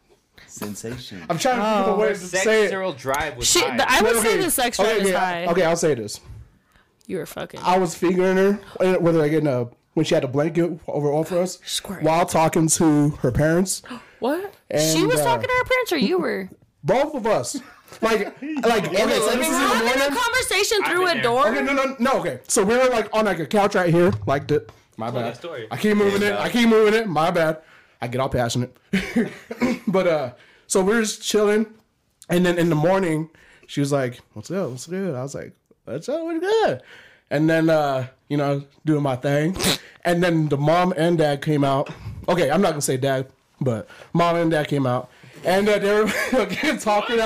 Speaker 9: Sensation.
Speaker 5: I'm trying to think
Speaker 3: Oh,
Speaker 5: of a way to say
Speaker 6: Sex
Speaker 5: it.
Speaker 6: zero drive was
Speaker 3: She,
Speaker 6: high.
Speaker 3: the, I would say
Speaker 5: Okay,
Speaker 3: the sex
Speaker 5: okay,
Speaker 3: drive
Speaker 5: okay,
Speaker 3: is high.
Speaker 5: Okay, I'll say this.
Speaker 3: You were fucking.
Speaker 5: I was fingering her, uh, whether I get in a when she had a blanket over all for us,
Speaker 3: Squirt.
Speaker 5: while talking to her parents.
Speaker 3: What?
Speaker 5: And,
Speaker 3: she was
Speaker 5: uh,
Speaker 3: talking to her parents, or you were?
Speaker 5: Both of us. Like, like, okay, so this is in the
Speaker 3: Having a
Speaker 5: morning.
Speaker 3: conversation through
Speaker 1: been there.
Speaker 3: a door.
Speaker 5: Okay, no, no, no, okay. So we were like on like a couch right here, like the my
Speaker 1: that
Speaker 5: bad.
Speaker 1: story.
Speaker 5: I keep moving it. I keep moving it. My bad. I get all passionate. but uh so we we're just chilling. And then in the morning, she was like, What's up? What's good? I was like, What's up? What's good? And then uh, you know, doing my thing. And then the mom and dad came out. Okay, I'm not gonna say dad, but mom and dad came out. And uh, they were again talking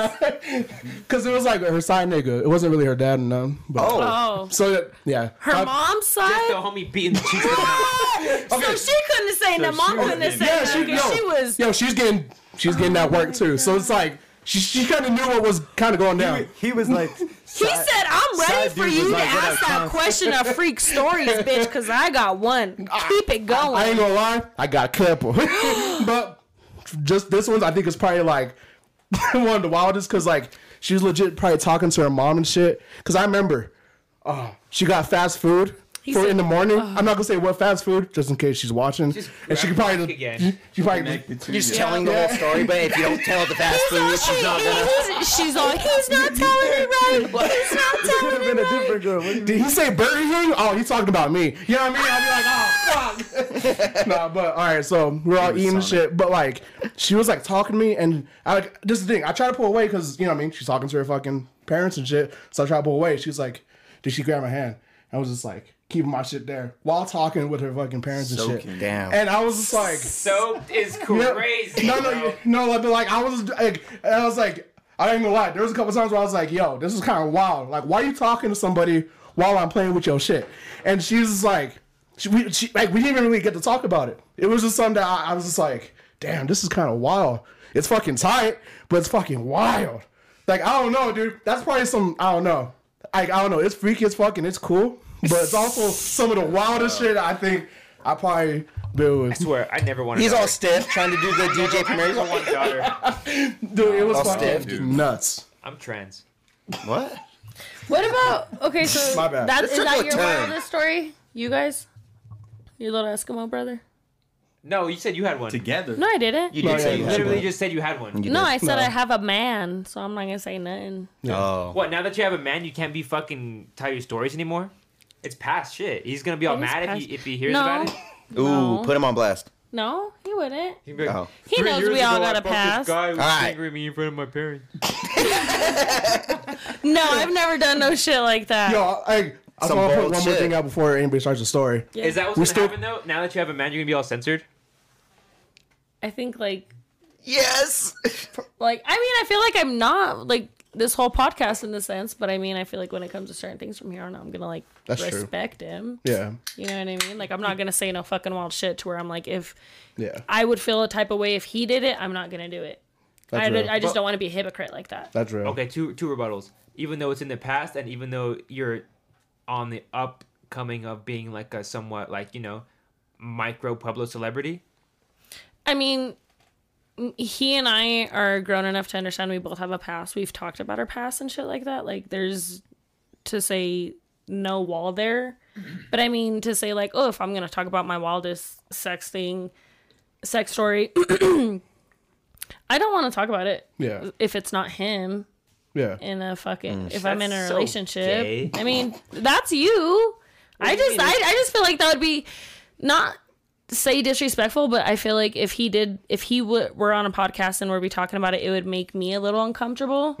Speaker 5: because it was like her side nigga. It wasn't really her dad and none. But,
Speaker 4: Oh.
Speaker 3: Oh.
Speaker 5: so that, yeah, Uh,
Speaker 3: Her
Speaker 5: I-
Speaker 3: mom's
Speaker 6: Just the
Speaker 3: side?
Speaker 6: homie beating the cheek.
Speaker 3: So she couldn't say nothing. Mom couldn't have said
Speaker 5: Yeah,
Speaker 3: nothing.
Speaker 5: she,
Speaker 3: 'cause
Speaker 5: no,
Speaker 3: She was.
Speaker 5: yo, she's getting she's getting that work too. So it's like she she kind of knew what was kind of going down.
Speaker 10: He was like,
Speaker 3: He said, I'm ready
Speaker 10: side
Speaker 3: for
Speaker 10: dude was
Speaker 3: you to
Speaker 10: like, "What
Speaker 3: ask
Speaker 10: up,
Speaker 3: that
Speaker 5: uh-huh.
Speaker 10: Tom?"
Speaker 3: question of freak stories, bitch, because I got one. Keep it going.
Speaker 5: I ain't gonna lie, I got a couple, but just this one's I think is probably like one of the wildest because like she was legit probably talking to her mom and shit. Because I remember, uh, she got fast food. for
Speaker 3: said- uh-huh.
Speaker 5: in the morning, I'm not gonna say what fast food, just in case she's watching, and she could
Speaker 6: grab
Speaker 5: probably
Speaker 6: back again.
Speaker 5: she probably
Speaker 4: You're just telling the whole story, but if you don't tell the fast
Speaker 3: He's all,
Speaker 4: food, she's
Speaker 3: she,
Speaker 4: not gonna.
Speaker 3: he's, she's all, he's not telling it right. He's not telling it
Speaker 10: been a
Speaker 3: right.
Speaker 10: different girl. What do you mean?
Speaker 5: Did he say Burger King? Oh, he's talking about me. You know what I mean? I'd be like, oh fuck. nah, but all right. So we're all eating shit, but like she was like talking to me, and I like this is the thing. I try to pull away because you know what I mean. She's talking to her fucking parents and shit. So I try to pull away. She's like, "Did she grab my hand?" I was just like keeping my shit there while talking with her fucking parents and shit.
Speaker 4: Damn.
Speaker 5: And I was just like,
Speaker 6: So is
Speaker 5: yeah.
Speaker 6: crazy.
Speaker 5: No, no, you- no. Like, but like I was, like, and I was like, I ain't gonna lie. There was a couple times where I was like, "Yo, this is kind of wild. Like, why are you talking to somebody while I'm playing with your shit?" And she's just like, she, we, she, like, we didn't even really get to talk about it. It was just something that I, I was just like, "Damn, this is kind of wild. It's fucking tight, but it's fucking wild." Like, I don't know, dude. That's probably some. I don't know. Like, I don't know. It's freaky as fucking. It's cool, but it's also some of the wildest shit I think I probably been with.
Speaker 6: I swear, I never wanted.
Speaker 4: He's
Speaker 6: daughter.
Speaker 4: all stiff, trying to do the DJ Premier.
Speaker 6: I want a daughter.
Speaker 5: Dude, it was
Speaker 4: I'll
Speaker 5: fucking
Speaker 4: stand,
Speaker 5: nuts.
Speaker 6: I'm trans.
Speaker 4: What?
Speaker 3: What about, okay, so
Speaker 5: My bad.
Speaker 3: that,
Speaker 4: This
Speaker 3: is
Speaker 4: took
Speaker 3: that
Speaker 4: a
Speaker 3: your
Speaker 4: turn.
Speaker 3: wildest story? You guys? Your little Eskimo brother?
Speaker 6: No, you said you had one.
Speaker 2: Together.
Speaker 3: No, I didn't.
Speaker 4: You did say
Speaker 6: You
Speaker 4: you had
Speaker 6: literally
Speaker 4: one.
Speaker 6: just said you had one.
Speaker 3: no, I said I have a man, so I'm not going to say nothing.
Speaker 4: Oh.
Speaker 6: What? Now that you have a man, you can't be fucking tell your stories anymore. It's past shit. He's gonna be all
Speaker 3: It is
Speaker 6: mad if
Speaker 3: past-
Speaker 6: he if he hears
Speaker 3: No.
Speaker 6: about it.
Speaker 4: Ooh,
Speaker 3: No.
Speaker 4: put him on blast.
Speaker 3: No, he wouldn't.
Speaker 6: He'd be like,
Speaker 4: Oh.
Speaker 3: He
Speaker 6: "Three
Speaker 3: knows
Speaker 6: years
Speaker 3: we all
Speaker 6: ago, I
Speaker 3: got a
Speaker 6: fucked this
Speaker 3: pass.
Speaker 6: Guy who was
Speaker 4: Alright.
Speaker 6: angry at me in front of my parents.
Speaker 3: No, I've never done no shit like that.
Speaker 5: Yo, I, I
Speaker 4: Some
Speaker 5: just want to put
Speaker 4: bold
Speaker 5: one more
Speaker 4: shit.
Speaker 5: thing out before anybody starts the story.
Speaker 3: Yeah.
Speaker 6: Is that what's
Speaker 5: We
Speaker 6: gonna
Speaker 5: still-
Speaker 6: happen though? Now that you have a man, you're gonna be all censored.
Speaker 3: I think like
Speaker 4: Yes.
Speaker 3: like I mean I feel like I'm not like this whole podcast in the sense, but I mean I feel like when it comes to certain things from here on out, I'm gonna like
Speaker 5: That's true.
Speaker 3: respect him.
Speaker 5: Yeah,
Speaker 3: You know what I mean? Like I'm not gonna say no fucking wild shit to where I'm like if
Speaker 5: yeah,
Speaker 3: I would feel a type of way if he did it, I'm not gonna do it. I,
Speaker 5: That's real.
Speaker 3: I just don't want to be a hypocrite like that.
Speaker 5: that's real.
Speaker 6: Okay, two two rebuttals. Even though it's in the past, and even though you're on the upcoming of being like a somewhat like you know micro Pueblo celebrity,
Speaker 3: I mean, m- he and I are grown enough to understand we both have a past. We've talked about our past and shit like that. Like, there's to say no wall there. But I mean, to say, like, oh, if I'm going to talk about my wildest sex thing, sex story, I don't want to talk about it
Speaker 5: Yeah,
Speaker 3: if it's not him
Speaker 5: yeah.
Speaker 3: in a fucking if I'm in a
Speaker 6: Mm. That's so
Speaker 3: relationship.
Speaker 6: gay.
Speaker 3: I mean, that's you. I just I, I just feel like that would be not say disrespectful, but I feel like if he did if he w- were on a podcast and were be talking about it, it would make me a little uncomfortable.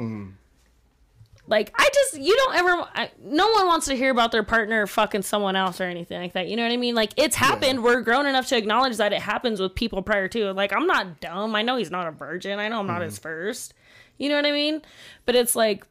Speaker 3: Like I just you don't ever I, no one wants to hear about their partner fucking someone else or anything like that. You know what I mean? Like it's happened. We're grown enough to acknowledge that it happens with people prior to. Like I'm not dumb. I know he's not a virgin. I know I'm
Speaker 6: Mm-hmm.
Speaker 3: not his first. You know what I mean? But it's like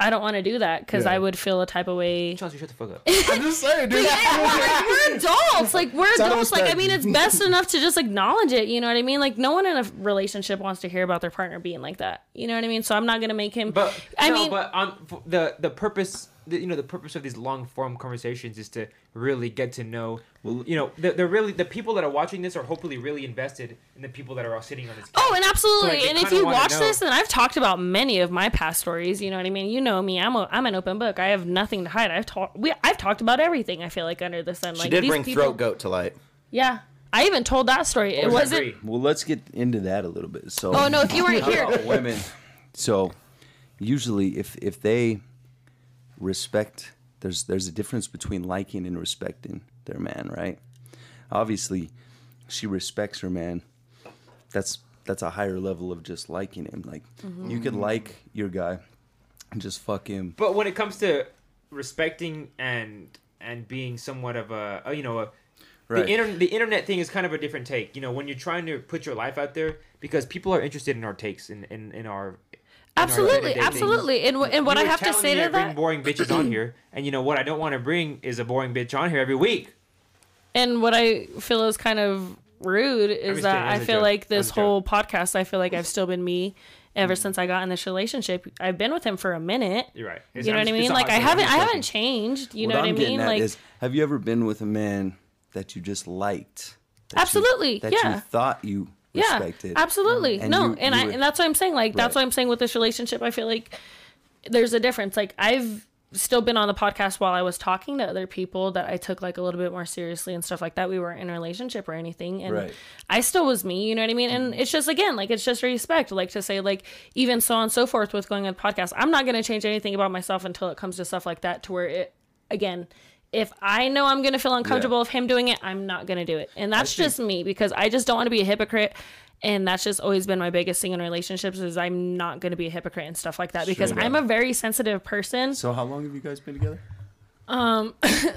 Speaker 3: I don't want to do that because
Speaker 5: Yeah.
Speaker 3: I would feel a type of way.
Speaker 6: Chelsea, shut the fuck up.
Speaker 5: I'm just saying, dude.
Speaker 3: Like, we're adults. Like we're
Speaker 5: out of
Speaker 3: adults. Like I
Speaker 5: respect.
Speaker 3: mean, it's best enough to just acknowledge it. You know what I mean? Like no one in a relationship wants to hear about their partner being like that. You know what I mean? So I'm not gonna make him.
Speaker 6: But
Speaker 3: I
Speaker 6: no,
Speaker 3: mean,
Speaker 6: but on f- the the purpose, the, you know, the purpose of these long form conversations is to really get to know. you know, the, the really the people that are watching this are hopefully really invested in the people that are all sitting on this.
Speaker 3: Oh, and absolutely.
Speaker 6: So, like, they
Speaker 3: and if
Speaker 6: kinda
Speaker 3: you
Speaker 6: wanna
Speaker 3: watch
Speaker 6: know.
Speaker 3: this, then I've talked about many of my past stories. You know what I mean? You know me. I'm a, I'm an open book. I have nothing to hide. I've talked we I've talked about everything. I feel like under the sun.
Speaker 4: She
Speaker 3: like
Speaker 4: did
Speaker 3: these
Speaker 4: bring
Speaker 3: people,
Speaker 4: throat goat to light.
Speaker 3: Yeah. I even told that story. It
Speaker 6: Or
Speaker 3: wasn't.
Speaker 6: agree.
Speaker 9: Well, let's get into that a little bit. So,
Speaker 3: Oh no! If you weren't here,
Speaker 9: women. So, usually, if if they respect, there's there's a difference between liking and respecting their man, right? Obviously, she respects her man. That's that's a higher level of just liking him. Like you
Speaker 3: Mm-hmm.
Speaker 9: could like your guy and just fuck him.
Speaker 6: But when it comes to respecting and and being somewhat of a uh, you know a,
Speaker 9: Right.
Speaker 6: the internet the internet thing is kind of a different take. You know when you're trying to put your life out there because people are interested in our takes in in, in our in our
Speaker 3: absolutely,
Speaker 6: day-to-day things.
Speaker 3: absolutely. And, wh- and what
Speaker 6: You
Speaker 3: I
Speaker 6: were
Speaker 3: have to
Speaker 6: telling
Speaker 3: say
Speaker 6: me
Speaker 3: to
Speaker 6: bring
Speaker 3: that,
Speaker 6: boring bitches on here, and you know what I don't want to bring is a boring bitch on here every week.
Speaker 3: and what I feel is kind of rude is
Speaker 6: just
Speaker 3: that
Speaker 6: kidding, it
Speaker 3: I
Speaker 6: was a
Speaker 3: feel
Speaker 6: joke.
Speaker 3: like
Speaker 6: It was
Speaker 3: this
Speaker 6: a joke.
Speaker 3: whole podcast, I feel like I've still been me ever since I got in this relationship. I've been with him for a minute.
Speaker 6: You're right. It's-
Speaker 3: You know
Speaker 6: I'm
Speaker 3: what I
Speaker 6: just- it's
Speaker 3: mean?
Speaker 6: a
Speaker 3: Like I
Speaker 6: hot take.
Speaker 3: haven't,
Speaker 6: I'm
Speaker 3: I
Speaker 6: just joking.
Speaker 3: haven't changed. You
Speaker 9: what
Speaker 3: know
Speaker 9: I'm
Speaker 3: what I mean?
Speaker 9: getting at
Speaker 3: Like
Speaker 9: is, have you ever been with a man that you just liked? That you-
Speaker 3: Absolutely,
Speaker 9: that
Speaker 3: yeah.
Speaker 9: you thought you respected.
Speaker 3: Yeah, absolutely.
Speaker 9: And
Speaker 3: no,
Speaker 9: you-
Speaker 3: and
Speaker 9: you
Speaker 3: I
Speaker 9: were-
Speaker 3: and that's what I'm saying. Like that's
Speaker 9: Right.
Speaker 3: what I'm saying with this relationship. I feel like there's a difference. Like I've still been on the podcast while I was talking to other people that I took like a little bit more seriously and stuff like that. We weren't in a relationship or anything, and
Speaker 9: Right. Mm-hmm.
Speaker 3: I still was me. You know what I mean? And it's just again like it's just respect. Like to say like even so on and so forth with going on podcasts. I'm not gonna change anything about myself until it comes to stuff like that to where it again. If I know I'm gonna feel uncomfortable of him doing it, I'm not gonna do it. And that's just me because I just don't want to be a hypocrite. And that's just always been my biggest thing in relationships is I'm not gonna be a hypocrite and stuff like that because I'm a very sensitive person.
Speaker 9: So how long have you guys been together?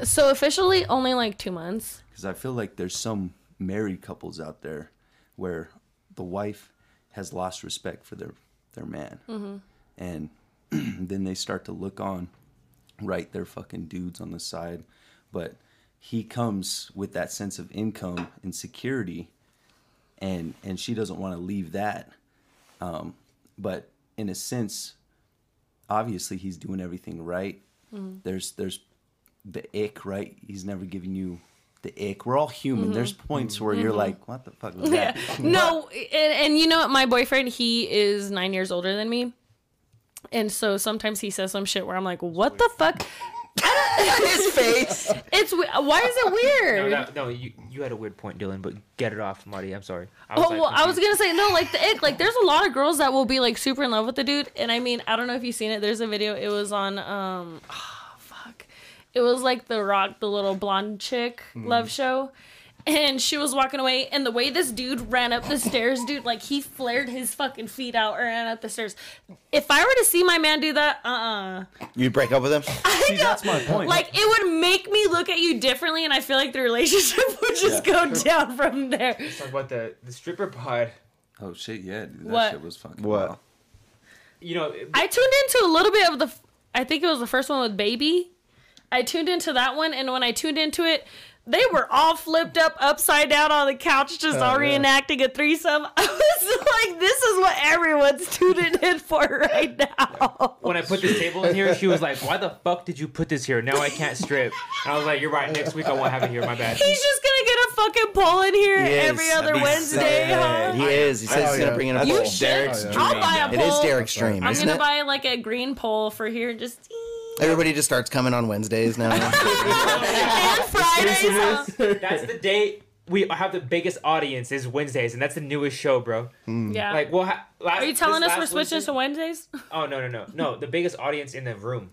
Speaker 3: So officially only like two months.
Speaker 9: Because I feel like there's some married couples out there where the wife has lost respect for their their man, and then they start to look on, right? They're fucking dudes on the side, but he comes with that sense of income and security, and and she doesn't want to leave that, um, but in a sense, obviously he's doing everything right. There's there's the ick, right? He's never giving you the ick. We're all human. There's points where you're like, what the fuck was that?
Speaker 3: No, and, and you know what? My boyfriend, he is nine years older than me. And so sometimes he says some shit where I'm like, what the fuck?
Speaker 4: His face.
Speaker 3: It's we- why is it
Speaker 6: No,
Speaker 3: weird?
Speaker 6: that, no, you you had a weird point, Dylan, but get it off, Marty. I'm sorry. I
Speaker 3: Oh
Speaker 6: like,
Speaker 3: well, I was
Speaker 6: confused.
Speaker 3: gonna say no, like the ick. Like there's a lot of girls that will be like super in love with the dude, and I mean, I don't know if you've seen it. There's a video. It was on, um, oh, fuck, it was like the Rock, the little blonde chick
Speaker 6: Mm.
Speaker 3: love show, and she was walking away, and the way this dude ran up the stairs, dude, like he flared his fucking feet out and ran up the stairs. If I were to see my man do that, uh, uh
Speaker 4: You break up with him?
Speaker 9: See, that's my point.
Speaker 3: like it would make me look at you differently, and I feel like the relationship would just go down from there.
Speaker 6: Talk about the the stripper pod.
Speaker 9: oh shit, yeah, dude, that
Speaker 3: What?
Speaker 9: shit was fucking
Speaker 4: What?
Speaker 9: wild.
Speaker 6: You know,
Speaker 3: I tuned into a little bit of the. I think it was the first one with Baby. I tuned into that one, and when I tuned into it, they were all flipped up, upside down on the couch, just
Speaker 4: Oh,
Speaker 3: all reenacting a threesome. I was like, "This is what everyone's tuning in for right now."
Speaker 6: when I put this table in here, she was like, "Why the fuck did you put this here? Now I can't strip." And I was like, "You're right. Next week I won't have it here. My bad."
Speaker 3: He's just gonna get a fucking poll in here
Speaker 4: Yes,
Speaker 3: every other Wednesday. huh?
Speaker 4: He is. He says he's
Speaker 5: Oh,
Speaker 4: going
Speaker 5: yeah.
Speaker 4: to bring in a
Speaker 2: That's
Speaker 4: poll.
Speaker 3: You should.
Speaker 2: Derek's
Speaker 3: I'll buy a
Speaker 4: It
Speaker 3: poll.
Speaker 4: is Derek's dream,
Speaker 3: I'm
Speaker 4: isn't
Speaker 3: gonna
Speaker 4: it?
Speaker 3: buy like a green poll for here, just
Speaker 4: Everybody just starts coming on Wednesdays now.
Speaker 3: and Fridays. huh?
Speaker 6: That's the day we have the biggest audience is Wednesdays, and that's the newest show, bro.
Speaker 3: Yeah.
Speaker 6: Like, we'll ha- last,
Speaker 3: Are you telling
Speaker 6: Uh, this
Speaker 3: us we're
Speaker 6: last
Speaker 3: switching
Speaker 6: Wednesday-
Speaker 3: to Wednesdays?
Speaker 6: Oh no, no, no, no! The biggest audience in the room.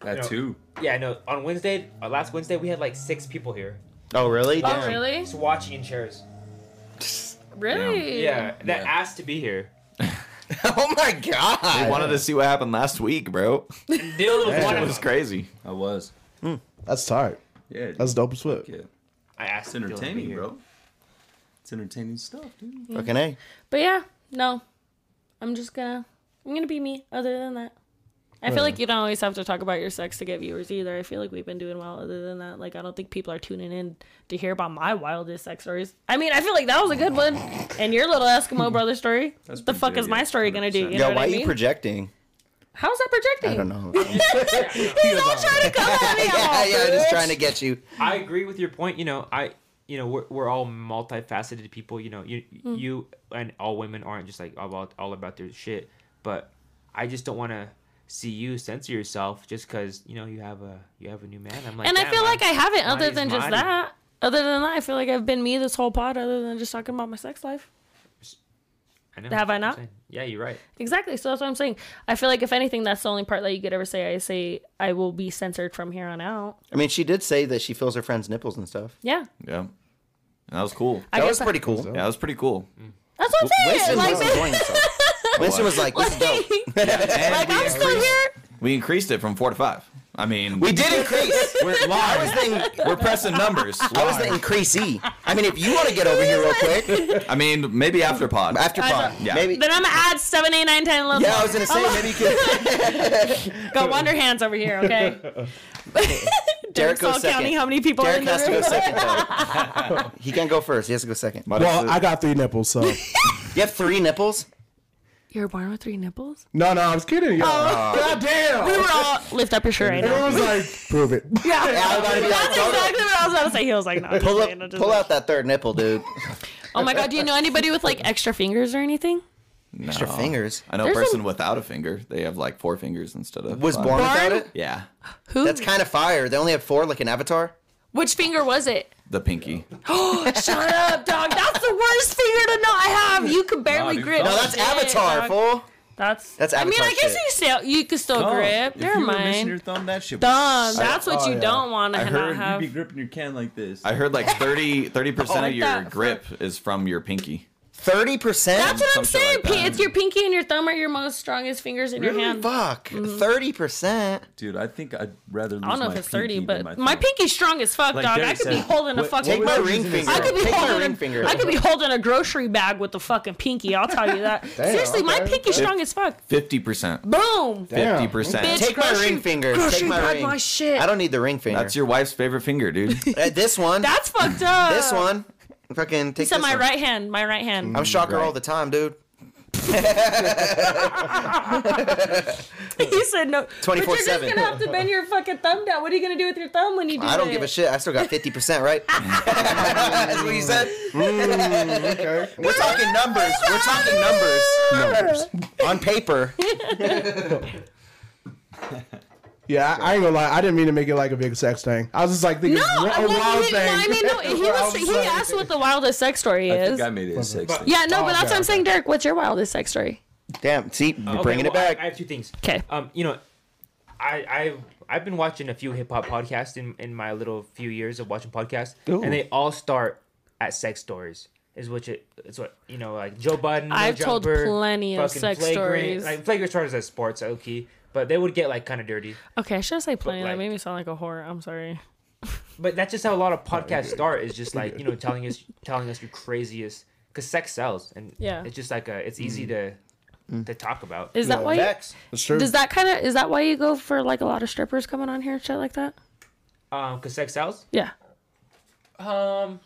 Speaker 9: That too.
Speaker 6: Yeah, no. On Wednesday, uh, last Wednesday, we had like six people here,
Speaker 4: oh, really?
Speaker 3: Oh, really?
Speaker 6: just watching in chairs.
Speaker 3: Really?
Speaker 6: Yeah, that
Speaker 9: Yeah.
Speaker 6: asked to be here.
Speaker 4: Oh, my
Speaker 2: I
Speaker 4: God.
Speaker 2: wanted to see what happened last week, bro.
Speaker 6: Dylan was one
Speaker 2: It
Speaker 6: of
Speaker 2: was
Speaker 6: them.
Speaker 2: crazy.
Speaker 9: I was.
Speaker 5: That's tight.
Speaker 9: Yeah, dude.
Speaker 5: That's dope as fuck.
Speaker 9: yeah.
Speaker 6: I asked
Speaker 9: It's
Speaker 6: Dylan to be
Speaker 9: entertaining,
Speaker 6: here.
Speaker 9: bro. It's entertaining stuff, dude.
Speaker 4: Fucking A.
Speaker 3: But yeah, no. I'm just gonna I'm gonna be me other than that. I feel like you don't always have to talk about your sex to get viewers either. I feel like we've been doing well other than that. Like I don't think people are tuning in to hear about my wildest sex stories. I mean, I feel like that was a good one. And your little Eskimo brother story.
Speaker 9: That's
Speaker 3: the
Speaker 9: pretty
Speaker 3: fuck
Speaker 9: good,
Speaker 3: is my
Speaker 9: yeah.
Speaker 3: story gonna do? You
Speaker 9: 100%.
Speaker 3: know
Speaker 4: Yo,
Speaker 3: what
Speaker 4: why
Speaker 3: I
Speaker 4: are
Speaker 3: mean?
Speaker 4: you projecting?
Speaker 3: How's that projecting?
Speaker 4: I don't know.
Speaker 3: He's all trying to come at me.
Speaker 4: yeah,
Speaker 3: all,
Speaker 4: yeah, just
Speaker 3: bitch.
Speaker 4: trying to get you.
Speaker 6: I agree with your point. You know, I you know we're, we're all multifaceted people. You know, you
Speaker 3: Hmm.
Speaker 6: you and all women aren't just like all about all about their shit. But I just don't want to see you censor yourself just because you know you have a you have a new man. I'm like,
Speaker 3: And I
Speaker 6: "Damn,
Speaker 3: feel
Speaker 6: I'm-
Speaker 3: like I haven't
Speaker 6: mine
Speaker 3: other
Speaker 6: is
Speaker 3: than just
Speaker 6: mine.
Speaker 3: that. Other than that, I feel like I've been me this whole pod, other than just talking about my sex life.
Speaker 6: I know.
Speaker 3: Have I not?
Speaker 6: Yeah, you're right.
Speaker 3: Exactly. So that's what I'm saying. I feel like if anything, that's the only part that you could ever say. I say I will be censored from here on out.
Speaker 4: I mean, she did say that she feels her friend's nipples and stuff.
Speaker 3: Yeah.
Speaker 2: Yeah. And that was cool.
Speaker 3: I
Speaker 4: That
Speaker 3: guess
Speaker 4: was
Speaker 3: I-
Speaker 4: pretty cool.
Speaker 2: Yeah, that was pretty cool.
Speaker 4: Mm-hmm.
Speaker 3: That's what I'm saying.
Speaker 4: Winston
Speaker 3: Like,
Speaker 4: was enjoying himself. Winston was like, "This is dope."
Speaker 3: like, like, I'm still here.
Speaker 2: We increased it from four to five. I mean,
Speaker 4: We did increase.
Speaker 2: We're live. We're pressing numbers.
Speaker 4: I was the
Speaker 2: live.
Speaker 4: increasee. I mean, if you want to get over here real quick
Speaker 2: I mean, maybe after pod.
Speaker 4: after pod,
Speaker 2: Yeah.
Speaker 4: maybe.
Speaker 3: Then I'm gonna add 7, 8, 9, 10, 11.
Speaker 4: Yeah, I was gonna say maybe you could.
Speaker 3: Got wonder hands over here, okay?
Speaker 4: Derek
Speaker 3: Derek
Speaker 4: goes
Speaker 3: County,
Speaker 4: second.
Speaker 3: how many people
Speaker 4: Derek
Speaker 3: are in
Speaker 4: has
Speaker 3: the
Speaker 4: to go
Speaker 3: room?
Speaker 4: second. Though. he can't go first. He has to go second.
Speaker 2: Might have
Speaker 5: Well,
Speaker 2: to-
Speaker 5: I got three nipples, so.
Speaker 4: You have three nipples.
Speaker 3: You were born with three nipples?
Speaker 5: no, no, I was kidding. Yo.
Speaker 3: Oh.
Speaker 5: God
Speaker 3: We
Speaker 5: damn.
Speaker 3: were all lift up your shirt right now.
Speaker 5: Everyone's like, prove it.
Speaker 3: Yeah.
Speaker 4: I was about to be like,
Speaker 3: That's
Speaker 4: "Go to-
Speaker 3: exactly what I was about to say. He was like, no, I'm just
Speaker 4: Pull
Speaker 3: saying, I'm
Speaker 4: up,
Speaker 3: just
Speaker 4: pull
Speaker 3: saying."
Speaker 4: out that third nipple, dude.
Speaker 3: Oh my god, do you know anybody with like extra fingers or anything?
Speaker 2: No.
Speaker 4: Extra fingers.
Speaker 2: I know a
Speaker 3: There's
Speaker 2: person
Speaker 3: a-
Speaker 2: without a finger. They have like four fingers instead of
Speaker 4: Was
Speaker 2: five.
Speaker 4: born without
Speaker 3: Born?
Speaker 4: it.
Speaker 2: Yeah,
Speaker 3: Who?
Speaker 4: That's kind of fire. They only have four, like an avatar.
Speaker 3: Which finger was it?
Speaker 2: the pinky.
Speaker 3: Shut up, dog. That's the worst finger to not have. You could barely
Speaker 9: dude,
Speaker 3: grip.
Speaker 9: no,
Speaker 4: No, that's
Speaker 3: Shit,
Speaker 4: avatar,
Speaker 3: dog.
Speaker 4: fool.
Speaker 3: That's
Speaker 4: That's
Speaker 3: I mean,
Speaker 4: avatar
Speaker 3: I guess
Speaker 4: shit.
Speaker 3: you still you could still grip.
Speaker 9: Oh, If
Speaker 3: Never
Speaker 9: you were missing
Speaker 3: mind.
Speaker 9: your thumb, that shit.
Speaker 3: Dumb. That's what
Speaker 5: oh,
Speaker 3: you
Speaker 5: yeah.
Speaker 3: don't want to
Speaker 9: I
Speaker 3: not
Speaker 9: heard
Speaker 3: have.
Speaker 9: you'd be gripping your can like this.
Speaker 2: I heard like 30 percent of
Speaker 3: like
Speaker 2: your
Speaker 3: that.
Speaker 2: grip is from your pinky.
Speaker 4: Thirty
Speaker 3: That's
Speaker 4: percent.
Speaker 3: what
Speaker 2: some
Speaker 3: I'm
Speaker 2: shit
Speaker 3: saying.
Speaker 2: like
Speaker 3: P
Speaker 2: that.
Speaker 3: It's your pinky and your thumb are your most strongest fingers in your hand.
Speaker 4: Fuck.
Speaker 3: Mm-hmm.
Speaker 4: 30 percent.
Speaker 9: Dude, I think I'd rather lose
Speaker 3: I don't know
Speaker 9: my
Speaker 3: if it's 30,
Speaker 9: pinky
Speaker 3: but
Speaker 9: than
Speaker 3: my,
Speaker 9: thumb.
Speaker 3: pinky's strong as fuck,
Speaker 9: Like
Speaker 3: dog. I
Speaker 9: Derek
Speaker 3: could be
Speaker 9: said,
Speaker 3: holding a
Speaker 9: what-
Speaker 3: fucking.
Speaker 4: Take my
Speaker 9: What was
Speaker 4: ring
Speaker 9: using his
Speaker 4: finger.
Speaker 3: I could be
Speaker 4: Take my
Speaker 3: holding.
Speaker 4: ring finger.
Speaker 3: A, I could be holding a grocery bag with a fucking pinky. I'll tell you that. Seriously, my
Speaker 5: okay.
Speaker 3: pinky's strong as fuck.
Speaker 2: 50 percent.
Speaker 3: Boom.
Speaker 5: Damn.
Speaker 2: 50 percent.
Speaker 3: Bitch.
Speaker 4: Take my
Speaker 3: Grocery-
Speaker 4: ring finger.
Speaker 3: grocery
Speaker 4: Take my
Speaker 3: bag,
Speaker 4: ring.
Speaker 3: my shit.
Speaker 4: I don't need the ring finger.
Speaker 2: That's your wife's favorite finger, dude.
Speaker 4: Uh, this one.
Speaker 3: That's fucked up.
Speaker 4: this one. Mm. Fucking take
Speaker 3: He said
Speaker 4: this
Speaker 3: my
Speaker 4: one.
Speaker 3: right hand. My right hand.
Speaker 6: Mm,
Speaker 4: I'm shocker all the time, dude.
Speaker 3: he said no. But you're just
Speaker 4: 24/7.
Speaker 3: gonna have to bend your fucking thumb down. What are you gonna do with your thumb when you do
Speaker 4: I don't
Speaker 3: it?
Speaker 4: give a shit. I still got 50%, right? That's what you said.
Speaker 5: Okay.
Speaker 4: We're talking numbers. We're talking numbers. Numbers. On paper.
Speaker 5: Yeah, I, I ain't gonna lie. I didn't mean to make it like a big sex thing. I was just like thinking
Speaker 3: No,
Speaker 5: it's
Speaker 3: I,
Speaker 5: a
Speaker 3: well,
Speaker 5: wild
Speaker 3: he,
Speaker 5: thing.
Speaker 3: no, I mean no. He
Speaker 5: I
Speaker 3: was.
Speaker 5: was
Speaker 3: He
Speaker 5: like-
Speaker 3: asked what the wildest sex story
Speaker 9: I
Speaker 3: is.
Speaker 9: think I made it a sex thing.
Speaker 3: yeah, no,
Speaker 5: Oh,
Speaker 3: but that's
Speaker 5: okay,
Speaker 3: what I'm
Speaker 5: okay.
Speaker 3: saying, Derek. What's your wildest sex story?
Speaker 4: Damn. See, you're
Speaker 6: Oh, Okay,
Speaker 4: bringing it
Speaker 6: well, I-
Speaker 4: back.
Speaker 6: I, have two things.
Speaker 3: 'Kay.
Speaker 6: Um, you know, I I I've been watching a few hip hop podcasts in in my little few years of watching podcasts, and they all start at sex stories. Is what it is what you know like Joe Budden. Lil
Speaker 3: I've told
Speaker 6: Jumper,
Speaker 3: plenty of
Speaker 6: fucking
Speaker 3: sex
Speaker 6: Flagrant-
Speaker 3: stories.
Speaker 6: Like flagrant stories as sports, okay, but they would get like kind of dirty.
Speaker 3: Okay, I should have said plenty.
Speaker 6: But,
Speaker 3: that
Speaker 6: like-
Speaker 3: made me sound like a whore. I'm sorry.
Speaker 6: But that's just how a lot of podcasts start. Is just like you know telling us telling us your craziest because sex sells, and
Speaker 3: Yeah. Mm.
Speaker 6: it's just like a it's easy
Speaker 4: Mm.
Speaker 6: to to talk about.
Speaker 3: Is that why? You,
Speaker 4: Vex.
Speaker 5: It's true.
Speaker 3: does that kind of is that why you go for like a lot of strippers coming on here and shit like that?
Speaker 6: Um, because sex sells.
Speaker 3: Yeah.
Speaker 6: Um,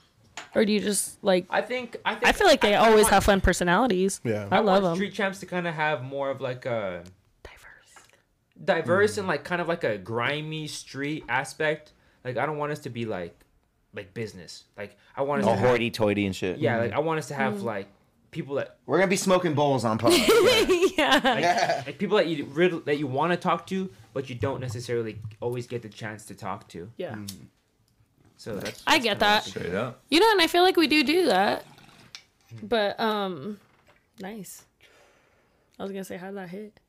Speaker 3: Or do you just like?
Speaker 6: I think I think
Speaker 3: I feel like they
Speaker 6: I
Speaker 3: always
Speaker 6: want-
Speaker 3: have fun personalities.
Speaker 5: Yeah.
Speaker 3: I love
Speaker 6: want
Speaker 3: them.
Speaker 6: Street champs to kind of have more of like a
Speaker 3: Diverse.
Speaker 4: Hmm.
Speaker 6: diverse and like kind of like a grimy street aspect. Like I don't want us to be like like business. Like I want us to have,
Speaker 4: hoity-toity and shit.
Speaker 6: yeah. Like I want us to
Speaker 3: Hmm.
Speaker 6: have like people that
Speaker 4: We're gonna be smoking bowls on pod.
Speaker 3: yeah.
Speaker 6: like people that you rid- that you want to talk to, but you don't necessarily always get the chance to talk to.
Speaker 3: Yeah.
Speaker 6: So Mm, that's
Speaker 3: I get that.
Speaker 9: Straight up.
Speaker 3: You know, and I feel like we do do that. But um, nice. I was gonna say how would that hit,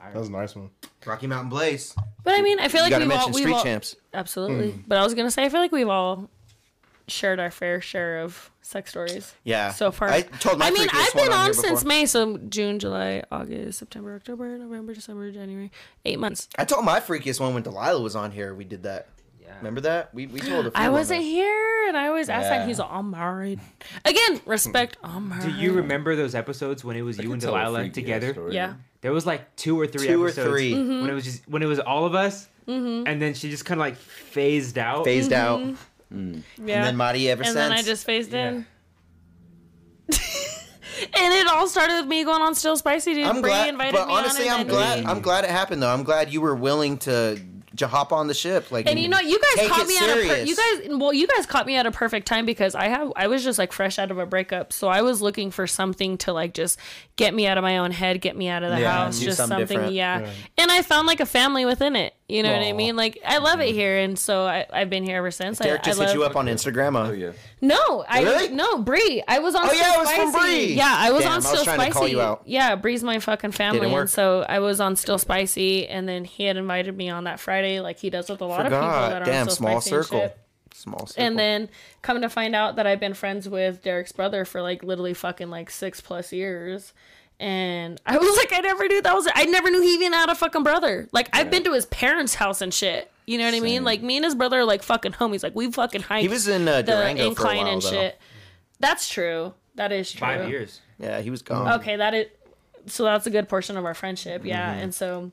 Speaker 5: That was a nice one.
Speaker 4: Rocky Mountain Blaze.
Speaker 3: but I mean, I feel
Speaker 4: You
Speaker 3: like
Speaker 4: gotta
Speaker 3: we've all
Speaker 4: mention
Speaker 3: we've
Speaker 4: Street
Speaker 3: all,
Speaker 4: Champs. Mm.
Speaker 3: absolutely. But I was gonna say I feel like we've all shared our fair share of sex stories.
Speaker 4: Yeah.
Speaker 3: So far,
Speaker 4: I told my
Speaker 3: I mean,
Speaker 4: freakiest
Speaker 3: I've
Speaker 4: one
Speaker 3: been
Speaker 4: on
Speaker 3: on,
Speaker 4: here
Speaker 3: since
Speaker 4: before.
Speaker 3: May, so June, July, August, September, October, November, December, January, eight months.
Speaker 4: I told my freakiest one when Delilah was on here. We did that.
Speaker 6: Yeah.
Speaker 4: Remember that? We we told. a few
Speaker 3: I
Speaker 4: on
Speaker 3: wasn't
Speaker 4: there.
Speaker 3: here, and I always asked that.
Speaker 2: Yeah.
Speaker 3: He's like, I'm married. Again, respect. I'm married.
Speaker 6: Do you remember those episodes when it was you and Delilah together?
Speaker 3: Yeah.
Speaker 6: There was like two or three
Speaker 4: Two or
Speaker 6: episodes
Speaker 4: three.
Speaker 3: Mm-hmm.
Speaker 6: when it was just when it was all of us, and then she just kind of like phased out.
Speaker 4: Phased out, and
Speaker 3: Yeah.
Speaker 4: then Marty ever
Speaker 3: Mm-hmm. and
Speaker 4: since.
Speaker 3: then I just phased
Speaker 6: Yeah.
Speaker 3: in. and it all started with me going on Still Spicy, dude.
Speaker 4: I'm
Speaker 3: Bree
Speaker 4: glad,
Speaker 3: invited
Speaker 4: but
Speaker 3: me
Speaker 4: honestly,
Speaker 3: on,
Speaker 4: I'm
Speaker 3: and
Speaker 4: glad.
Speaker 3: then we-
Speaker 4: I'm glad it happened though. I'm glad you were willing to to hop on the ship. Like,
Speaker 3: and you know, you guys
Speaker 4: take
Speaker 3: caught
Speaker 4: it
Speaker 3: me at a per-
Speaker 4: serious.
Speaker 3: you guys well, you guys caught me at a perfect time because I have I was just like fresh out of a breakup, so I was looking for something to like just get me out of my own head, get me out of the
Speaker 4: Yeah,
Speaker 3: house,
Speaker 4: do
Speaker 3: just
Speaker 4: something
Speaker 3: something,
Speaker 4: different.
Speaker 3: yeah. And I found like a family within it. You know what I mean? Like I love it here, and so I, I've been here ever since.
Speaker 4: Derek
Speaker 3: I,
Speaker 4: just hit
Speaker 3: I love,
Speaker 4: Mm-hmm. you up on Instagram. Huh?
Speaker 2: Oh yeah.
Speaker 3: No, I
Speaker 4: Really?
Speaker 3: no Bree. I was on.
Speaker 4: Oh,
Speaker 3: Still
Speaker 4: yeah, it was from
Speaker 3: Spicy.
Speaker 4: Bree.
Speaker 3: Yeah, I was
Speaker 4: Damn, I
Speaker 3: on
Speaker 4: was
Speaker 3: Still
Speaker 4: trying to
Speaker 3: Spicy.
Speaker 4: call you out.
Speaker 3: Yeah, Bree's my fucking family,
Speaker 4: work.
Speaker 3: and so I was on Still Spicy, and then he had invited me on that Friday, like he does with a lot of people that
Speaker 4: Forgot.
Speaker 3: are
Speaker 4: Damn,
Speaker 3: on Still
Speaker 4: small
Speaker 3: Spicy and
Speaker 4: circle.
Speaker 3: shit.
Speaker 4: Small circle.
Speaker 3: And then come to find out that I've been friends with Derek's brother for like literally fucking like six plus years. And I was like, I never knew that was. I never knew he even had a fucking brother. Like I've been to his parents' house and shit. You know what I mean? Like me and his brother are like fucking homies. Like we fucking hiked.
Speaker 4: he was in uh,
Speaker 3: the
Speaker 4: Durango for a
Speaker 3: incline
Speaker 4: while
Speaker 3: and
Speaker 4: though.
Speaker 3: shit. That's true. That is true.
Speaker 6: Five years.
Speaker 4: Yeah, he was gone.
Speaker 3: Okay, that is. So that's a good portion of our friendship. Yeah, and so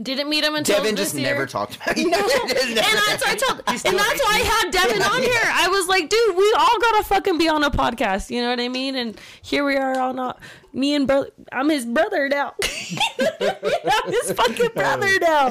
Speaker 3: didn't meet him until
Speaker 4: Mm-hmm. Devin
Speaker 3: this
Speaker 4: just
Speaker 3: year.
Speaker 4: never talked about it.
Speaker 3: and that's I told, and that's why I had Devin on here. I was like, dude, we all gotta fucking be on a podcast. You know what I mean? And here we are on a me and brother. I'm his brother now. I'm his fucking brother
Speaker 4: Oh.
Speaker 3: now.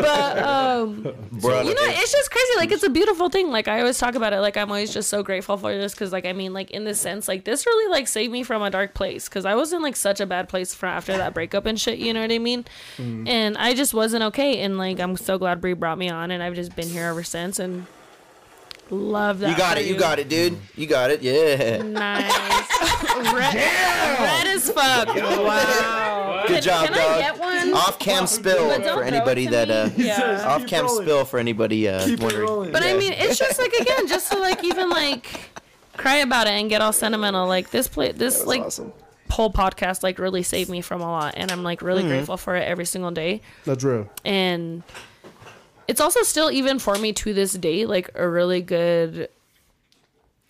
Speaker 3: But um, you know, it's just crazy. Like it's a beautiful thing. Like I always talk about it. Like I'm always just so grateful for this because, like, I mean, like in this sense, like this really like saved me from a dark place because I was in like such a bad place from after that breakup and shit. You know what I mean?
Speaker 4: Mm-hmm.
Speaker 3: And I just wasn't okay. And like I'm so glad Bree brought me on, and I've just been here ever since. And love that.
Speaker 4: You got it. You got it, dude. You got it. Yeah.
Speaker 3: Nice. red, red as fuck. Wow.
Speaker 4: Good job,
Speaker 3: can
Speaker 4: dog.
Speaker 3: I get one?
Speaker 4: Off cam
Speaker 3: But
Speaker 4: spill
Speaker 3: don't
Speaker 4: for
Speaker 3: throw it
Speaker 4: anybody
Speaker 3: to
Speaker 4: that
Speaker 3: me.
Speaker 4: uh
Speaker 3: Yeah.
Speaker 4: off cam
Speaker 5: rolling.
Speaker 4: spill for anybody uh wondering.
Speaker 3: But I mean, it's just like again, just to like even like cry about it and get all sentimental. Like this play, this like whole podcast like really saved me from a lot, and I'm like really grateful for it every single day.
Speaker 5: That's real.
Speaker 3: And it's also still even for me to this day like a really good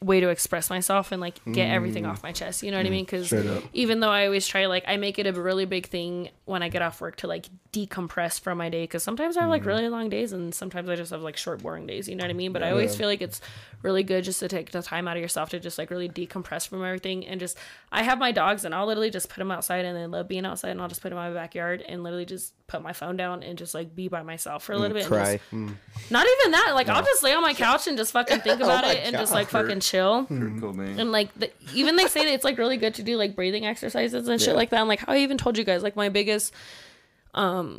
Speaker 3: way to express myself and like get everything off my chest. You know what I mean? Because
Speaker 5: Mm. Straight up.
Speaker 3: even though I always try like I make it a really big thing when I get off work to like decompress from my day because sometimes I have
Speaker 5: Mm.
Speaker 3: like really long days and sometimes I just have like short boring days. You know what I mean? But I always feel like it's really good just to take the time out of yourself to just like really decompress from everything and just I have my dogs and I'll literally just put them outside and they love being outside and I'll just put them in my backyard and literally just put my phone down and just like be by myself
Speaker 5: Mm,
Speaker 3: for a little bit. and just-
Speaker 4: Cry.
Speaker 3: not even that. Like I'll just lay on my couch and just fucking
Speaker 5: Oh
Speaker 3: think about it and just like fucking chill.
Speaker 9: Cool, man.
Speaker 3: And like the, even they say that it's like really good to do like breathing exercises and shit like that. I'm like, how I even told you guys like my biggest um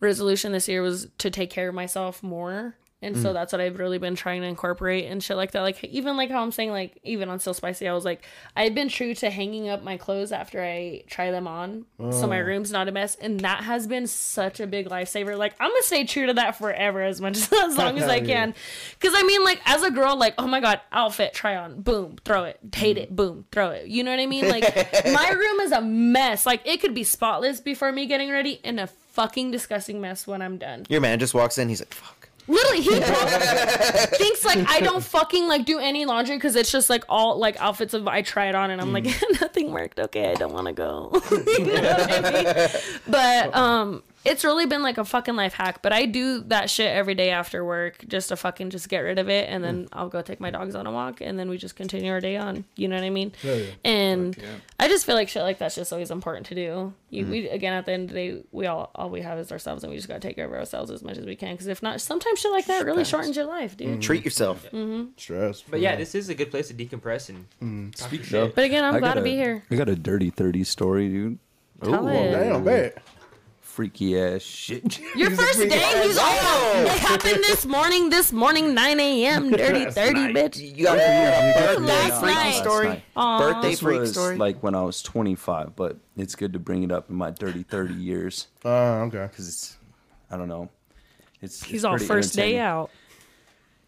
Speaker 3: resolution this year was to take care of myself more. And so that's what I've really been trying to incorporate and shit like that. Like even like how I'm saying like even on Still Spicy, I was like I had been true to hanging up my clothes after I try them on, so my room's not a mess. And that has been such a big lifesaver. Like I'm gonna stay true to that forever as much as, as long as I can, because I mean like as a girl, like oh my god, outfit try on, boom, throw it, hate it, boom, throw it. You know what I mean? Like my room is a mess. Like it could be spotless before me getting ready, and a fucking disgusting mess when I'm done.
Speaker 4: Your man just walks in. He's like, "Fuck."
Speaker 3: Literally, he probably thinks like I don't fucking like do any laundry because it's just like all like outfits of I try it on and I'm like nothing worked. Okay, I don't want to go. You know what I mean? But um, it's really been like a fucking life hack. But I do that shit every day after work just to fucking just get rid of it, and
Speaker 9: Mm.
Speaker 3: then I'll go take my dogs on a walk, and then we just continue our day on. You know what I mean? And I just feel like shit like that's just always important to do.
Speaker 9: Mm.
Speaker 3: You, We again at the end of the day, we all all we have is ourselves, and we just gotta take care of ourselves as much as we can. Because if not, sometimes shit like that really shortens your life, dude.
Speaker 9: Mm.
Speaker 4: Treat yourself.
Speaker 5: Stress.
Speaker 6: But yeah, this is a good place to decompress and
Speaker 2: Mm,
Speaker 6: talk your shit.
Speaker 3: But again, I'm
Speaker 9: I
Speaker 3: glad
Speaker 9: got
Speaker 3: to
Speaker 9: a-
Speaker 3: be here.
Speaker 9: I got a dirty 30 story, dude.
Speaker 3: Tell it.
Speaker 5: Damn, bet.
Speaker 9: Freaky ass shit.
Speaker 3: Your first day, he's all. It happened this morning. This morning, 9 a.m. Dirty thirty, bitch.
Speaker 4: You got a birthday
Speaker 3: Last
Speaker 4: freaky
Speaker 3: night.
Speaker 4: story.
Speaker 9: Last night.
Speaker 4: Birthday
Speaker 9: This
Speaker 4: freak
Speaker 9: was
Speaker 4: story.
Speaker 9: like when I was 25, but it's good to bring it up in my dirty 30 years
Speaker 5: Uh, okay.
Speaker 9: because it's, I don't know. It's it's
Speaker 3: He's all
Speaker 9: pretty
Speaker 3: first day
Speaker 9: entertaining.
Speaker 3: out.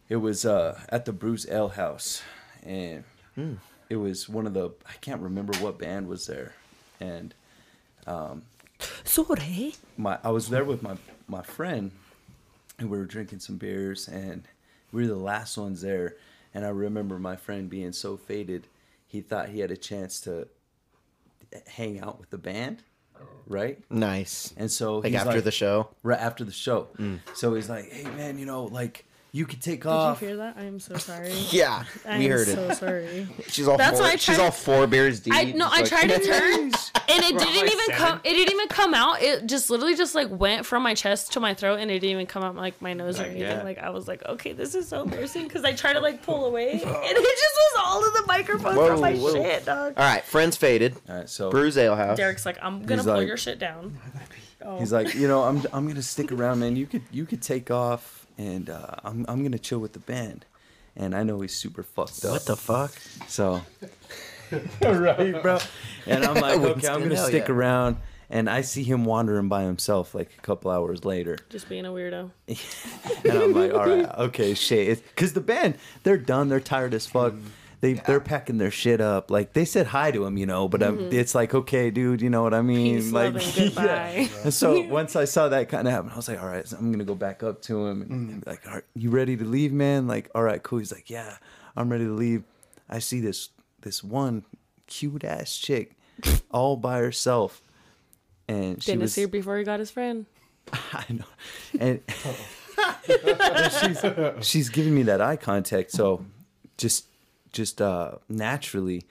Speaker 9: It was uh, at the Bruce L House, and it was one of the I can't remember what band was there, and um,
Speaker 3: Sorry.
Speaker 9: my I was there with my my friend, and we were drinking some beers, and we were the last ones there. And I remember my friend being so faded, he thought he had a chance to eh, hang out with the band, right?
Speaker 4: Nice.
Speaker 9: And so
Speaker 4: Like
Speaker 9: he's
Speaker 4: after the show. Mm.
Speaker 9: right after the show. So he's like, "Hey man, you know, like You could take
Speaker 3: Did you
Speaker 9: off.
Speaker 3: hear that? I'm so sorry.
Speaker 4: Yeah,
Speaker 3: I'm
Speaker 4: we heard
Speaker 3: so
Speaker 4: it.
Speaker 3: sorry.
Speaker 4: She's all.
Speaker 3: That's
Speaker 4: four,
Speaker 3: why I
Speaker 4: she's
Speaker 3: tried-
Speaker 4: all four bears deep.
Speaker 3: I no,
Speaker 4: It's
Speaker 3: I
Speaker 4: like-
Speaker 3: tried to turn, and it
Speaker 6: We're on
Speaker 3: didn't
Speaker 6: like
Speaker 3: even
Speaker 6: seven.
Speaker 3: come. It didn't even come out. It just literally just like went from my chest to my throat, and it didn't even come out like my nose or
Speaker 2: Like,
Speaker 3: anything.
Speaker 2: yeah.
Speaker 3: Like I was like, okay, this is so embarrassing because I tried to like pull away, and it just was all of the microphone
Speaker 4: Whoa,
Speaker 3: from my
Speaker 4: whoa.
Speaker 3: shit, dog.
Speaker 9: Uh,
Speaker 4: All right, friends faded.
Speaker 9: All right, so
Speaker 4: Brews Ale House.
Speaker 3: Derek's like, I'm gonna
Speaker 9: He's
Speaker 3: pull
Speaker 9: like-
Speaker 3: your shit down. Oh.
Speaker 9: he's like, you know, I'm I'm gonna stick around, man. You could you could take off, and uh, I'm I'm gonna chill with the band. And I know he's super fucked up.
Speaker 4: What the fuck?
Speaker 9: So
Speaker 5: right,
Speaker 9: bro. And I'm like, okay,
Speaker 4: Winston,
Speaker 9: I'm gonna
Speaker 4: hell
Speaker 9: stick
Speaker 4: yeah.
Speaker 9: around. And I see him wandering by himself like a couple hours later.
Speaker 3: just being a weirdo.
Speaker 9: And I'm like, all right, okay, shit. Because the band, they're done. They're tired as fuck.
Speaker 3: Mm-hmm.
Speaker 9: They, They're packing their shit up. Like, they said hi to him, you know, but I'm, it's like, okay, dude, you know what I mean?
Speaker 3: Mm-hmm. Peace,
Speaker 9: like,
Speaker 3: love, and goodbye.
Speaker 9: And so once I saw that kind of happen, I was like, all right, so I'm going to go back up to him and, and
Speaker 3: Mm.
Speaker 9: be like, all right, you ready to leave, man? Like, all right, cool. He's like, yeah, I'm ready to leave. I see this, this one cute ass chick all by herself. And she
Speaker 3: Didn't
Speaker 9: was,
Speaker 3: see her before he got his friend.
Speaker 9: I know. And, And she's, she's giving me that eye contact, so just just uh naturally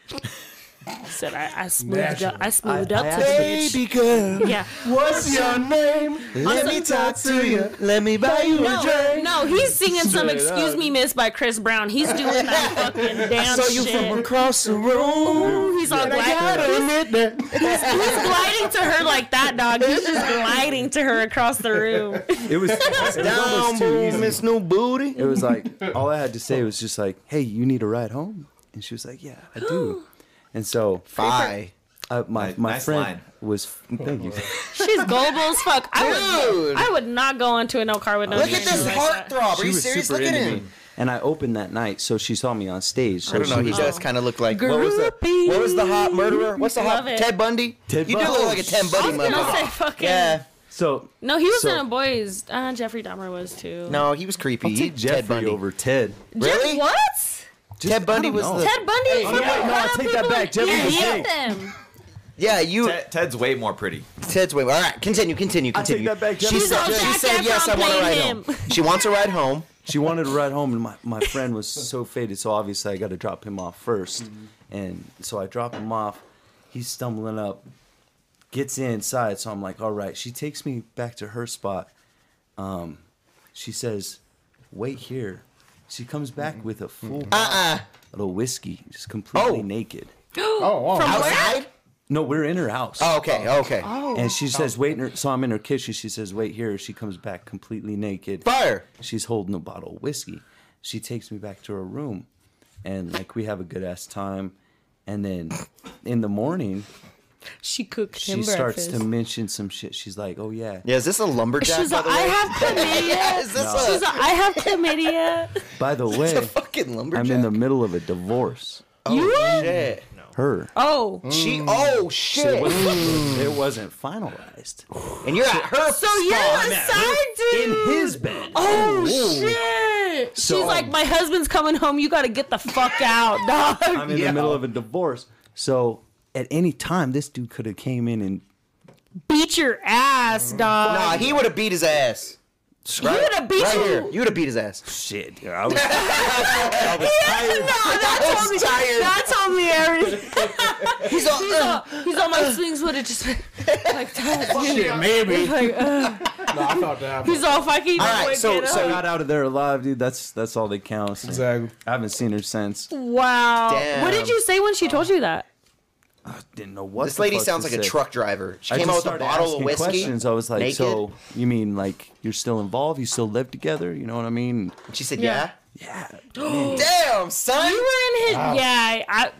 Speaker 3: Said I, I smoothed up. I
Speaker 9: I,
Speaker 3: smoothed
Speaker 9: I
Speaker 3: up to
Speaker 9: asked-
Speaker 3: the bitch.
Speaker 9: girl.
Speaker 3: Yeah.
Speaker 5: What's your name?
Speaker 3: Also-
Speaker 5: to you.
Speaker 9: Let me buy you
Speaker 3: No, no, he's singing some
Speaker 9: Straight
Speaker 3: "Excuse
Speaker 9: up.
Speaker 3: Me, Miss" by Chris Brown. He's doing that fucking damn
Speaker 5: Saw you
Speaker 3: shit.
Speaker 5: from across the room.
Speaker 3: Ooh, he's all
Speaker 5: I gotta
Speaker 3: gliding.
Speaker 5: admit that.
Speaker 3: He's, he's gliding to her like that, dog. He's just gliding to her across the room.
Speaker 9: It was, it was
Speaker 4: Down,
Speaker 9: almost too
Speaker 4: boom,
Speaker 9: easy.
Speaker 4: Miss New Booty.
Speaker 9: It was like all I had to say was just like, "Hey, you need a ride home," and she was like, "Yeah, I do." And so
Speaker 4: Bye.
Speaker 9: uh, my
Speaker 2: Nice-
Speaker 9: my
Speaker 2: nice
Speaker 9: friend
Speaker 2: line.
Speaker 9: was thank you.
Speaker 3: She's gullible as fuck. I would,
Speaker 4: Dude.
Speaker 3: I would not go into a no car with no.
Speaker 4: Look at
Speaker 3: man
Speaker 4: this
Speaker 3: like that.
Speaker 4: heartthrob. Are
Speaker 9: She
Speaker 4: you
Speaker 9: was
Speaker 4: serious?
Speaker 9: super
Speaker 4: Look at
Speaker 9: into
Speaker 4: him.
Speaker 9: me, and I opened that night, so she saw me on stage. So
Speaker 4: I don't know.
Speaker 9: she
Speaker 4: He
Speaker 9: was
Speaker 3: Oh.
Speaker 4: does kind of look like what was the
Speaker 3: Groupie.
Speaker 4: what was the hot murderer? What's the
Speaker 3: Love
Speaker 4: hot
Speaker 3: it.
Speaker 4: Ted Bundy?
Speaker 9: Ted
Speaker 4: you do
Speaker 9: Bundy.
Speaker 4: look like a Ted
Speaker 3: I
Speaker 4: Bundy
Speaker 3: was gonna say
Speaker 4: motherfucker.
Speaker 3: fucking.
Speaker 4: Yeah.
Speaker 9: so
Speaker 3: No, he was
Speaker 9: so-
Speaker 3: in a boys. Uh, Jeffrey Dahmer was too.
Speaker 4: No, he was creepy.
Speaker 9: I'll
Speaker 4: He-
Speaker 9: take
Speaker 4: Ted
Speaker 9: Jeffrey
Speaker 4: Bundy.
Speaker 9: over Ted.
Speaker 3: Jeff-
Speaker 4: Really?
Speaker 3: What?
Speaker 9: Just-
Speaker 4: Ted Bundy
Speaker 9: I don't
Speaker 4: was
Speaker 9: know.
Speaker 4: the-
Speaker 3: Ted Bundy.
Speaker 4: Oh,
Speaker 3: fucking
Speaker 9: yeah. No,
Speaker 3: cut
Speaker 9: I
Speaker 3: up
Speaker 9: take that
Speaker 3: people
Speaker 9: back.
Speaker 3: and-
Speaker 9: Jeffrey
Speaker 3: Yeah,
Speaker 9: was
Speaker 3: he
Speaker 9: great.
Speaker 3: ate them.
Speaker 4: Yeah, you.
Speaker 2: Ted, Ted's way more pretty.
Speaker 4: Ted's way. All right, continue, continue,
Speaker 9: I take
Speaker 4: continue.
Speaker 9: that back,
Speaker 4: She
Speaker 9: Jeffrey.
Speaker 4: said,
Speaker 3: He's all
Speaker 4: she
Speaker 3: Zac
Speaker 4: said yes. I
Speaker 3: Efron
Speaker 4: want to
Speaker 3: playing
Speaker 4: ride
Speaker 3: him.
Speaker 4: home. She wants a ride home.
Speaker 9: She wanted to ride home, and my, my friend was so faded. So obviously, I got to drop him off 1st
Speaker 4: Mm-hmm.
Speaker 9: And so I drop him off. He's stumbling up, gets inside. So I'm like, all right. She takes me back to her spot. Um, she says, wait here. She comes back with a full
Speaker 4: Uh.
Speaker 9: bottle of whiskey, just completely
Speaker 4: Mm-hmm. Oh.
Speaker 9: naked.
Speaker 5: Oh, wow.
Speaker 3: From where?
Speaker 4: Outside.
Speaker 9: No, we're in her house.
Speaker 4: Oh, okay. Okay.
Speaker 9: And she says, wait. In her, so I'm in her kitchen. She says, wait here. She comes back completely naked.
Speaker 4: Fire.
Speaker 9: She's holding a bottle of whiskey. She takes me back to her room, and like we have a good ass time. And then in the morning,
Speaker 3: She cooked
Speaker 9: she
Speaker 3: him
Speaker 9: starts
Speaker 3: breakfast.
Speaker 9: to mention some shit. She's like, "Oh yeah,"
Speaker 4: Yeah, is this a lumberjack?
Speaker 3: She's
Speaker 4: by
Speaker 3: like,
Speaker 4: the
Speaker 3: I
Speaker 4: way?
Speaker 3: have chlamydia.
Speaker 4: Yeah, is this
Speaker 3: She's
Speaker 4: a,
Speaker 3: like, I have chlamydia.
Speaker 9: by the
Speaker 4: it's a
Speaker 9: way,
Speaker 4: fucking lumberjack?
Speaker 9: I'm in the middle of a divorce.
Speaker 4: oh, shit.
Speaker 9: Her,
Speaker 3: Oh.
Speaker 4: She.
Speaker 9: Mm.
Speaker 4: Oh shit.
Speaker 9: it wasn't finalized
Speaker 4: and you're at her.
Speaker 3: So you're a side dude.
Speaker 9: in his bed.
Speaker 3: oh, shit.
Speaker 4: um,
Speaker 3: She's like, my husband's coming home. You got to get the fuck out, dog.
Speaker 9: I'm in the middle of a divorce, so at any time this dude could have came in and
Speaker 3: beat your ass, dog.
Speaker 4: Nah, he would have beat his ass. Mm-hmm. Right,
Speaker 3: would have beat
Speaker 4: right
Speaker 3: you.
Speaker 4: here. You would have beat his ass.
Speaker 9: shit. dude, I was-
Speaker 3: Yeah, no, that told me.
Speaker 4: tired.
Speaker 3: That told me everything.
Speaker 4: He's all. uh,
Speaker 3: He's all, he's all my swings would have just been like that.
Speaker 5: Shit, maybe.
Speaker 3: Like, uh,
Speaker 5: no, I thought that.
Speaker 3: he's all fucking.
Speaker 4: All right, so-
Speaker 3: get
Speaker 9: I
Speaker 4: so-
Speaker 3: up.
Speaker 9: got out of there alive, dude. That's that's all that counts.
Speaker 5: Exactly.
Speaker 9: I haven't seen her since.
Speaker 3: wow. What
Speaker 4: Damn.
Speaker 3: did you say when she told you that?
Speaker 9: didn't know what
Speaker 4: This
Speaker 9: the
Speaker 4: lady
Speaker 9: fuck
Speaker 4: sounds
Speaker 9: to
Speaker 4: like a
Speaker 9: say.
Speaker 4: truck driver. She
Speaker 9: I
Speaker 4: came
Speaker 9: just
Speaker 4: out with a
Speaker 9: started
Speaker 4: bottle of
Speaker 9: asking
Speaker 4: whiskey.
Speaker 9: Questions. I was like,
Speaker 4: naked.
Speaker 9: so you mean like you're still involved? You still live together? You know what I mean?
Speaker 4: And she said, "Yeah."
Speaker 3: Yeah.
Speaker 9: Yeah,
Speaker 4: Damn, son.
Speaker 3: You were in his. Yeah, I. I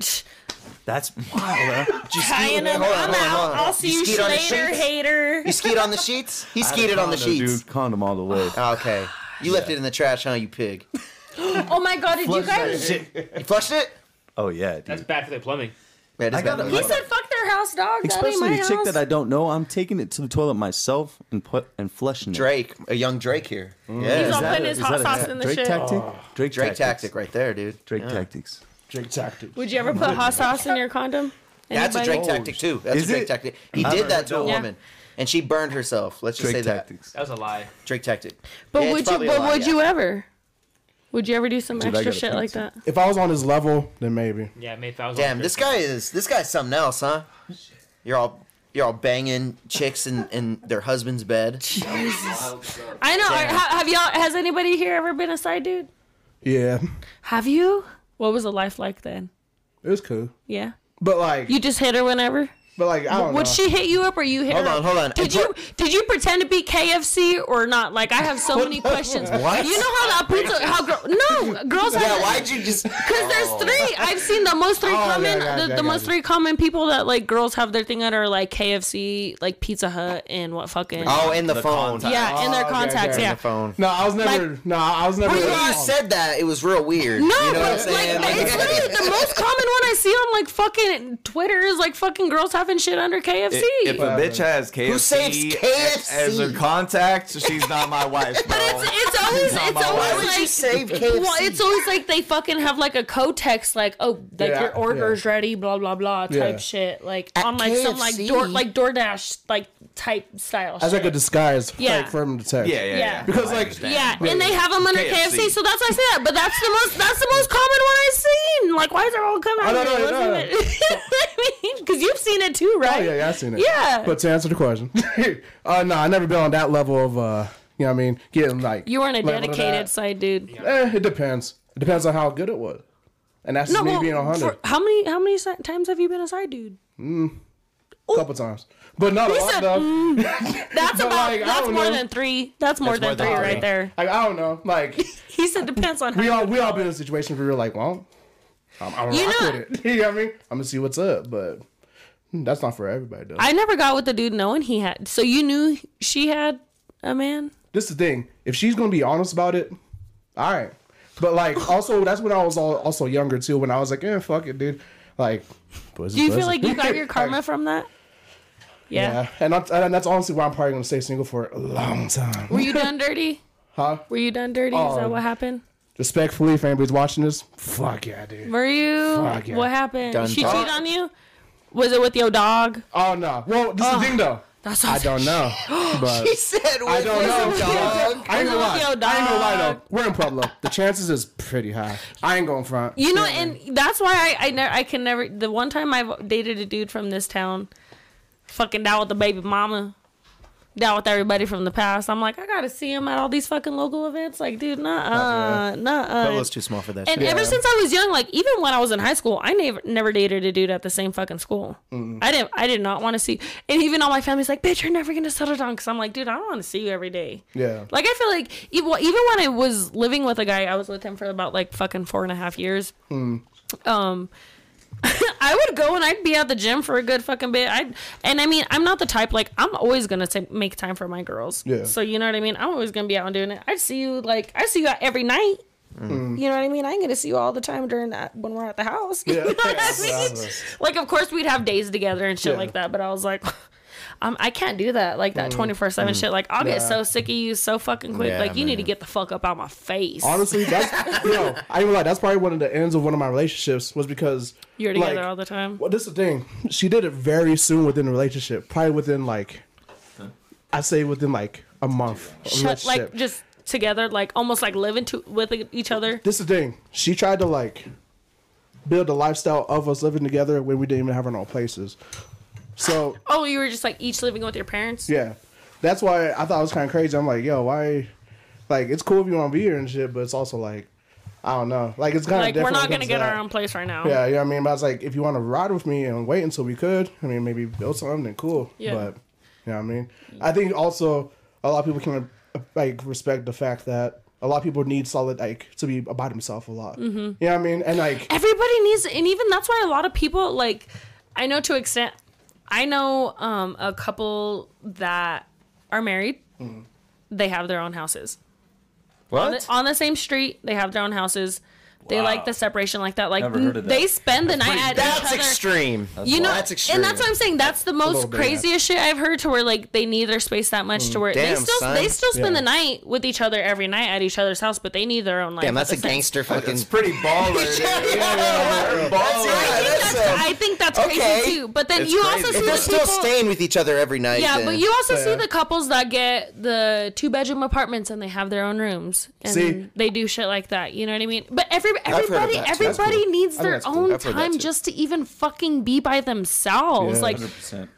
Speaker 9: that's wild. Huh?
Speaker 3: tying them.
Speaker 4: Hold on,
Speaker 3: I'm
Speaker 4: hold on,
Speaker 3: out.
Speaker 4: hold on.
Speaker 3: I'll
Speaker 4: You
Speaker 3: see you,
Speaker 4: skied on the
Speaker 3: later,
Speaker 4: sheets?
Speaker 3: hater.
Speaker 4: You skied on the sheets. He skied on the
Speaker 9: Condom,
Speaker 4: sheets. Ah,
Speaker 9: dude. Condom all the way.
Speaker 4: Okay. You left it in the trash, huh? You pig.
Speaker 3: Oh my god, did you guys?
Speaker 4: You flushed it.
Speaker 9: Oh yeah, dude.
Speaker 6: That's bad for the plumbing.
Speaker 4: Yeah, it is
Speaker 9: I got
Speaker 4: bad.
Speaker 9: a-
Speaker 3: He said, "Fuck their house, dog." that ain't
Speaker 9: Especially
Speaker 3: my
Speaker 9: a chick
Speaker 3: house.
Speaker 9: that I don't know. I'm taking it to the toilet myself and put and flushing it.
Speaker 4: Drake, a young Drake here. Yeah.
Speaker 3: He's all
Speaker 9: Is
Speaker 3: putting his
Speaker 9: is
Speaker 3: hot
Speaker 9: a
Speaker 3: sauce
Speaker 9: ta-
Speaker 3: in the
Speaker 9: Drake
Speaker 3: shit.
Speaker 9: Tactic? Drake,
Speaker 4: Oh. Drake
Speaker 9: tactics.
Speaker 4: tactic right there, dude.
Speaker 9: Drake
Speaker 4: Yeah.
Speaker 9: tactics.
Speaker 5: Drake tactic.
Speaker 3: Would you ever put hot sauce in your condom?
Speaker 4: That's a
Speaker 3: Anybody?
Speaker 4: Drake tactic too. That's
Speaker 9: Oh, Is
Speaker 4: a Drake
Speaker 9: it?
Speaker 4: tactic. He
Speaker 9: I
Speaker 4: did
Speaker 9: don't
Speaker 4: that to a
Speaker 9: know.
Speaker 3: Yeah.
Speaker 4: woman, and she burned herself. Let's just
Speaker 9: Drake
Speaker 4: say that.
Speaker 9: tactics.
Speaker 6: That was a lie.
Speaker 4: Drake tactic.
Speaker 3: But
Speaker 4: Yeah, it's
Speaker 3: would you?
Speaker 4: probably a
Speaker 3: But
Speaker 4: lie,
Speaker 3: would
Speaker 4: yeah.
Speaker 3: you ever? Would you ever do some
Speaker 9: Dude, I
Speaker 3: extra
Speaker 9: got a
Speaker 3: shit like that?
Speaker 5: If I was on his level, then maybe.
Speaker 6: Yeah, made thousands.
Speaker 4: Damn, this guy is this guy's something else, huh? You're all you're all banging chicks in, in their husband's bed.
Speaker 3: I know.
Speaker 4: Damn.
Speaker 3: Are, ha- have y'all? Has anybody here ever been a side dude?
Speaker 5: Yeah,
Speaker 3: Have you? What was the life like then?
Speaker 5: it was cool.
Speaker 3: Yeah.
Speaker 5: But like,
Speaker 3: You just hit her whenever.
Speaker 5: but like, I don't
Speaker 3: Would
Speaker 5: know.
Speaker 3: she hit you up or you hit
Speaker 4: Hold
Speaker 3: her?
Speaker 4: on, hold on.
Speaker 3: Did
Speaker 4: I
Speaker 3: you did you pretend to be KFC or not? Like I have so many questions.
Speaker 4: What?
Speaker 3: You know how that pizza? How gir- no girls
Speaker 4: Yeah,
Speaker 3: have
Speaker 4: why'd you just?
Speaker 3: because there's three. I've seen the most three
Speaker 5: Oh, yeah,
Speaker 3: common
Speaker 5: yeah,
Speaker 3: the, the
Speaker 5: yeah, yeah,
Speaker 3: most
Speaker 5: yeah.
Speaker 3: three common people that like girls have their thing at are like KFC, like Pizza Hut, and what fucking
Speaker 4: Oh, in the, phone.
Speaker 2: contact.
Speaker 3: yeah, in their
Speaker 5: okay,
Speaker 3: contacts.
Speaker 5: okay.
Speaker 4: In
Speaker 3: Yeah.
Speaker 4: the phone.
Speaker 5: No, I was never. no, I was never.
Speaker 4: When
Speaker 5: really
Speaker 4: you
Speaker 5: on.
Speaker 4: said that, it was real weird.
Speaker 3: No,
Speaker 4: you know what I'm
Speaker 3: but like
Speaker 4: saying?
Speaker 3: it's literally the most common one I see on like fucking Twitter is like fucking girls having shit under KFC.
Speaker 2: If a
Speaker 5: Whatever.
Speaker 2: bitch has KFC,
Speaker 4: saves KFC?
Speaker 2: as her contact, she's not my wife, bro.
Speaker 3: But it's it's always
Speaker 2: Not
Speaker 3: it's
Speaker 2: my
Speaker 3: always
Speaker 2: wife.
Speaker 4: Why would
Speaker 3: like
Speaker 4: you save KFC?
Speaker 3: Well, it's always like they fucking have like a co-text, like oh, like
Speaker 5: Yeah,
Speaker 3: your order's ready, blah blah blah, type
Speaker 5: Yeah.
Speaker 3: shit, like
Speaker 4: At
Speaker 3: on like some like
Speaker 4: KFC.
Speaker 3: door like DoorDash like type style.
Speaker 5: As like
Speaker 3: shit.
Speaker 5: a disguise,
Speaker 3: Yeah.
Speaker 5: like from the text.
Speaker 2: yeah, yeah, yeah,
Speaker 3: Yeah.
Speaker 5: Because,
Speaker 2: I
Speaker 5: like-
Speaker 2: understand.
Speaker 3: yeah, and they have them under KFC.
Speaker 2: KFC.
Speaker 3: so that's why I say that. But that's the most that's the most common one I've seen. Like, why is it all coming?
Speaker 5: Oh,
Speaker 3: out
Speaker 5: no,
Speaker 3: of
Speaker 5: no,
Speaker 3: your
Speaker 5: no, no.
Speaker 3: lips? I mean, because you've seen it too,
Speaker 5: Oh
Speaker 3: right?
Speaker 5: yeah, yeah, I seen it.
Speaker 3: Yeah.
Speaker 5: But to answer the question, uh, no, I never been on that level of, uh, you know, what I mean, getting like.
Speaker 3: you weren't a
Speaker 5: leveled at
Speaker 3: dedicated
Speaker 5: that.
Speaker 3: side dude.
Speaker 5: Eh, it depends. It depends on how good it was, and that's just me being on
Speaker 3: for-
Speaker 5: hundred
Speaker 3: how many how many si- times have you been a side dude?
Speaker 5: a couple times. But not a
Speaker 3: He
Speaker 5: lot
Speaker 3: said,
Speaker 5: though.
Speaker 3: That's
Speaker 5: But,
Speaker 3: about
Speaker 5: like, I
Speaker 3: that's
Speaker 5: don't
Speaker 3: more
Speaker 5: know.
Speaker 3: than three. That's more than three right there.
Speaker 5: Like I don't know. Like
Speaker 3: He said depends on
Speaker 5: we
Speaker 3: how.
Speaker 5: all we all been in situations where we're like, well, um, I'm, I'm
Speaker 3: You
Speaker 5: rock
Speaker 3: know-
Speaker 5: with it. you know what I mean? I'm gonna see what's up, but hmm, that's not for everybody though.
Speaker 3: I never got with the dude knowing he had. So you knew she had a man.
Speaker 5: this is the thing. If she's gonna be honest about it, all right. But like, also that's when I was all, also younger too. When I was like, eh, fuck it, dude. Like,
Speaker 3: Do you feel like you got your karma from that? Yeah.
Speaker 5: yeah, and, that's and that's honestly why I'm probably gonna stay single for a long time.
Speaker 3: Were you done dirty?
Speaker 5: Huh?
Speaker 3: Were you done dirty? Is that
Speaker 5: Oh.
Speaker 3: what happened?
Speaker 5: Respectfully, if anybody's watching this, fuck yeah, dude.
Speaker 3: Were you?
Speaker 5: Fuck yeah.
Speaker 3: What happened?
Speaker 4: Done
Speaker 3: she
Speaker 4: dirty.
Speaker 3: cheat on you? Was it with your dog?
Speaker 5: Oh no. Well, this is the thing though.
Speaker 3: That's
Speaker 5: I don't know, but
Speaker 4: he said,
Speaker 5: I don't know, dog. I ain't gonna lie.
Speaker 3: Pinocchio
Speaker 5: I ain't gonna lie
Speaker 3: dog.
Speaker 5: though. We're in Pueblo. The chances is pretty high. I ain't going front.
Speaker 3: You know, and that's why I I, ne- I can never. The one time I dated a dude from this town, fucking down with the baby mama, down with everybody from the past. I'm like, I gotta see him at all these fucking local events. Like, dude, nah, uh, nah, uh.
Speaker 4: too small for that.
Speaker 3: And ever since I was young, like even when I was in high school, I never never dated a dude at the same fucking school. I didn't. I did not want to see. And even all my family's like, "Bitch, you're never gonna settle down." Because I'm like, dude, I don't want to see you every day.
Speaker 5: Yeah.
Speaker 3: Like I feel like even even when I was living with a guy, I was with him for about like fucking four and a half years.
Speaker 5: Hmm.
Speaker 3: Um, I would go and I'd be at the gym for a good fucking bit. I and I mean I'm not the type like I'm always gonna ta- make time for my girls.
Speaker 5: Yeah.
Speaker 3: So you know what I mean. I'm always gonna be out and doing it. I see you like I see you out every night.
Speaker 5: Hmm.
Speaker 3: You know what I mean? I ain't gonna see you all the time during that when we're at the house. You know what I mean? Like, of course, we'd have days together and shit
Speaker 5: Yeah. Mm-hmm.
Speaker 3: like that. But I was like, um, I can't do that. Like that twenty four seven shit. Like I'll get
Speaker 5: Nah.
Speaker 3: so sick of you so fucking quick.
Speaker 4: Yeah,
Speaker 3: like you need
Speaker 4: man.
Speaker 3: to get the fuck up out my face.
Speaker 5: Honestly, that's you know, I ain't gonna lie. That's probably one of the ends of one of my relationships was because
Speaker 3: You're together
Speaker 5: like,
Speaker 3: all the time.
Speaker 5: Well, this is the thing. She did it very soon within the relationship. Probably within like, I say within like a month. of
Speaker 3: Shut,
Speaker 5: relationship.
Speaker 3: like just together, like almost like living to with each other.
Speaker 5: this is the thing. She tried to like build a lifestyle of us living together when we didn't even have our own places. So
Speaker 3: Oh, you were just like each living with your parents.
Speaker 5: yeah, that's why I thought it was kind of crazy. I'm like, yo, why? Like, it's cool if you want to be here and shit, but it's also like, I don't know. Like, it's kind of
Speaker 3: Like we're not gonna get our own place right now.
Speaker 5: uh, Yeah, you know what I mean? But I was like, if you want to ride with me and wait until we could, I mean, maybe build something, then cool.
Speaker 3: Yeah.
Speaker 5: But, you know what I mean? I think also a lot of people can, uh, like, respect the fact that a lot of people need solid, like, to be about himself a lot. Mm-hmm. You know what I mean? And, like,
Speaker 3: everybody needs and even that's why a lot of people like i know to extent i know um a couple that are married they have their own houses on the,
Speaker 1: What?
Speaker 3: on the same street they have their own houses They like the separation like that. Like
Speaker 9: Never heard of that.
Speaker 3: they spend the night at each
Speaker 4: That's
Speaker 3: other.
Speaker 4: extreme.
Speaker 3: You know,
Speaker 4: that's extreme.
Speaker 3: and that's what I'm saying. That's the
Speaker 5: little
Speaker 3: most
Speaker 5: bit,
Speaker 3: craziest shit I've heard. To where like they need their space that much. To where they
Speaker 4: Damn,
Speaker 3: still
Speaker 4: son.
Speaker 3: they still spend
Speaker 5: Yeah.
Speaker 3: the night with each other every night at each other's house, but they need their own life.
Speaker 4: Damn,
Speaker 3: at
Speaker 4: that's a
Speaker 3: the same-
Speaker 4: gangster fucking.
Speaker 2: It's pretty baller. dude.
Speaker 4: Yeah, yeah,
Speaker 2: Baller.
Speaker 3: I think
Speaker 4: that's
Speaker 3: that's,
Speaker 4: a-
Speaker 3: I think that's
Speaker 4: okay.
Speaker 3: crazy too. But then
Speaker 2: It's
Speaker 3: you
Speaker 2: crazy.
Speaker 3: also
Speaker 2: If
Speaker 3: see
Speaker 4: If
Speaker 3: the
Speaker 4: they're still
Speaker 3: people.
Speaker 4: staying with each other every night.
Speaker 3: yeah,
Speaker 4: then.
Speaker 3: but you also see
Speaker 5: Yeah.
Speaker 3: the couples that get the two bedroom apartments and they have their own rooms and
Speaker 5: See?
Speaker 3: they do shit like that. You know what I mean? But every
Speaker 4: heard of
Speaker 3: everybody
Speaker 4: that too. That's
Speaker 3: everybody needs their
Speaker 5: that's cool.
Speaker 3: own
Speaker 4: I've heard that
Speaker 3: time
Speaker 4: too.
Speaker 3: just to even fucking be by themselves.
Speaker 5: Yeah.
Speaker 3: Like
Speaker 9: 100%.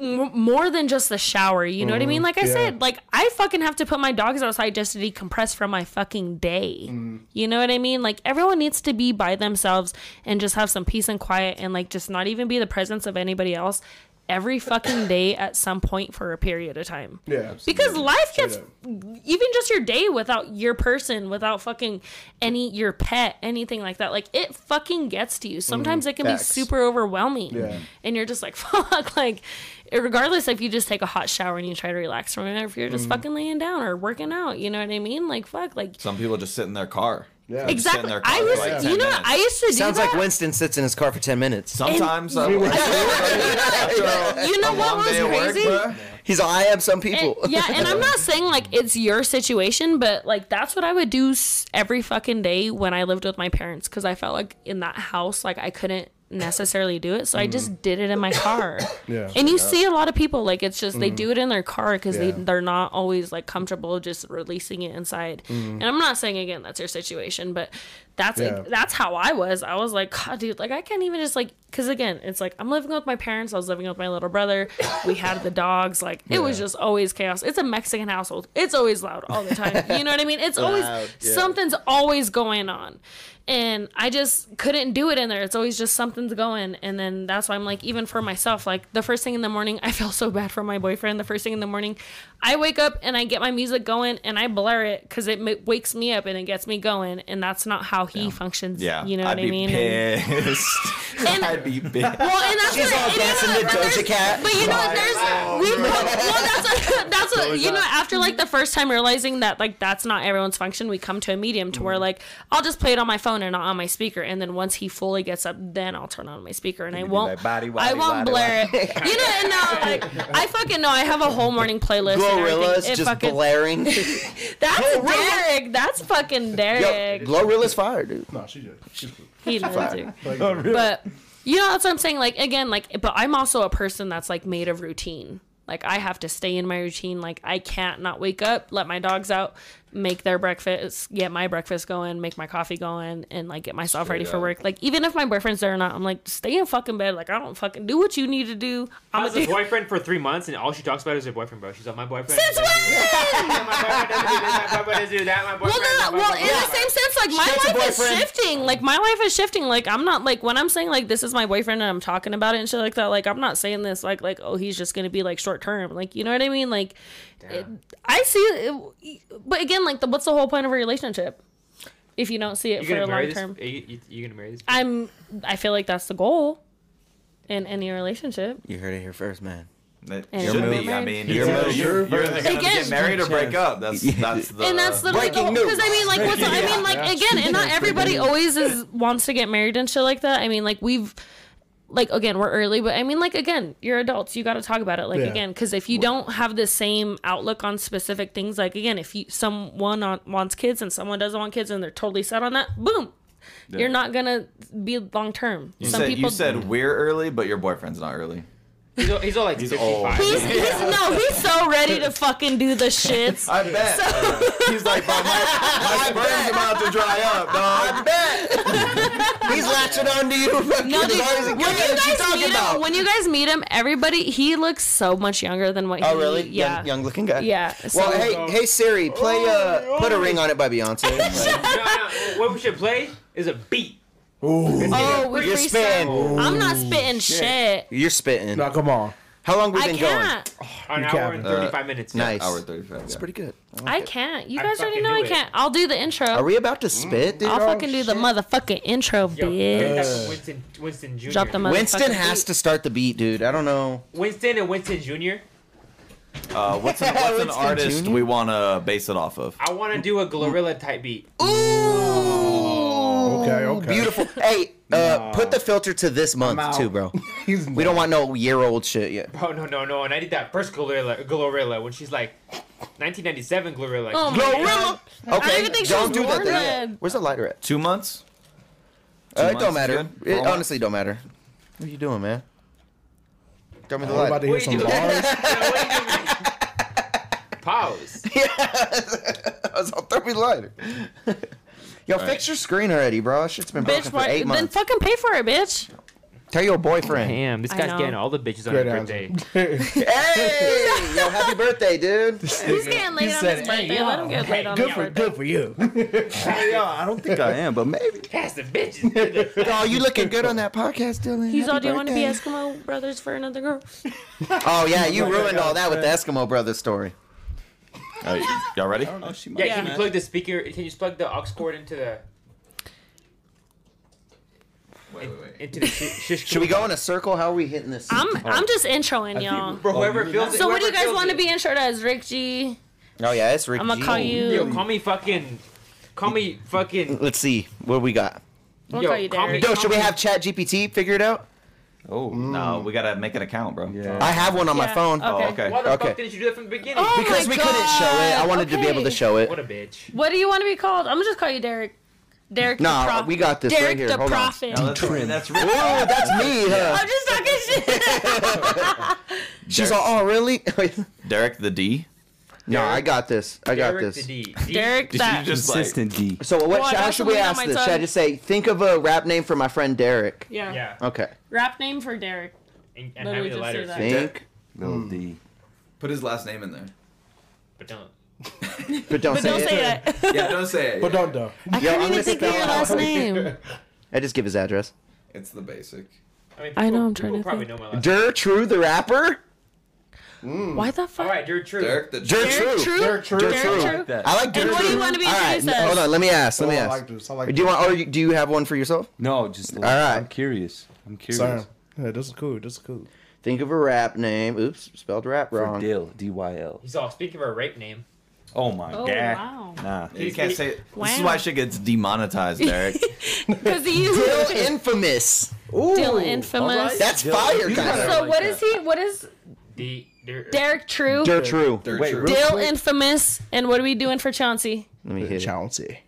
Speaker 3: m- more than just the shower. You know what I mean? Like I
Speaker 5: yeah.
Speaker 3: said, like I fucking have to put my dogs outside just to decompress from my fucking day. You know what I mean? Like everyone needs to be by themselves and just have some peace and quiet and like just not even be the presence of anybody else every fucking day at some point for a period of time.
Speaker 5: Yeah.
Speaker 3: Because life gets
Speaker 5: up.
Speaker 3: even just your day without your person, without fucking any your pet, anything like that. Like it fucking gets to you. Sometimes it can
Speaker 4: Mm-hmm. Facts.
Speaker 3: be super overwhelming.
Speaker 5: Yeah.
Speaker 3: And you're just like, fuck, like regardless if you just take a hot shower and you try to relax from it, or if you're
Speaker 4: Mm-hmm.
Speaker 3: just fucking laying down or working out, you know what I mean? Like fuck, like
Speaker 2: Some people just sit in their car.
Speaker 5: Yeah.
Speaker 2: They just sit in
Speaker 3: Exactly.
Speaker 2: their car
Speaker 3: I
Speaker 2: for
Speaker 3: was,
Speaker 2: like 10
Speaker 3: you know,
Speaker 2: minutes.
Speaker 3: I used to do
Speaker 4: Sounds
Speaker 3: that.
Speaker 4: like Winston sits in his car for 10 minutes.
Speaker 2: Sometimes I- after a-
Speaker 3: you know
Speaker 2: a
Speaker 3: what
Speaker 2: long
Speaker 3: was
Speaker 2: day at work,
Speaker 3: crazy?
Speaker 2: bruh,
Speaker 4: He's all, I am some
Speaker 3: And-
Speaker 4: people.
Speaker 3: yeah, and I'm not saying like it's your situation, but like that's what I would do s- every fucking day when I lived with my parents because I felt like in that house, like I couldn't necessarily do it. So I just did it in my car.
Speaker 5: Mm. Yeah. Mm.
Speaker 3: And you see a lot of people like it's just they do it in their car because they
Speaker 5: Yeah.
Speaker 3: they're not always like comfortable just releasing it inside.
Speaker 5: Mm.
Speaker 3: And I'm not saying again that's your situation, but that's
Speaker 5: Yeah.
Speaker 3: that's how I was. I was like, God, dude, like I can't even just like because again, it's like I'm living with my parents. I was living with my little brother. We had the dogs. Like it was just always chaos. It's a Mexican household. It's always loud all the time. You know what I mean? It's always something's always going on. And I just couldn't do it in there. It's always just something's going. And then that's why I'm like, even for myself, like the first thing in the morning, I feel so bad for my boyfriend. The first thing in the morning, I wake up and I get my music going and I blare it because it m- wakes me up and it gets me going. And that's not how he functions.
Speaker 2: Yeah,
Speaker 3: You know
Speaker 2: I'd
Speaker 3: what I
Speaker 2: be
Speaker 3: mean? And-
Speaker 2: Pissed.
Speaker 3: And-
Speaker 2: I'd be pissed.
Speaker 3: well, and that's
Speaker 4: She's
Speaker 3: what,
Speaker 4: all
Speaker 3: and you
Speaker 4: dancing
Speaker 3: know,
Speaker 4: to
Speaker 3: there's-
Speaker 4: Doja Cat.
Speaker 3: But you know, there's we well, that's what, that's what you know. After like the first time realizing that like that's not everyone's function, we come to a medium to
Speaker 9: Mm-hmm.
Speaker 3: where like I'll just play it on my phone and not on my speaker, and then once he fully gets up, then I'll turn on my speaker and I won't
Speaker 9: like, body,
Speaker 3: I
Speaker 9: wadi,
Speaker 3: won't
Speaker 9: wadi,
Speaker 3: blare it. You know, and now like I fucking know I have a whole morning playlist. and
Speaker 4: Glorilla's
Speaker 3: everything. It
Speaker 4: just
Speaker 3: fucking,
Speaker 4: blaring.
Speaker 3: That's Derek. That's fucking
Speaker 4: Yo,
Speaker 3: Derek.
Speaker 4: Glorilla's fire, dude.
Speaker 5: No, she did. She's cool.
Speaker 3: he knows it.
Speaker 5: Like,
Speaker 3: but you know that's what i'm saying like again like but i'm also a person that's like made of routine like i have to stay in my routine like i can't not wake up let my dogs out make their breakfast get my breakfast going make my coffee going and like get myself ready for work like even if my boyfriend's there or not i'm like stay in fucking bed like i don't fucking do what you need to do
Speaker 6: I
Speaker 3: i'm
Speaker 6: was
Speaker 3: a
Speaker 6: a
Speaker 3: do-
Speaker 6: boyfriend for three months, and all she talks about is her boyfriend, bro. She's like, my boyfriend.
Speaker 3: Since when?
Speaker 6: My boyfriend doesn't do this, my boyfriend doesn't do that, my
Speaker 3: Well,
Speaker 6: boyfriend.
Speaker 3: no,
Speaker 6: my
Speaker 3: well, in
Speaker 6: boyfriend-
Speaker 3: the same sense, like my
Speaker 4: Shit's a
Speaker 3: life is
Speaker 4: boyfriend.
Speaker 3: shifting. Like my life is shifting. Like I'm not like when I'm saying like this is my boyfriend and I'm talking about it and shit like that. Like I'm not saying this like like oh he's just gonna be like short term. Like you know what I mean? Like it, I see, it, but again, like the, what's the whole point of a relationship if you don't see it
Speaker 6: You
Speaker 3: for
Speaker 6: gonna
Speaker 3: a
Speaker 6: marry
Speaker 3: long
Speaker 6: this?
Speaker 3: term?
Speaker 6: Are you, you, you gonna marry this?
Speaker 3: I'm. I feel like that's the goal in any relationship.
Speaker 4: You heard it here first, man.
Speaker 2: It
Speaker 3: And
Speaker 2: should
Speaker 3: you're
Speaker 2: be. I
Speaker 3: married.
Speaker 2: mean,
Speaker 4: You're
Speaker 2: it's-
Speaker 4: married.
Speaker 2: you're, you're either gonna
Speaker 3: Again.
Speaker 2: get married or break up. That's that's the.
Speaker 3: and that's literally
Speaker 4: Breaking
Speaker 3: the
Speaker 4: news.
Speaker 3: because I mean, like, what's I mean, like again, and not everybody always is wants to get married and shit like that. I mean, like we've. Like again, we're early, but I mean, like again, you're adults. You got to talk about it, like
Speaker 5: Yeah.
Speaker 3: again, because if you don't have the same outlook on specific things, like again, if you someone on, wants kids and someone doesn't want kids and they're totally set on that, boom, you're not gonna be long term.
Speaker 2: you said, you said we're early, but your boyfriend's not early.
Speaker 6: He's all, he's all like
Speaker 2: He's
Speaker 6: 55.
Speaker 2: old.
Speaker 3: he's, he's no, he's so ready to fucking do the shits.
Speaker 2: I bet. He's like, my, my sperm's about to dry up, dog.
Speaker 4: He's latching onto you.
Speaker 3: No,
Speaker 4: as
Speaker 3: dude,
Speaker 4: hard as he
Speaker 3: when
Speaker 4: can.
Speaker 3: you
Speaker 4: What you
Speaker 3: guys
Speaker 4: talking
Speaker 3: meet
Speaker 4: about?
Speaker 3: him, when you guys meet him, everybody he looks so much younger than what.
Speaker 4: Oh
Speaker 3: he,
Speaker 4: really?
Speaker 3: Yeah.
Speaker 4: Young, young looking guy.
Speaker 3: Yeah. So, Oh,
Speaker 4: Well, hey, hey Siri, play uh, put a ring on it by Beyonce.
Speaker 6: no, no, what we should play is a beat.
Speaker 3: oh, we
Speaker 4: You're
Speaker 3: freestyle.
Speaker 4: spitting.
Speaker 3: I'm not spitting shit.
Speaker 4: You're spitting.
Speaker 5: no, come on.
Speaker 4: How long we
Speaker 3: I
Speaker 4: been going?
Speaker 3: can't.
Speaker 6: An
Speaker 5: You
Speaker 6: hour and
Speaker 5: capping.
Speaker 6: 35
Speaker 3: Uh,
Speaker 6: minutes. yeah.
Speaker 4: Nice.
Speaker 2: Hour 35. It's
Speaker 4: That's pretty good.
Speaker 3: I can't. You
Speaker 6: I
Speaker 3: guys already
Speaker 6: fucking
Speaker 3: know
Speaker 6: knew
Speaker 3: I
Speaker 6: it.
Speaker 3: can't. I'll do the intro.
Speaker 4: Are we about to spit, dude?
Speaker 3: I'll fucking do the motherfucking intro,
Speaker 6: Yo,
Speaker 3: bitch.
Speaker 6: that's Winston, Winston Jr.
Speaker 3: Drop the motherfucking.
Speaker 4: Winston has to start the beat, dude. I don't know.
Speaker 6: Winston and Winston Jr.
Speaker 2: Uh, what's an, what's an
Speaker 4: Winston
Speaker 2: artist
Speaker 4: Jr.?
Speaker 2: we want to base it off of?
Speaker 6: I want to do a gorilla type beat.
Speaker 4: Ooh.
Speaker 5: Okay.
Speaker 4: beautiful. Hey, uh, put the filter to this month too, bro.
Speaker 5: He's
Speaker 4: We don't want no year old shit yet.
Speaker 6: Oh no no no! And I did that first Glorilla, Glorilla when she's like, 1997 Glorilla.
Speaker 3: Oh my
Speaker 4: Glorilla. Okay,
Speaker 3: I don't even think she
Speaker 4: don't
Speaker 3: was
Speaker 4: do that.
Speaker 3: born
Speaker 4: thing
Speaker 3: then.
Speaker 4: yet. Where's the lighter at?
Speaker 2: Two months. Two
Speaker 4: Uh, it
Speaker 2: months
Speaker 4: don't
Speaker 2: is
Speaker 4: matter.
Speaker 2: good?
Speaker 4: It
Speaker 2: All right.
Speaker 4: honestly don't matter. What are you doing, man? Got me the
Speaker 5: We're about to
Speaker 4: lighter.
Speaker 5: hear
Speaker 6: What are you
Speaker 5: some
Speaker 6: doing?
Speaker 5: bars.
Speaker 6: Pause.
Speaker 4: I was all throw me the lighter. Yo, fix your screen already, bro. That shit's been broken
Speaker 3: Bitch,
Speaker 4: for
Speaker 3: why,
Speaker 4: eight
Speaker 3: then
Speaker 4: months.
Speaker 3: fucking pay for it, bitch.
Speaker 4: Tell your boyfriend.
Speaker 6: Damn, this
Speaker 3: I
Speaker 6: guy's
Speaker 3: know.
Speaker 6: getting all the bitches on
Speaker 5: Great
Speaker 6: his
Speaker 5: answer.
Speaker 6: birthday.
Speaker 4: Hey, yo, happy birthday, dude.
Speaker 3: He's getting laid on his birthday. Let him get laid on his birthday.
Speaker 5: for you.
Speaker 9: I don't think I am, but maybe.
Speaker 6: Pass the bitches.
Speaker 4: Oh, you looking good on that podcast, Dylan?
Speaker 3: He's
Speaker 4: Happy
Speaker 3: all, do you want to be
Speaker 4: birthday."
Speaker 3: Eskimo brothers for another girl?
Speaker 4: Oh yeah, you ruined all that with the Eskimo brothers story.
Speaker 2: All right, y'all ready?
Speaker 9: Oh, she might
Speaker 6: yeah,
Speaker 9: be
Speaker 6: can you
Speaker 9: mad.
Speaker 6: plug the speaker? Can you just plug the aux cord into the
Speaker 2: Wait, wait, wait.
Speaker 6: into the shi- shish?
Speaker 4: Should we go in a circle? How are we hitting this?
Speaker 3: I'm, I'm just introing y'all.
Speaker 6: Bro, whoever feels it.
Speaker 3: So what do you
Speaker 6: whoever
Speaker 3: guys
Speaker 6: feels
Speaker 3: want to
Speaker 6: it.
Speaker 3: be introed as? Rick G.
Speaker 4: oh yeah, it's Rick.
Speaker 3: I'm gonna
Speaker 4: G.
Speaker 3: call you.
Speaker 6: Yo, call me fucking. Call me fucking.
Speaker 4: Let's see what we got.
Speaker 3: We'll
Speaker 6: Yo,
Speaker 3: call you
Speaker 6: call me-
Speaker 3: Derek.
Speaker 4: Yo, should we have Chat GPT figure it out?
Speaker 2: Oh
Speaker 4: Mm.
Speaker 2: no, we gotta make an account, bro.
Speaker 9: Yeah.
Speaker 4: I have one on my
Speaker 3: Yeah.
Speaker 4: phone.
Speaker 3: Oh,
Speaker 2: Oh, okay.
Speaker 6: Why the
Speaker 4: Okay.
Speaker 6: fuck didn't you do that from the beginning?
Speaker 3: Oh
Speaker 4: Because
Speaker 3: my
Speaker 4: we couldn't show it, I
Speaker 3: God,
Speaker 4: wanted to be able to
Speaker 3: okay.
Speaker 4: show it.
Speaker 6: What a bitch.
Speaker 3: What do you want to be called? I'm gonna just call you Derek. Derek.
Speaker 4: Nah,
Speaker 3: the Prophet.
Speaker 4: we got this right
Speaker 3: Derek
Speaker 4: here.
Speaker 3: the
Speaker 4: Hold on.
Speaker 3: Prophet.
Speaker 2: Now, that's, that's
Speaker 4: Ooh, that's me. Huh?
Speaker 3: I'm just talking shit.
Speaker 4: She's all, oh really?
Speaker 2: Derek the D.
Speaker 4: no, I got this. I got
Speaker 6: Derek
Speaker 4: this.
Speaker 6: the D. D-
Speaker 3: Derek
Speaker 2: Did
Speaker 3: that.
Speaker 2: you just like,
Speaker 9: Consistent D.
Speaker 4: So what?
Speaker 3: Oh, I
Speaker 4: how
Speaker 3: got
Speaker 4: should we
Speaker 3: something on
Speaker 4: ask
Speaker 3: my
Speaker 4: this?
Speaker 3: tongue.
Speaker 4: Should I just say, think of a rap name for my friend Derek?
Speaker 3: yeah.
Speaker 6: Yeah.
Speaker 4: Okay.
Speaker 3: Rap name for Derek.
Speaker 6: And, and hand me
Speaker 3: Literally
Speaker 6: the
Speaker 3: just
Speaker 6: lighter.
Speaker 3: say that.
Speaker 4: Think,
Speaker 9: Little D.
Speaker 2: put his last name in there?
Speaker 6: But don't.
Speaker 4: but don't
Speaker 3: But
Speaker 4: say
Speaker 3: don't
Speaker 4: it.
Speaker 3: say that.
Speaker 2: Yeah, don't say it.
Speaker 5: But don't though.
Speaker 3: I
Speaker 4: Yo, I'm
Speaker 3: can't
Speaker 4: gonna
Speaker 3: even think of
Speaker 4: spell
Speaker 3: your
Speaker 4: it
Speaker 3: last
Speaker 4: out.
Speaker 3: name.
Speaker 4: I just give his address.
Speaker 2: It's the basic.
Speaker 6: I, mean, people,
Speaker 3: I know, I'm
Speaker 6: people
Speaker 3: trying to
Speaker 6: probably
Speaker 3: think.
Speaker 6: know my last.
Speaker 4: Der True the rapper.
Speaker 3: Why the fuck?
Speaker 6: All right, you're true.
Speaker 2: Derek the
Speaker 4: Der
Speaker 3: Derek
Speaker 4: True.
Speaker 3: True.
Speaker 5: Derek True.
Speaker 3: Derek True.
Speaker 9: I like that.
Speaker 4: I like Der
Speaker 3: And what
Speaker 4: True.
Speaker 3: do you want to be
Speaker 4: All right,
Speaker 3: introduced
Speaker 4: n-
Speaker 3: as?
Speaker 4: Hold on. Let me ask. Let
Speaker 5: Oh,
Speaker 4: me
Speaker 5: I
Speaker 4: ask.
Speaker 5: like this. I like
Speaker 4: do you
Speaker 5: this.
Speaker 4: want? Or you- do you have one for yourself?
Speaker 9: No, just like,
Speaker 4: All right.
Speaker 9: I'm curious. I'm curious.
Speaker 5: Sorry. Yeah, this is cool. This is cool.
Speaker 4: Think of a rap name. Oops, spelled rap
Speaker 9: For
Speaker 4: wrong.
Speaker 9: Dill, D Y L.
Speaker 6: He's all speaking of a rape name.
Speaker 9: Oh my
Speaker 3: Oh
Speaker 9: god.
Speaker 3: wow.
Speaker 9: Nah.
Speaker 2: You can't say it. This is
Speaker 3: Wow.
Speaker 2: why shit gets demonetized, Derek.
Speaker 3: Because he used
Speaker 4: Dill infamous. Ooh,
Speaker 3: Dill infamous.
Speaker 4: that's fire, kind
Speaker 3: So what is he? What is
Speaker 6: The Der-
Speaker 3: Derek True?
Speaker 4: Der True.
Speaker 2: Der
Speaker 9: Wait,
Speaker 2: True.
Speaker 9: real-
Speaker 3: Dill
Speaker 9: quick.
Speaker 3: infamous. And what are we doing for Chauncey?
Speaker 4: Let me hit. it.
Speaker 5: Chauncey.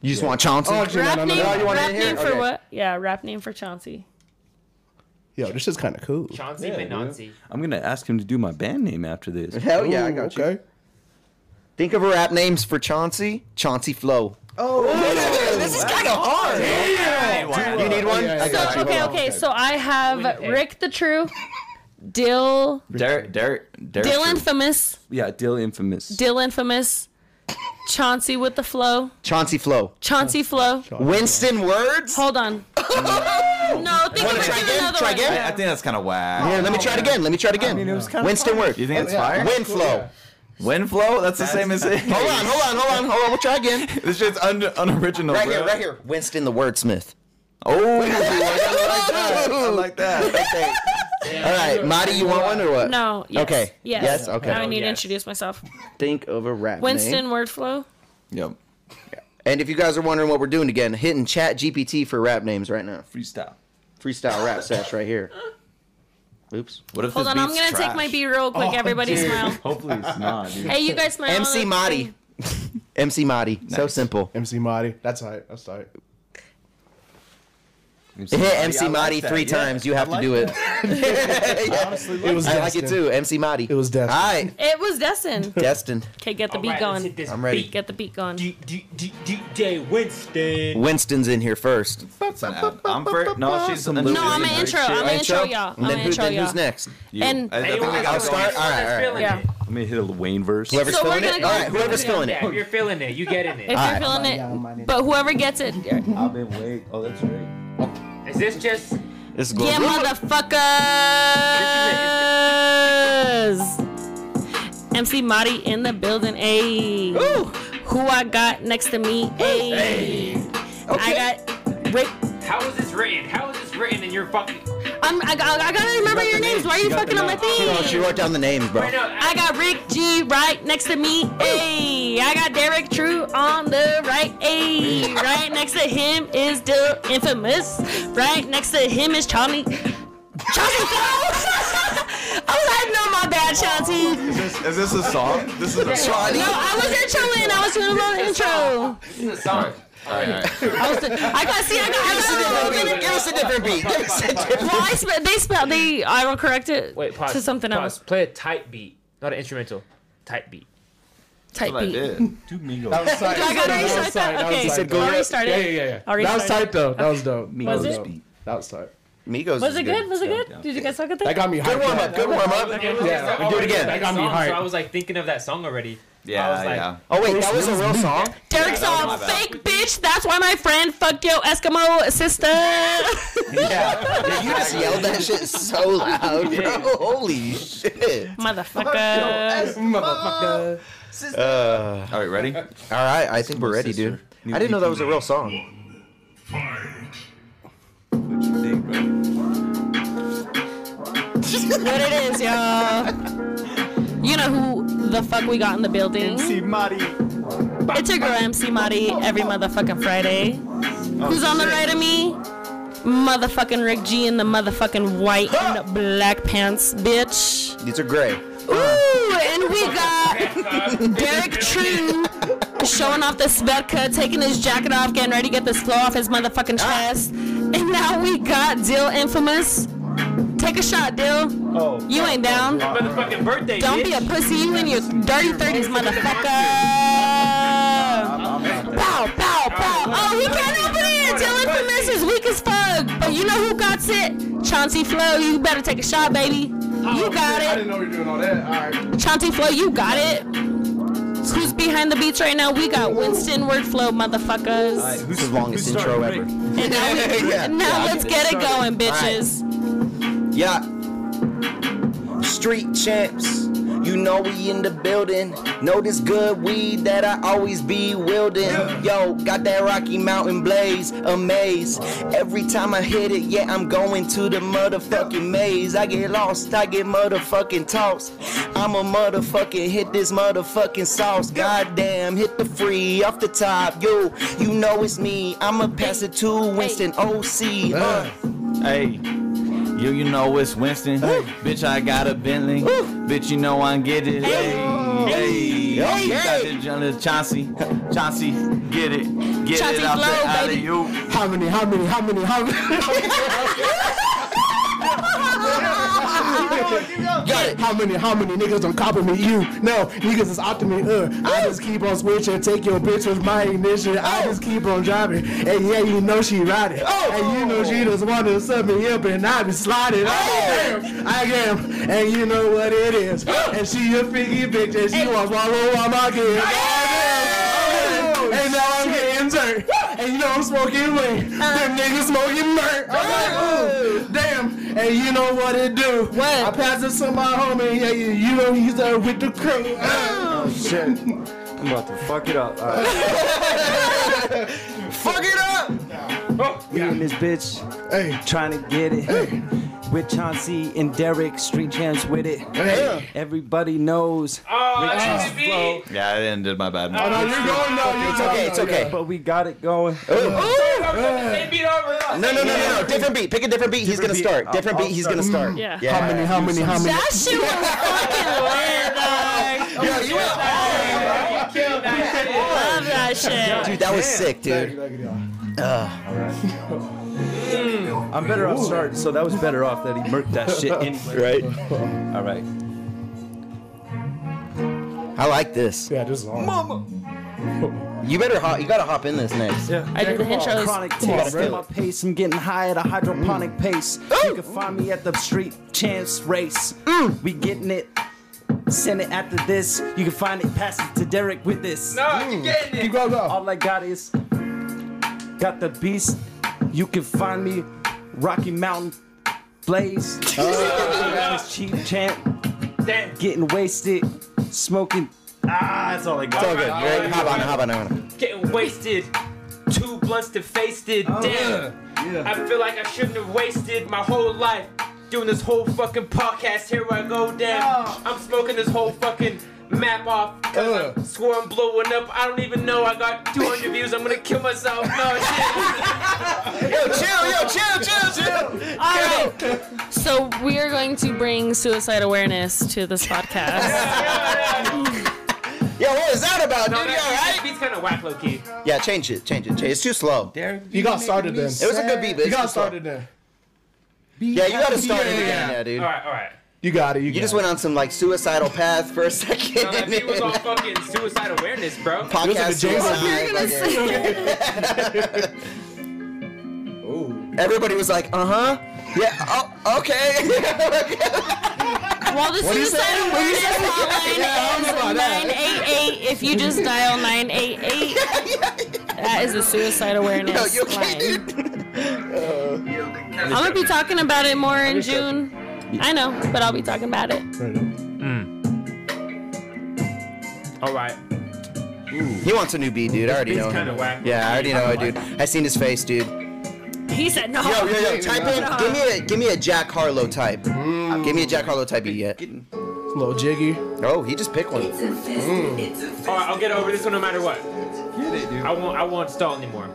Speaker 4: You just want Chauncey.
Speaker 5: Oh, actually, no,
Speaker 3: Rap
Speaker 5: no, no,
Speaker 3: name,
Speaker 5: no.
Speaker 4: you want it
Speaker 3: rap
Speaker 4: in here?
Speaker 3: name for
Speaker 4: Okay.
Speaker 3: what? Yeah, rap name for Chauncey.
Speaker 5: Yo, this is kind of cool.
Speaker 6: Chauncey
Speaker 9: Yeah, dude.
Speaker 6: Menanzi.
Speaker 9: I'm gonna ask him to do my band name after this.
Speaker 4: Hell Oh, yeah, I
Speaker 5: Ooh,
Speaker 4: got you.
Speaker 5: okay.
Speaker 4: Think of rap names for Chauncey. Chauncey Flow. Oh, this is kind of hard. You need one?
Speaker 5: Oh, Yeah, yeah,
Speaker 4: I
Speaker 3: So
Speaker 4: got you.
Speaker 3: okay,
Speaker 5: Hold on.
Speaker 3: okay. So I have
Speaker 6: Wait,
Speaker 3: Rick the True, Dill,
Speaker 2: Derek, Derek, Derek.
Speaker 3: Dill
Speaker 2: True.
Speaker 3: Infamous,
Speaker 9: Yeah, Dill Infamous.
Speaker 3: Dill Infamous, Chauncey with the flow,
Speaker 4: Chauncey Flow.
Speaker 3: Chauncey flow.
Speaker 4: Winston Words.
Speaker 3: Hold on. No, think
Speaker 4: Wanna
Speaker 3: about
Speaker 4: try
Speaker 3: doing
Speaker 4: again?
Speaker 3: another
Speaker 4: Try
Speaker 3: one.
Speaker 4: again?
Speaker 2: I think that's kind of whack.
Speaker 4: Here, let me
Speaker 2: Oh,
Speaker 4: try it again. Let me try it again.
Speaker 9: it was kinda
Speaker 4: Winston
Speaker 9: fun.
Speaker 4: Words.
Speaker 2: You think it's fire?
Speaker 4: Wind Flow.
Speaker 2: Wind flow? That's the same as it.
Speaker 4: Hold on, hold on, hold on, hold on. We'll try again.
Speaker 2: This shit's un- unoriginal.
Speaker 4: Right
Speaker 2: bro.
Speaker 4: here, right here. Winston the Wordsmith.
Speaker 2: Oh, I like that.
Speaker 4: All right, Marty, you want one or what?
Speaker 3: No. Yes.
Speaker 4: Okay.
Speaker 3: Yes.
Speaker 4: Yes, okay.
Speaker 3: Now I need to
Speaker 6: Yes.
Speaker 3: introduce myself.
Speaker 4: Think of a rap
Speaker 3: Winston
Speaker 4: name.
Speaker 3: word flow.
Speaker 2: Yep.
Speaker 4: And if you guys are wondering what we're doing again, hitting Chat GPT for rap names right now.
Speaker 9: Freestyle.
Speaker 4: Freestyle rap sesh right here. Oops.
Speaker 2: What if
Speaker 3: Hold
Speaker 2: this
Speaker 3: on, I'm
Speaker 2: beat's
Speaker 3: gonna take
Speaker 2: trash?
Speaker 3: my beat real
Speaker 4: Oh,
Speaker 3: quick. Everybody smile.
Speaker 9: Hopefully it's not, dude.
Speaker 3: Hey, you guys smile.
Speaker 4: MC Marty. MC Marty. So
Speaker 2: Nice.
Speaker 4: simple.
Speaker 5: MC Marty. That's tight. That's tight.
Speaker 4: Hit
Speaker 9: I
Speaker 4: MC
Speaker 9: like
Speaker 4: Marty
Speaker 9: that.
Speaker 4: three
Speaker 9: Yeah,
Speaker 4: times. You have
Speaker 9: I
Speaker 4: to do
Speaker 9: like
Speaker 4: it. Yeah.
Speaker 5: It was
Speaker 4: I like it too. MC Marty.
Speaker 5: It was Destin.
Speaker 4: All right,
Speaker 3: It was Destin.
Speaker 4: Destin.
Speaker 3: Okay, get the
Speaker 6: All
Speaker 3: beat
Speaker 6: right, let's
Speaker 3: going.
Speaker 6: hit this
Speaker 4: I'm ready.
Speaker 6: beat.
Speaker 3: Get the beat going.
Speaker 6: D- D- D- DJ Winston.
Speaker 4: Winston's in here first.
Speaker 2: That's an ad. I'm for no, she's
Speaker 9: Some
Speaker 2: an
Speaker 9: little
Speaker 3: No, I'm
Speaker 9: Really
Speaker 3: an
Speaker 9: nice
Speaker 3: intro.
Speaker 9: shit.
Speaker 3: I'm an intro, y'all. I'm
Speaker 4: And then,
Speaker 3: an
Speaker 4: who,
Speaker 3: intro,
Speaker 4: then who's
Speaker 3: y'all.
Speaker 4: next?
Speaker 2: You.
Speaker 3: And-
Speaker 2: I, I think
Speaker 6: Anyone
Speaker 2: I
Speaker 6: that's
Speaker 2: got
Speaker 4: I'll
Speaker 6: feeling
Speaker 4: start.
Speaker 2: one.
Speaker 6: it,
Speaker 4: All right,
Speaker 6: that's
Speaker 4: all right.
Speaker 6: feeling
Speaker 3: Yeah.
Speaker 6: it.
Speaker 9: I'm gonna hit a Wayne verse.
Speaker 4: Whoever's
Speaker 3: So we're
Speaker 4: filling it.
Speaker 3: gonna go-
Speaker 4: All right, whoever's filling
Speaker 6: Yeah, if
Speaker 4: it.
Speaker 6: you're feeling it. You get in
Speaker 3: If
Speaker 6: it.
Speaker 3: you're
Speaker 4: Alright.
Speaker 3: feeling it, but whoever gets it, yeah,
Speaker 9: I've been waiting. Oh, that's great.
Speaker 6: Is this just?
Speaker 4: This is
Speaker 3: motherfuckers. MC Marty in the building, a. Who I got next to me, a. I got Rick.
Speaker 6: How is this written? How is this written? And you're fucking.
Speaker 3: I'm, I, got, I gotta remember your names. Why are you fucking on my
Speaker 4: No, she
Speaker 3: thing?
Speaker 4: wrote down the names, bro.
Speaker 3: I got Rick G right next to me. Hey, I got Derek True on the right. Hey, right next to him is the infamous. Right next to him is Charlie. Charlie Fox. I was like, no, my bad, Shanti.
Speaker 2: Is this, is this a song? This is a song.
Speaker 3: No, I wasn't chilling. I was doing a little intro.
Speaker 6: This is a song.
Speaker 3: I was. I got see. I got. I got a little bit.
Speaker 4: Give us a different beat. Give us a different
Speaker 3: Well, I spe- they spelled they auto corrected
Speaker 6: Wait, pause.
Speaker 3: to something
Speaker 6: pause.
Speaker 3: else.
Speaker 6: Play a tight beat, not an instrumental. Tight beat.
Speaker 3: Type
Speaker 2: I
Speaker 3: beat.
Speaker 2: did.
Speaker 9: Two Migos.
Speaker 5: That was tight.
Speaker 3: Do I gotta
Speaker 5: That was
Speaker 3: restart that?
Speaker 5: tight. was
Speaker 3: Okay.
Speaker 5: tight,
Speaker 3: Said
Speaker 5: though.
Speaker 3: go already started?
Speaker 5: Yeah, yeah, yeah. yeah.
Speaker 3: Already
Speaker 5: That was
Speaker 3: started.
Speaker 5: tight though. That was dope. That
Speaker 9: Was
Speaker 5: was
Speaker 3: it?
Speaker 5: dope. That was tight.
Speaker 4: Migos. is
Speaker 3: Was it good? Was it good? Did you guys fuck at that?
Speaker 5: That got me hyped.
Speaker 4: Good warm
Speaker 5: up.
Speaker 4: up. Good warm up.
Speaker 6: Okay,
Speaker 5: Yeah,
Speaker 6: we
Speaker 5: do it again. That got me hyped.
Speaker 6: So I was like thinking of that song already. I
Speaker 2: Yeah,
Speaker 6: was like,
Speaker 2: yeah.
Speaker 4: Oh wait, that was a real song.
Speaker 3: Derek's
Speaker 2: that was
Speaker 3: all
Speaker 2: my bad.
Speaker 3: fake bitch. That's why my friend fucked your Eskimo sister.
Speaker 4: Yeah, you just yelled that shit so loud, bro. Holy shit.
Speaker 3: Motherfucker.
Speaker 5: Motherfucker.
Speaker 4: Uh,
Speaker 2: All right, ready?
Speaker 4: all right, I think we're ready,
Speaker 9: sister.
Speaker 4: dude.
Speaker 9: New
Speaker 4: I didn't know
Speaker 9: EP.
Speaker 4: that was a real song.
Speaker 9: What you think, bro?
Speaker 3: what it is, y'all. You know who the fuck we got in the building. MC Marty. It's your girl MC Marty every motherfucking Friday.
Speaker 2: Oh,
Speaker 3: Who's on the right of me? Motherfucking Rick G in the motherfucking white and black pants, bitch.
Speaker 4: These are gray.
Speaker 3: Ooh, and we got Derek True showing off the Svetka, taking his jacket off, getting ready to get this flow off his motherfucking chest. And now we got Dill Infamous. Take a shot, Dill. Oh, you ain't down.
Speaker 6: motherfucking birthday.
Speaker 3: Don't
Speaker 6: bitch.
Speaker 3: be a pussy. You in your dirty 30s, motherfucker. Pow, pow, pow. Oh, he can't open it. Dill Infamous is weak as fuck. But you know who got it? Chauncey Flow. You better take a shot, baby. You got
Speaker 5: I
Speaker 3: it.
Speaker 5: didn't know you were doing all that. All right.
Speaker 3: Chauncey Flow, you got it. Who's behind the beats right now? We got Winston Wordflow, motherfuckers.
Speaker 4: This is the longest intro ever.
Speaker 3: And now, we,
Speaker 4: Yeah.
Speaker 3: now let's get it going,
Speaker 4: started.
Speaker 3: bitches.
Speaker 4: Yeah. Street champs, you know we in the building. Know this good weed that I always be wielding. Yo, got that Rocky Mountain blaze, a maze. Every time I hit it, yeah, I'm going to the motherfucking maze. I get lost, I get motherfucking tossed. I'm a motherfucking hit this motherfucking sauce. Goddamn, hit the free off the top. Yo, you know it's me. I'ma pass it to Winston OC. Uh.
Speaker 2: Hey. You, you know it's Winston. Bitch, I got a Bentley. Bitch, you know I get it. Hey, hey,
Speaker 4: Hey.
Speaker 2: You got the Johnny Chauncey. Chauncey, get it. Get
Speaker 3: Chauncey
Speaker 2: it out
Speaker 3: flow,
Speaker 2: the alley
Speaker 3: baby.
Speaker 2: you.
Speaker 5: How many? How many? How many? How many?
Speaker 4: Got it.
Speaker 5: How many, how many niggas don't compliment you? No, niggas is opting me. Uh, I just keep on switching, take your bitch with my ignition. I just keep on driving, and yeah, you know she riding.
Speaker 4: Oh.
Speaker 5: And you know she just wanted to sub me up, and I be sliding. I am, I am, and you know what it is. and she a figgy bitch, and she wants my roll on my kid. And now I'm getting turned. And you know I'm smoking weed.
Speaker 4: Uh.
Speaker 5: Them niggas smoking murk. I'm like, ooh, damn. And you know what it do.
Speaker 3: What?
Speaker 5: I pass it to my homie. Yeah, you, you know he's there with the crew.
Speaker 4: Oh,
Speaker 9: Shit. I'm about to fuck it up. All right.
Speaker 4: Fuck it up.
Speaker 9: We in this bitch,
Speaker 5: Hey.
Speaker 9: trying to get it. With Chauncey and Derek, street champs with it.
Speaker 5: Hey.
Speaker 9: Everybody knows.
Speaker 6: Oh,
Speaker 9: Rick
Speaker 6: that's
Speaker 9: Ross
Speaker 6: the beat.
Speaker 2: Yeah, I didn't did my bad.
Speaker 5: Oh, no, you're going. No, you're
Speaker 4: It's
Speaker 5: going,
Speaker 4: okay.
Speaker 5: no,
Speaker 4: It's
Speaker 5: yeah.
Speaker 4: okay.
Speaker 9: But we got it going.
Speaker 5: Oh,
Speaker 6: Same beat over.
Speaker 4: No, no, no, no, no. Different beat. Pick a different beat. He's gonna
Speaker 9: beat.
Speaker 4: start.
Speaker 9: I'll-
Speaker 4: Different
Speaker 9: I'll
Speaker 4: beat. He's gonna
Speaker 5: start.
Speaker 4: start.
Speaker 5: Mm.
Speaker 3: Yeah.
Speaker 5: How many? How many? How many?
Speaker 3: That shit was fucking lit, dog.
Speaker 4: Yeah, you went hard.
Speaker 3: Love that shit.
Speaker 4: Dude, that was sick, dude.
Speaker 9: I'm better off starting, so that was better off that he murked that shit anyway.
Speaker 4: Right.
Speaker 9: All right.
Speaker 4: I like this.
Speaker 5: Yeah, this is long.
Speaker 4: You better hop. You gotta hop in this next.
Speaker 3: I do the intros.
Speaker 9: Chronic
Speaker 4: on,
Speaker 9: taste,
Speaker 4: bro. Mm.
Speaker 9: feel my pace. I'm getting high at a hydroponic pace. You can find me at the street chance race.
Speaker 4: Mm.
Speaker 9: We getting it. Send it after this. You can find it. Pass it to Derek with this.
Speaker 6: No, you're getting
Speaker 5: You
Speaker 6: it.
Speaker 5: go, go.
Speaker 9: All I got is got the beast. You can find me Rocky Mountain Blaze.
Speaker 4: Oh,
Speaker 9: It's cheap champ,
Speaker 6: Damn.
Speaker 9: getting wasted, smoking. Ah, that's all I
Speaker 4: It's
Speaker 9: got.
Speaker 4: all Oh, good. You're right. Hop on. Hop on. Hop on.
Speaker 6: Getting wasted.
Speaker 9: Oh,
Speaker 6: Two blunts to face it. Damn. I feel like I shouldn't have wasted my whole life. Doing this whole fucking podcast, here I go down. I'm smoking this whole fucking map off. Cause I
Speaker 5: Ugh.
Speaker 6: swore I'm blowing up. I don't even know. I got 200 views. I'm gonna kill myself. No shit.
Speaker 3: All right. So we are going to bring suicide awareness to this podcast.
Speaker 4: Yo, what is that about, dude? You
Speaker 6: That
Speaker 4: alright?
Speaker 6: beat's kind of whack, low key.
Speaker 4: Yeah, change it, change it, change it. It's too slow.
Speaker 5: You got started then.
Speaker 4: It was a good beat, but
Speaker 5: You
Speaker 4: it's
Speaker 5: got
Speaker 4: too slow.
Speaker 5: started then.
Speaker 4: Yeah, you gotta start it
Speaker 5: Yeah,
Speaker 4: again,
Speaker 5: yeah.
Speaker 4: yeah, dude.
Speaker 6: All right, all right.
Speaker 5: You got it. You,
Speaker 4: You
Speaker 5: got
Speaker 4: just
Speaker 5: it.
Speaker 4: went on some like suicidal path for a second.
Speaker 6: No, that beat was all fucking suicide awareness, bro.
Speaker 5: It was like a
Speaker 4: podcast
Speaker 5: Jason
Speaker 4: suicide.
Speaker 3: You're gonna
Speaker 4: like, Everybody was like, uh huh. Yeah, oh, okay.
Speaker 3: While the
Speaker 5: you
Speaker 3: suicide
Speaker 5: say? What you
Speaker 3: awareness
Speaker 5: say? Yeah, I don't know
Speaker 3: hotline
Speaker 5: about that.
Speaker 3: is 988. If you just dial 988, that is the suicide awareness
Speaker 4: Yo, you Uh, okay,
Speaker 3: line.
Speaker 4: dude?
Speaker 3: I'm gonna be talking about it more in June. I know, but I'll be talking about it.
Speaker 6: All right.
Speaker 4: He wants a new beat, dude. I already know
Speaker 6: It's kind
Speaker 4: him.
Speaker 6: of whack.
Speaker 4: Yeah, I already know it, dude. I seen his face, dude.
Speaker 3: He said no.
Speaker 4: Yo, yo, yo, type in. Give me a, give me a Jack Harlow type.
Speaker 6: Mm.
Speaker 4: Give me a Jack Harlow type yet.
Speaker 5: little jiggy.
Speaker 4: Oh, he just picked one.
Speaker 6: All right, I'll get over this one no matter what. I won't. I won't stall anymore.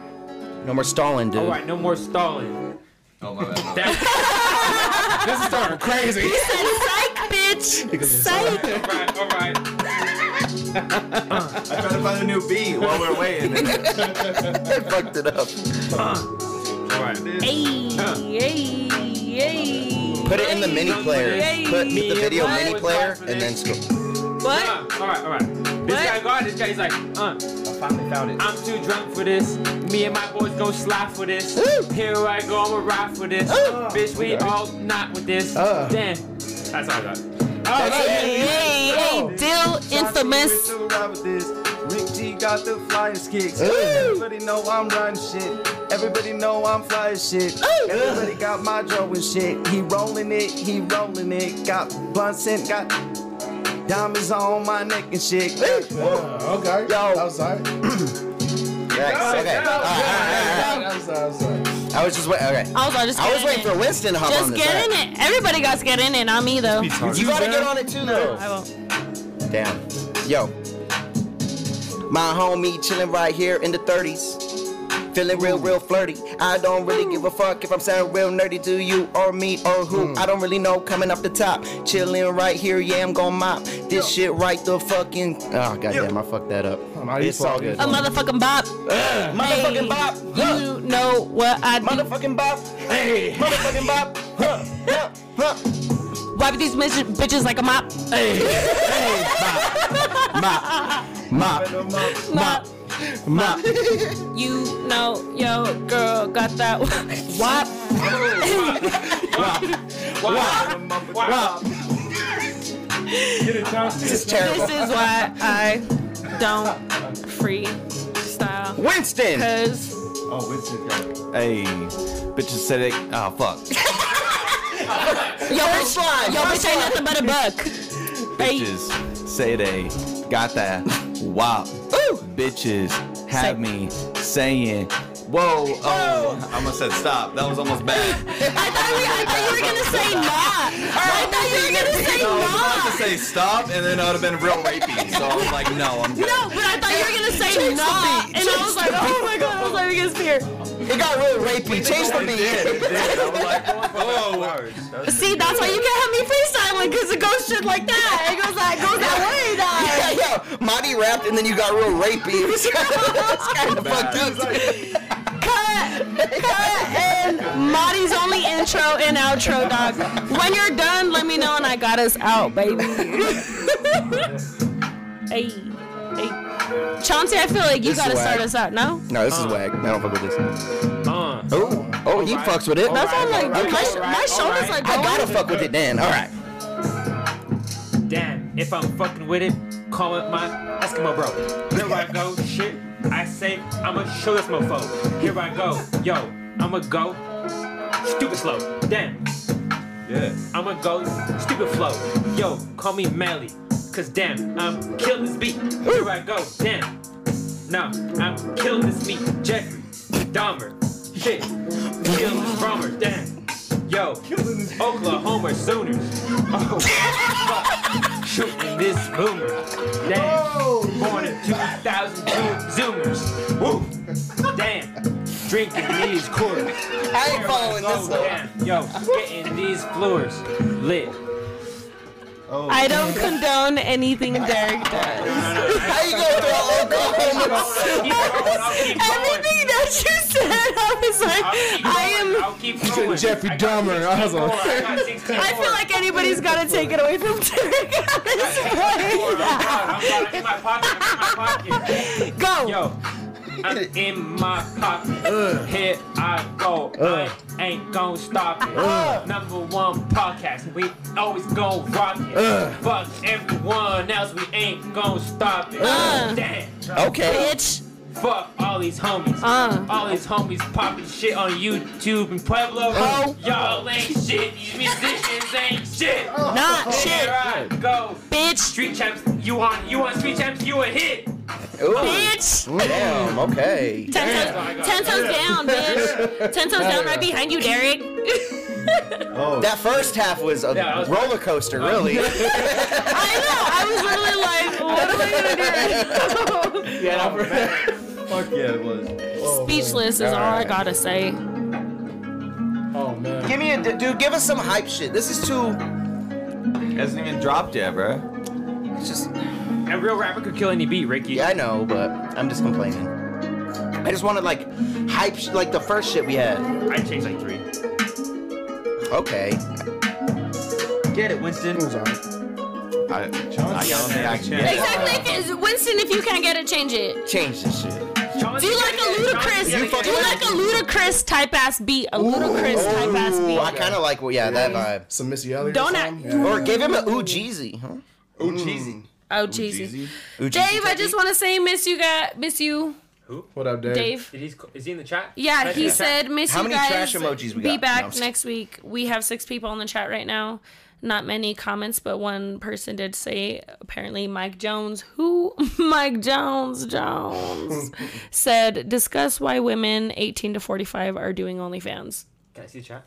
Speaker 4: No more stalling, dude.
Speaker 6: All right, no more stalling.
Speaker 2: Oh my bad.
Speaker 6: That,
Speaker 5: This is starting crazy.
Speaker 3: Psych, bitch. Psych.
Speaker 6: all right, all right.
Speaker 2: I'm trying to find a new beat while we're waiting.
Speaker 4: I fucked it up.
Speaker 6: All right.
Speaker 3: Hey, hey, hey.
Speaker 4: Put it in the mini player. Put
Speaker 3: Hey.
Speaker 4: the video
Speaker 6: What?
Speaker 4: mini player and then scroll.
Speaker 3: What?
Speaker 6: Uh, all right, all right. This
Speaker 3: What?
Speaker 6: guy got it. This guy's like, uh,
Speaker 9: I finally found it.
Speaker 6: I'm too drunk for this. Me and my boys gon' slide for this. Here I go, I'ma ride for this. Bitch, we all not with this.
Speaker 5: Uh.
Speaker 6: Damn. That's all I got.
Speaker 3: Hey, hey, hey, Dill infamous.
Speaker 10: Rick G got the flyest kicks. Everybody know I'm riding shit. Everybody know I'm fly as shit. Everybody got my Joe and shit. He rolling it, he rolling it. Got blunts and got diamonds on my neck and shit.
Speaker 6: Oh,
Speaker 5: Yeah, okay. Yo. That was alright.
Speaker 4: Nice. Okay. All right, all right, all right.
Speaker 5: That was alright. That was alright.
Speaker 4: I was just waiting. Okay.
Speaker 3: I was, I just
Speaker 4: I
Speaker 3: get
Speaker 4: was
Speaker 3: in
Speaker 4: waiting
Speaker 3: it.
Speaker 4: for Winston to hop on
Speaker 3: Just
Speaker 4: this.
Speaker 3: get in
Speaker 4: All right.
Speaker 3: it. Everybody got to get in it, not me though.
Speaker 4: You gotta get on it too, though.
Speaker 3: I won't.
Speaker 4: Damn. Yo. My homie chilling right here in the 30s. Feeling real, real flirty. I don't really give a fuck if I'm sounding real nerdy to you or me or who. I don't really know coming off the top. Chilling right here, yeah, I'm gon' mop. This shit right the fucking. Oh, goddamn, I fucked that up.
Speaker 5: no, you
Speaker 4: it's all
Speaker 5: fucked
Speaker 4: good.
Speaker 5: it.
Speaker 3: A motherfucking bop.
Speaker 4: Motherfucking bop. Huh.
Speaker 3: You know what I do.
Speaker 4: Motherfucking bop. Hey. Motherfucking bop. Huh. Huh. Huh.
Speaker 3: Wipe these mis- bitches like a mop.
Speaker 4: Mop.
Speaker 3: Mop.
Speaker 4: Mop.
Speaker 3: You know, yo, girl, got that wop.
Speaker 4: This is
Speaker 3: This
Speaker 4: terrible.
Speaker 3: is why I don't freestyle.
Speaker 4: Winston.
Speaker 3: Cause
Speaker 9: Oh, Winston got it.
Speaker 2: hey, bitches said it. Oh fuck,
Speaker 3: yo, bitch, yo, bitch ain't nothing but a buck. Hey,
Speaker 2: bitches say they got that wop. Bitches have
Speaker 3: Say-
Speaker 2: me saying. Whoa, oh, I almost said stop. That was almost bad.
Speaker 3: I thought, we, I thought you were gonna say nah. I thought you were gonna say
Speaker 2: No, I was about
Speaker 3: nah.
Speaker 2: to say stop, and then it would have been real rapey. So I was like, no, I'm good.
Speaker 3: No, but I thought you were gonna say nah, and I was like, oh my god, I was like against fear.
Speaker 4: It got real rapey. Change the beat.
Speaker 3: See, that's why you can't have me freestyling, cause it goes shit like that. It goes like goes that way. That.
Speaker 4: Yeah, yeah. Marty rapped and then you got real rapey. It's kind of fucked up.
Speaker 3: cut, cut, and Marty's only intro and outro, dog. When you're done, let me know, and I got us out, baby. hey, hey, Chauncey, I feel like you
Speaker 4: This
Speaker 3: gotta
Speaker 4: whack.
Speaker 3: start us out. No,
Speaker 4: No, this is wag. I don't fuck with this.
Speaker 6: Uh,
Speaker 4: Oh, oh, he fucks with it.
Speaker 3: that's why I'm like, dude, my, sh- my
Speaker 6: alright,
Speaker 3: shoulders
Speaker 6: alright.
Speaker 3: like
Speaker 4: I
Speaker 3: going.
Speaker 4: gotta fuck with it then. All right.
Speaker 6: Damn, if I'm fucking with it, call it my Eskimo bro. Here I go, shit. I say, I'ma show this mofo. Here I go, yo, I'ma go stupid slow. Damn,
Speaker 9: Yeah.
Speaker 6: I'ma go stupid flow. Yo, call me Mally, cause damn, I'm killing this beat. Here I go, damn. Nah, I'm killing this beat. Jeffrey, Dahmer, shit, killing this drummer, damn. Yo, Oklahoma Sooners. Oh, fuck. Shooting this boomer. Damn. Born in 2002 Zoomers. Woo. Damn. Drinking these quarters.
Speaker 4: I ain't following this
Speaker 6: Oh,
Speaker 4: one.
Speaker 6: damn. Yo, getting these floors lit.
Speaker 3: I don't condone anything Derek does.
Speaker 4: How you gonna throw Oklahoma?
Speaker 3: Everything that you said, I was like, I am.
Speaker 6: I'll keep going.
Speaker 5: Jeffrey
Speaker 6: I got
Speaker 5: Dahmer, I was
Speaker 6: 16
Speaker 5: like-
Speaker 6: more. I got 16
Speaker 3: I
Speaker 6: more.
Speaker 3: feel like anybody's gotta take it away from Derek at this point.
Speaker 6: I'm in my pocket. I'm in my pocket.
Speaker 3: Go.
Speaker 6: Yo, I'm in my pocket.
Speaker 3: Uh.
Speaker 6: Here I go. I ain't gonna stop it.
Speaker 3: Uh.
Speaker 6: Number one podcast. We always gonna rock it.
Speaker 3: Uh.
Speaker 6: Fuck everyone else. We ain't gonna stop it.
Speaker 3: Uh.
Speaker 6: Damn.
Speaker 4: Okay.
Speaker 3: Bitch.
Speaker 6: Fuck all these homies.
Speaker 3: Uh.
Speaker 6: All these homies popping shit on YouTube in Pueblo.
Speaker 3: Uh.
Speaker 6: Y'all ain't shit. These musicians ain't shit.
Speaker 3: Not Uh. shit.
Speaker 6: Here I go.
Speaker 3: Bitch.
Speaker 6: Street champs, you on? You on street champs? You a hit?
Speaker 3: Bitch.
Speaker 4: Damn. Okay.
Speaker 3: Ten toes, ten toes down, bitch. Ten toes down right behind you, Derek.
Speaker 4: That first half was a
Speaker 6: Yeah, that was-
Speaker 4: roller coaster, really.
Speaker 3: I know. I was literally like, what am I gonna do? right
Speaker 9: Fuck yeah, it was.
Speaker 3: now? Speechless is all I gotta say.
Speaker 5: Oh man.
Speaker 4: give me a dude. Give us some hype shit. This is too.
Speaker 2: It hasn't even dropped yet, bro.
Speaker 4: It's just.
Speaker 6: A real rapper could kill any beat, Ricky.
Speaker 4: Yeah, I know, but I'm just complaining. I just wanted like hype, sh- like the first shit we had.
Speaker 6: I changed like three.
Speaker 4: Okay.
Speaker 6: Get it, Winston.
Speaker 5: It was alright.
Speaker 2: I, I don't think I can get it.
Speaker 3: Exactly. If it's, Winston, if you can't get it, change it.
Speaker 4: Change this shit.
Speaker 3: Do like a ludicrous, do like a ludicrous type ass beat, a ludicrous type ass
Speaker 4: Ooh, I
Speaker 3: beat.
Speaker 4: kind of like well, yeah, that vibe.
Speaker 5: Some Missy Elliott.
Speaker 3: Don't
Speaker 5: or
Speaker 3: act-
Speaker 5: something? Yeah.
Speaker 4: Or give him a ooh Jeezy, huh?
Speaker 3: Oh Jesus,
Speaker 4: Ooh,
Speaker 3: Dave, I just want to say miss you guys, miss you,
Speaker 5: What up, Dave?
Speaker 3: Dave.
Speaker 6: Did he, is he in the chat?
Speaker 3: Yeah,
Speaker 6: Trash
Speaker 3: he
Speaker 6: in the chat?
Speaker 3: said miss
Speaker 4: How
Speaker 3: you
Speaker 4: many
Speaker 3: guys.
Speaker 4: trash emojis we
Speaker 3: Be
Speaker 4: got? No, I'm
Speaker 3: back
Speaker 4: just-
Speaker 3: next week. We have six people in the chat right now. Not many comments, but one person did say apparently Mike Jones, who Mike Jones Jones said discuss why women 18 to 45 are doing OnlyFans.
Speaker 6: Can I see the chat?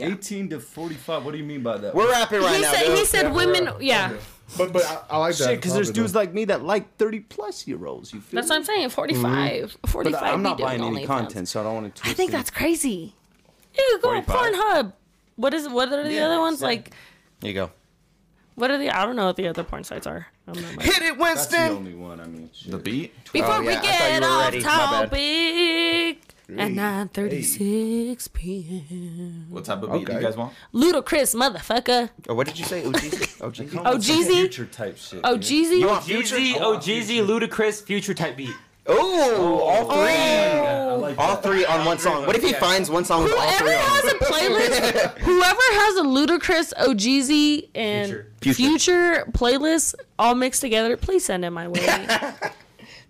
Speaker 9: 18 to 45. What do you mean by that?
Speaker 4: We're rapping right
Speaker 3: he
Speaker 4: now,
Speaker 3: said
Speaker 4: dude.
Speaker 3: he said women yeah
Speaker 5: But but I, I like that.
Speaker 9: Shit, because there's
Speaker 5: topic,
Speaker 9: dudes
Speaker 5: though.
Speaker 9: like me that like 30 plus year olds. You feel
Speaker 3: that's
Speaker 9: me?
Speaker 3: what i'm
Speaker 4: Mm-hmm.
Speaker 3: saying 45
Speaker 9: But
Speaker 3: 45
Speaker 9: I'm not
Speaker 3: be doing
Speaker 9: buying any
Speaker 3: OnlyFans.
Speaker 9: content, so I don't want to.
Speaker 3: i think that's crazy you go on
Speaker 2: 45?
Speaker 3: pornhub what is what are the other ones like
Speaker 4: Here you go.
Speaker 3: what are the i don't know what the other porn sites are I'm not like-
Speaker 4: Hit it,
Speaker 9: That's the
Speaker 4: Winston.
Speaker 9: only one. I mean, shit.
Speaker 2: The beat?
Speaker 3: before
Speaker 4: Oh, yeah, I
Speaker 3: we
Speaker 4: thought
Speaker 3: get
Speaker 4: you were
Speaker 3: off
Speaker 4: ready. My bad.
Speaker 3: topic at 9:36 p.m.
Speaker 2: What type of beat do you
Speaker 5: Okay.
Speaker 2: guys want?
Speaker 3: Ludacris, motherfucker.
Speaker 4: Or what did you say? Ooh Jeezy. Oh Jeezy.
Speaker 3: Oh Jeezy.
Speaker 9: Future type shit.
Speaker 3: Oh
Speaker 9: dude.
Speaker 3: Jeezy.
Speaker 4: You want future?
Speaker 6: Jeezy, oh Jeezy, ludicrous, future type beat.
Speaker 4: Ooh, all
Speaker 3: Oh.
Speaker 4: three.
Speaker 9: Like
Speaker 4: All three on one song. What if he finds one song with all
Speaker 3: Whoever
Speaker 4: three on
Speaker 3: has
Speaker 4: it?
Speaker 3: a playlist, whoever has a Ludacris, OGZ, and
Speaker 4: Future.
Speaker 3: Future. playlist all mixed together, please send it my way.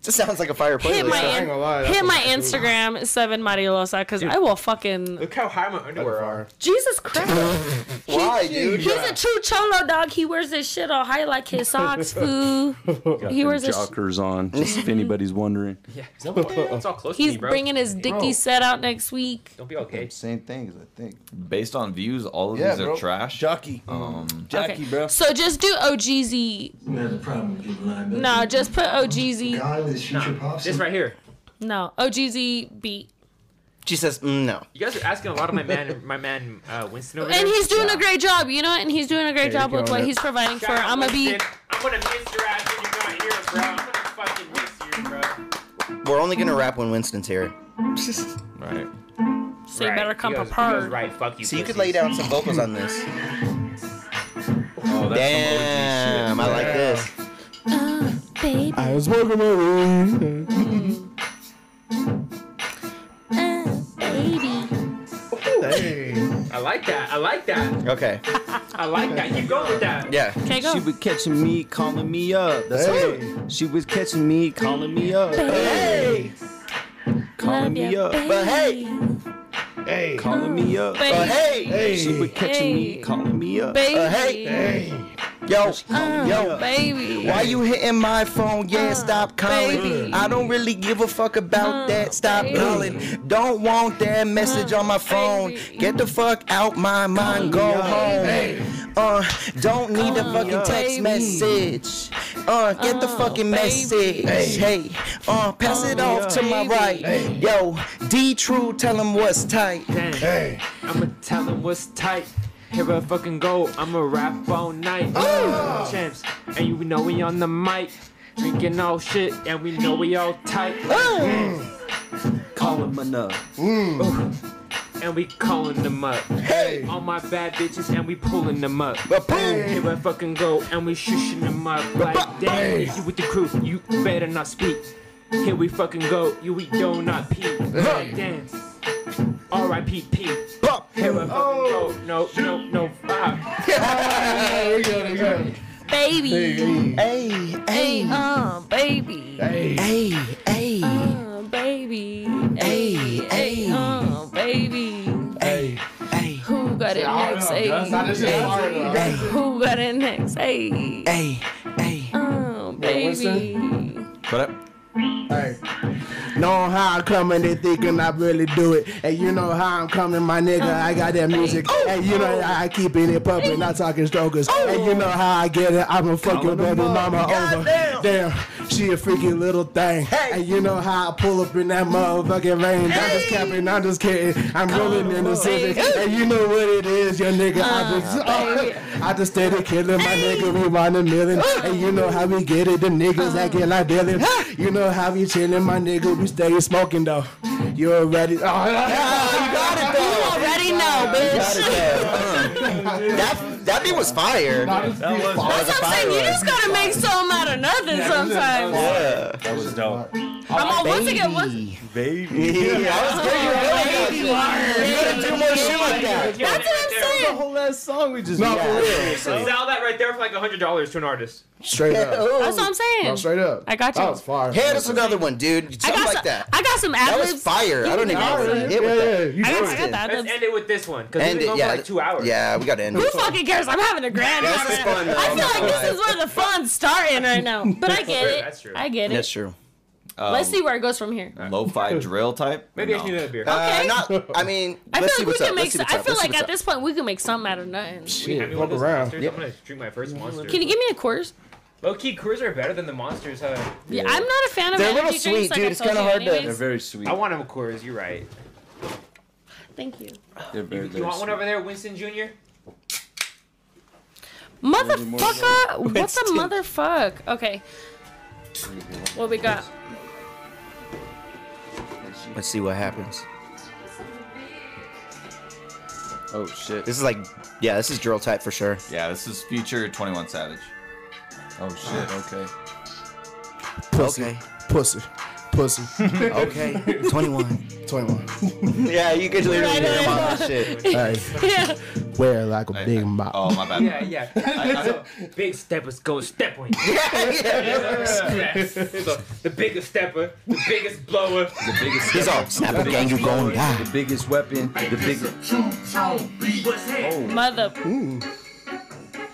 Speaker 4: Just sounds like a fire playlist.
Speaker 3: hit my,
Speaker 5: I ain't gonna lie,
Speaker 3: hit
Speaker 5: that
Speaker 3: my
Speaker 5: was
Speaker 3: Instagram, Seven Marilosa, because I will fucking.
Speaker 6: Look how high my underwear are.
Speaker 3: Jesus Christ.
Speaker 4: Why, dude?
Speaker 3: He's a true cholo dog. He wears this shit all high like his socks, fool.
Speaker 9: Got
Speaker 3: He
Speaker 9: them
Speaker 3: wears a sh-
Speaker 9: jockers on, just if anybody's wondering.
Speaker 6: Yeah, it's all close to
Speaker 3: He's
Speaker 6: me, bro.
Speaker 3: bringing his dicky set out next week.
Speaker 6: Don't be okay.
Speaker 9: Same things, I think.
Speaker 2: Based on views, all of
Speaker 9: Yeah,
Speaker 2: these are
Speaker 9: bro.
Speaker 2: trash.
Speaker 9: Jockey,
Speaker 2: Um,
Speaker 9: jockey,
Speaker 3: Okay.
Speaker 9: bro.
Speaker 3: So just do OGZ. No, just put OGZ.
Speaker 6: This right here.
Speaker 3: No, OGZ Oh, beat.
Speaker 4: She says, mm, no.
Speaker 6: You guys are asking a lot of my man, my man uh, Winston over there.
Speaker 3: And he's doing a great job, you know, and he's doing a great
Speaker 5: Yeah,
Speaker 3: job
Speaker 5: you're
Speaker 3: with
Speaker 5: killing
Speaker 3: what
Speaker 5: it.
Speaker 3: he's providing for.
Speaker 6: Shout out
Speaker 3: I'm gonna be.
Speaker 6: Winston. I'm gonna miss your ass when you're not here, bro. I'm gonna fucking miss you, bro.
Speaker 4: We're only gonna rap when Winston's here.
Speaker 2: right.
Speaker 3: So you
Speaker 6: Right.
Speaker 3: better come
Speaker 6: He goes- he goes
Speaker 3: prepared.
Speaker 6: Right, fuck you.
Speaker 4: So you could
Speaker 6: pussies.
Speaker 4: lay down some vocals on this.
Speaker 2: Oh, that's
Speaker 4: Damn, I like this.
Speaker 3: Baby,
Speaker 5: I was working away.
Speaker 3: uh, baby.
Speaker 5: Hey.
Speaker 6: I like that. I like that.
Speaker 4: Okay.
Speaker 6: I like that. Keep going with that.
Speaker 4: Yeah.
Speaker 3: Okay,
Speaker 9: She
Speaker 3: go.
Speaker 9: was catching me, calling me up. That's
Speaker 5: Hey.
Speaker 9: hey. She was catching me, calling me up.
Speaker 4: Hey.
Speaker 9: Calling
Speaker 3: Love
Speaker 9: me
Speaker 3: you,
Speaker 9: up.
Speaker 3: baby.
Speaker 4: But hey.
Speaker 5: Hey.
Speaker 9: Calling me up.
Speaker 3: Baby.
Speaker 4: Hey.
Speaker 5: Hey.
Speaker 9: She was catching me,
Speaker 3: Hey.
Speaker 9: calling me up.
Speaker 3: Baby.
Speaker 4: Uh, hey.
Speaker 5: Hey.
Speaker 4: Yo, yo,
Speaker 3: baby.
Speaker 4: Why you hitting my phone? Yeah, stop calling.
Speaker 3: Uh, baby.
Speaker 4: I don't really give a fuck about
Speaker 3: Uh,
Speaker 4: that. Stop
Speaker 3: baby. Uh,
Speaker 4: calling. Don't want that message on my phone.
Speaker 3: baby.
Speaker 4: Get the fuck out my mind. Go home. Uh, don't need a fucking text
Speaker 3: baby.
Speaker 4: message. Uh, get the
Speaker 3: Uh,
Speaker 4: fucking
Speaker 3: baby.
Speaker 4: message. Hey, uh, pass it off to my
Speaker 3: baby.
Speaker 4: right. Yo, D True, tell him what's tight.
Speaker 6: Dang. I'ma tell them what's tight. Here I fucking go. I'ma rap all night. Champs, and you know we on the mic. Drinking all shit, and we know we all tight.
Speaker 9: Call him enough.
Speaker 6: And we calling them up.
Speaker 4: Hey.
Speaker 6: All my bad bitches, and we pulling them up.
Speaker 4: But boom.
Speaker 6: Here I fucking go, and we shushing them up. Like, damn, you with the crew, you better not speak. Here we fucking go, you we do not peep. Like, damn. R.I.P.P.
Speaker 4: Bop.
Speaker 6: Here I fucking go,
Speaker 4: Oh.
Speaker 6: no, no, no, Ah. fuck.
Speaker 5: There we go. There we go.
Speaker 3: Baby.
Speaker 4: Hey,
Speaker 3: Hey,
Speaker 4: hey,
Speaker 3: uh, baby.
Speaker 4: hey, hey.
Speaker 3: Uh, baby. Hey, hey, uh, baby.
Speaker 5: Hey,
Speaker 4: Hey,
Speaker 3: Who got it next? Hey, who got it next? Hey,
Speaker 4: hey, hey.
Speaker 3: uh, baby.
Speaker 2: But I,
Speaker 5: Hey. Know how I'm coming, they thinking I really do it. And you know how I'm coming, my nigga, I got that music. And you know I, I keeping it pumping, not talking strokers. And you know how I get it, I'm a fucking baby mama over. Damn. she a freaking little thing. And you know how I pull up in that motherfucking vein. I'm just capping, I'm just kidding. I'm rolling in the civic. And you know what it is, your nigga. I just,
Speaker 3: baby.
Speaker 5: I just stay to killing my nigga, we want a million. And you know how we get it, the niggas that get like Dylan. You know how we chillin', my nigga, we stay smoking though. You already. Oh,
Speaker 4: You got it
Speaker 3: You
Speaker 4: though.
Speaker 3: already know, bitch.
Speaker 4: that that beat was fire.
Speaker 3: That's what I'm saying. You just gotta make something out of nothing sometimes.
Speaker 4: Yeah.
Speaker 9: That was dope.
Speaker 3: I'm all once again, once.
Speaker 9: Baby.
Speaker 4: Yeah, I was great. You gotta do more shit like that.
Speaker 6: That's
Speaker 3: That's what I'm saying.
Speaker 9: whole last song we just
Speaker 5: No, for real.
Speaker 6: Sell that right there for like hundred dollars to an artist.
Speaker 5: Straight up.
Speaker 3: That's what I'm saying.
Speaker 5: No, straight up.
Speaker 3: I got you.
Speaker 5: That was fire.
Speaker 4: Hit us another one, dude.
Speaker 3: I
Speaker 4: Something
Speaker 3: got
Speaker 4: like
Speaker 3: some,
Speaker 4: that.
Speaker 3: I got some ad
Speaker 4: That
Speaker 3: libs.
Speaker 4: was fire. I don't even know what to hit
Speaker 5: Yeah,
Speaker 4: with
Speaker 5: yeah,
Speaker 4: that.
Speaker 5: you
Speaker 3: I got, I
Speaker 5: drove
Speaker 3: got
Speaker 5: it.
Speaker 3: the ad
Speaker 6: Let's
Speaker 3: libs.
Speaker 6: end it with this one because we've
Speaker 4: End
Speaker 6: been
Speaker 4: it,
Speaker 6: going
Speaker 4: yeah.
Speaker 6: for like two hours.
Speaker 4: Yeah, we gotta end
Speaker 3: Who
Speaker 4: it.
Speaker 3: fucking cares? I'm having a grand
Speaker 4: That's
Speaker 3: time.
Speaker 4: just fun, though.
Speaker 3: I feel
Speaker 4: I'm
Speaker 3: like
Speaker 4: not
Speaker 3: this is where the fun starting right now. But I get it.
Speaker 6: That's true.
Speaker 3: I get it.
Speaker 4: That's true.
Speaker 2: uh,
Speaker 3: Let's see where it goes from here.
Speaker 2: Lo-fi drill type.
Speaker 6: Maybe I
Speaker 2: No.
Speaker 6: just need another beer.
Speaker 4: Uh,
Speaker 3: Okay.
Speaker 4: not, I mean,
Speaker 3: I
Speaker 4: let's see
Speaker 3: feel
Speaker 4: what's
Speaker 3: like we
Speaker 4: up.
Speaker 3: can
Speaker 4: Let's
Speaker 3: make.
Speaker 4: see
Speaker 3: Some,
Speaker 4: what's
Speaker 3: I
Speaker 4: up.
Speaker 3: feel
Speaker 4: Let's see
Speaker 3: like at
Speaker 4: what's
Speaker 3: this point we can make something out of nothing.
Speaker 6: Can you hand me one of
Speaker 5: fuck
Speaker 6: those
Speaker 5: around.
Speaker 6: monsters? I'm gonna drink my first monster.
Speaker 3: Can you give me a quarters?
Speaker 6: Low key, crews are better than the monsters. Huh?
Speaker 3: Yeah, I'm not a fan of
Speaker 4: They're a
Speaker 3: energy
Speaker 4: little
Speaker 3: drinks,
Speaker 4: sweet,
Speaker 3: like
Speaker 4: dude.
Speaker 3: I
Speaker 4: It's
Speaker 3: told
Speaker 4: kinda
Speaker 3: you
Speaker 4: hard to-
Speaker 9: They're
Speaker 3: anyways.
Speaker 9: very sweet.
Speaker 6: I want them Coors. You're right.
Speaker 3: Thank you,
Speaker 9: They're very,
Speaker 6: You,
Speaker 9: very
Speaker 6: you want one
Speaker 9: sweet.
Speaker 6: over there, Winston Jr.?
Speaker 3: motherfucker. What the motherfuck? Okay. What we got?
Speaker 4: up. Let's see what happens.
Speaker 9: Oh shit.
Speaker 4: This is like, yeah, this is drill type for sure.
Speaker 2: Yeah, this is future 21 Savage.
Speaker 9: Oh shit. Okay.
Speaker 5: Pussy. Pussy. Pussy.
Speaker 4: Okay, 21.
Speaker 5: 21.
Speaker 4: yeah, you could literally
Speaker 3: Right
Speaker 4: hear him
Speaker 3: on.
Speaker 4: on that shit.
Speaker 5: Hey,
Speaker 3: Yeah.
Speaker 5: wear like a
Speaker 2: I-
Speaker 5: big
Speaker 2: I-
Speaker 5: mop.
Speaker 2: Oh my bad.
Speaker 6: Yeah, yeah. Big steppers go step on you. Yes. So, the biggest stepper, the biggest blower.
Speaker 9: The biggest.
Speaker 4: He's all, snap a gang, you going down.
Speaker 9: The biggest weapon. The biggest.
Speaker 3: Mother.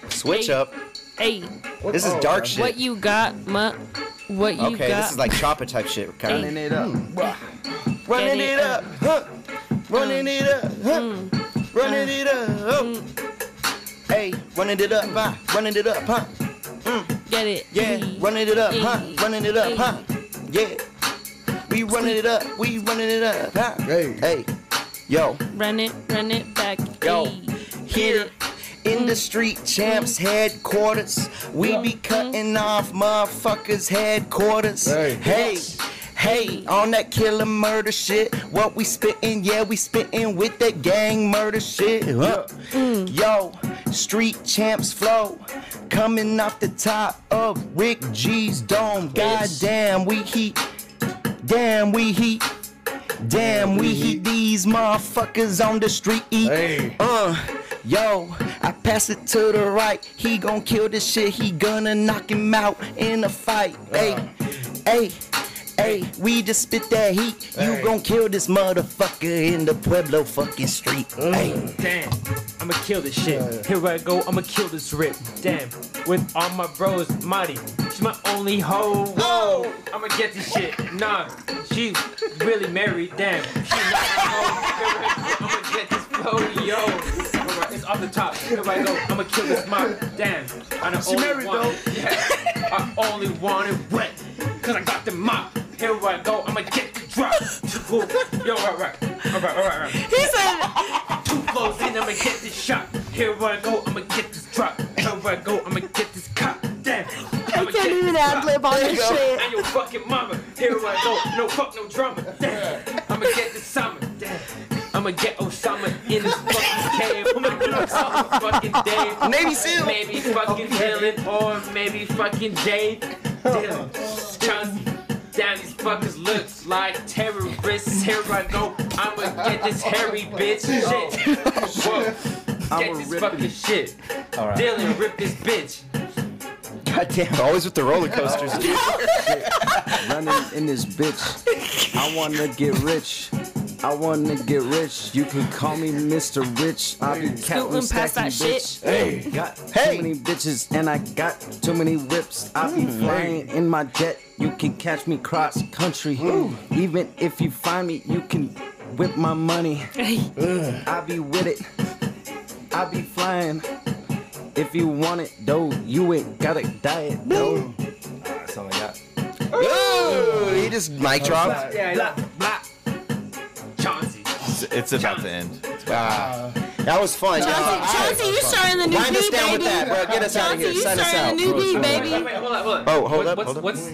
Speaker 4: Switch up.
Speaker 3: Hey,
Speaker 4: This
Speaker 6: Oh,
Speaker 4: is dark shit.
Speaker 3: what you got, ma? What you got?
Speaker 4: Okay, this is like chopper type shit, kind of.
Speaker 9: Turning it up.
Speaker 4: Running it up, huh? Running it up, huh?
Speaker 3: Hmm.
Speaker 4: Running it up, huh? Hey, running it up, huh? Running it up, huh?
Speaker 3: Get it?
Speaker 4: Yeah,
Speaker 3: Hey.
Speaker 4: running it up, huh?
Speaker 3: Hey.
Speaker 4: Running it up,
Speaker 3: Hey.
Speaker 4: huh? Yeah. We running it up, we running it up, huh?
Speaker 5: Hey.
Speaker 4: Hey, yo.
Speaker 3: Run it, run it back.
Speaker 4: Yo,
Speaker 3: Hey.
Speaker 4: here in the street champs headquarters, we be cutting off motherfuckers' headquarters.
Speaker 5: Hey.
Speaker 4: hey. Hey, on that killer murder shit, what we spittin', yeah, we spittin' with that gang murder shit. Huh. Yo, street champs flow, coming off the top of Rick G's dome. Goddamn, we heat. Damn, we heat. Damn, we heat these motherfuckers on the street.
Speaker 5: Hey.
Speaker 4: Uh, yo, I pass it to the right. He gon' Uh. kill this shit. He gonna knock him out in a fight. Hey, hey, hey, Hey, we just spit that heat. You gon' kill this motherfucker in the Pueblo fucking street. Hey,
Speaker 6: Damn, I'ma kill this shit. Here I go, I'ma kill this rip. Damn, with all my bros, Marty, she's my only hoe. Whoa, I'ma get this shit. Nah, she really married. Damn, she not my hoe. I'ma get this flow, yo. Alright, It's off the top. Here I go, I'ma kill this mom. Damn, I don't only
Speaker 10: married,
Speaker 6: want it- Yeah, I only want it wet, cause I got the mop. Here I go, I'ma get the drop. Cool. Yo, alright, alright, alright, alright
Speaker 3: He said,
Speaker 6: two blows in, I'ma get this shot. Here I go, I'ma get this drop. Here I go, I'ma get this cop. Damn.
Speaker 3: I can't even ad lib on this shit.
Speaker 6: And your fucking mama. Here I go, no fuck, no drama. Damn. I'ma get this summer. Damn. I'ma get Osama in this fucking cave. I'ma get Osama fucking Dave.
Speaker 4: Navy SEAL.
Speaker 6: Maybe fucking Dylan or maybe fucking Jay. Dylan. Chauncey. Down these fuckers looks like terrorists. Here I go. I'ma get this hairy bitch. Shit. Whoa. Get this fucking shit. Dylan, rip this bitch.
Speaker 4: goddamn.
Speaker 2: Always with the roller coasters.
Speaker 10: running in this bitch. I wanna get rich. I wanna get rich. You can call me Mr. Rich. I be counting
Speaker 3: Scootin' past
Speaker 10: stacking
Speaker 3: that
Speaker 10: bitch.
Speaker 3: shit.
Speaker 10: Hey, got
Speaker 4: Hey.
Speaker 10: too many bitches and I got too many whips. I be
Speaker 9: Mm.
Speaker 10: flying in my jet. You can catch me cross country. Even if you find me, you can whip my money. I be with it. I be flying. If you want it, though, you ain't gotta diet, though.
Speaker 9: That's all I got.
Speaker 4: Ooh, he just mic dropped.
Speaker 6: Blah, blah. Chauncey.
Speaker 2: it's about to end.
Speaker 4: Ah, that was fun.
Speaker 3: Chauncey,
Speaker 4: y'all.
Speaker 3: Chauncey, you starting the new
Speaker 4: Wind us
Speaker 3: beat,
Speaker 4: down with
Speaker 3: baby.
Speaker 4: that, bro. Get us out of
Speaker 3: Chauncey,
Speaker 4: here.
Speaker 3: you
Speaker 4: Sign us
Speaker 3: starting
Speaker 4: out.
Speaker 3: the new beat,
Speaker 6: Wait,
Speaker 3: baby.
Speaker 6: wait, hold on, hold on.
Speaker 4: Oh, hold
Speaker 6: What-
Speaker 4: up,
Speaker 6: What's,
Speaker 4: hold up.
Speaker 6: what's,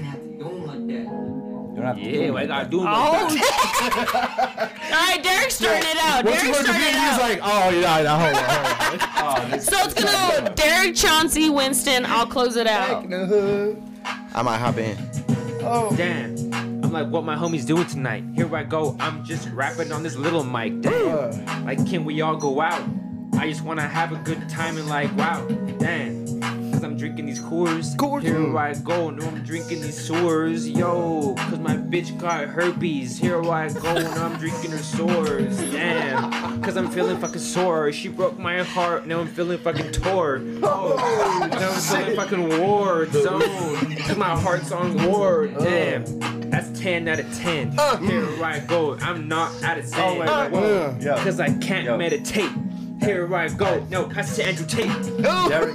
Speaker 9: You don't have to
Speaker 6: yeah,
Speaker 9: do
Speaker 6: what I
Speaker 9: it.
Speaker 6: gotta do?
Speaker 3: Oh. All right, Derek's starting it out.
Speaker 5: Once you
Speaker 3: Derek's
Speaker 5: learn to
Speaker 3: starting
Speaker 5: beat,
Speaker 3: it
Speaker 5: you're just
Speaker 3: out.
Speaker 5: like, oh, yeah, yeah, hold on, hold on.
Speaker 3: So it's gonna go Derek, Chauncey, Winston. I'll close it out.
Speaker 4: I might hop in.
Speaker 6: Damn. I'm like, what my homies doing tonight? Here I go. I'm just rapping on this little mic. Damn. Like, can we all go out? I just wanna have a good time and like, wow. Damn. Cause I'm drinking these Coors. Coors. Here I go. No, I'm drinking these sores. Yo. Cause my bitch got herpes. Here I go. Now I'm drinking her sores. Damn. Cause I'm feeling fucking sore. She broke my heart. Now I'm feeling fucking tore. Oh. Now I'm feeling fucking war zone. Cause my heart's on war. Damn. That's 10 out of 10. Here I go. I'm not out of 10.
Speaker 9: Yeah.
Speaker 6: Cause I can't
Speaker 9: Yo.
Speaker 6: meditate. Here I go. No, pass it to Andrew Tate.
Speaker 9: Derek,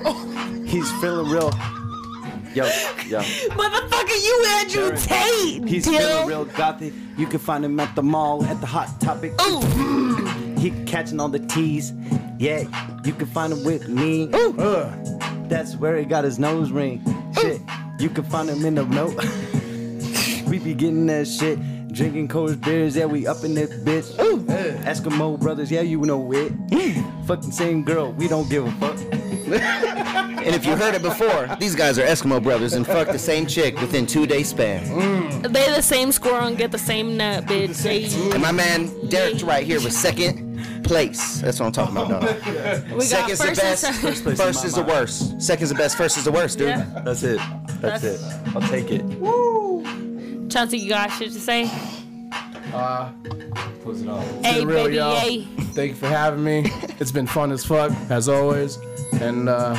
Speaker 9: he's feeling real. Yo, yo.
Speaker 3: Motherfucker, you Andrew
Speaker 9: Derek.
Speaker 3: Tate,
Speaker 9: He's feeling
Speaker 3: deal.
Speaker 9: real gothic. You can find him at the mall, at the Hot Topic.
Speaker 3: Ooh,
Speaker 9: He catching all the T's. Yeah, you can find him with me. Uh, That's where he got his nose ring. Shit, you can find him in the note. we be getting that shit. Drinking cold beers, yeah, we up in this bitch. Uh, Eskimo brothers, yeah, you know it. Fucking same girl, we don't give a fuck.
Speaker 4: And if you heard it before, these guys are Eskimo brothers and fuck the same chick within two day span.
Speaker 3: they the same squirrel and get the same nut, bitch. Hey,
Speaker 4: And my man Derek's right here with second place. That's what I'm talking about. No, no.
Speaker 3: we got
Speaker 4: Second's
Speaker 3: first
Speaker 4: the
Speaker 3: and
Speaker 4: best.
Speaker 3: second.
Speaker 4: First,
Speaker 9: place in my
Speaker 4: is the
Speaker 9: mind.
Speaker 4: worst. Second's the best. First is the worst, dude.
Speaker 3: Yeah.
Speaker 9: That's it. That's,
Speaker 3: That's-
Speaker 9: it. I'll take it.
Speaker 3: Chauncey, you got shit to say?
Speaker 9: Close it off.
Speaker 3: Hey,
Speaker 5: real,
Speaker 3: baby,
Speaker 5: y'all.
Speaker 3: yay.
Speaker 5: Thank you for having me. It's been fun as fuck, as always. And, uh,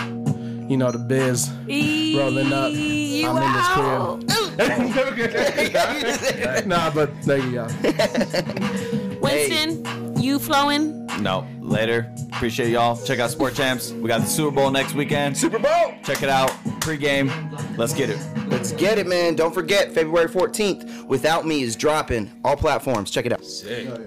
Speaker 5: you know, the biz. Rolling up.
Speaker 3: You
Speaker 5: I'm in this
Speaker 3: out. Mm-hmm.
Speaker 5: Nah, but thank you, y'all.
Speaker 3: Winston, you flowing?
Speaker 2: No, later. Appreciate y'all. Check out Sport Champs. We got the Super Bowl next weekend. Super Bowl. Check it out. Pre-game. Let's get it.
Speaker 4: Let's get it, man. Don't forget, February 14th, Without Me is dropping all platforms. Check it out.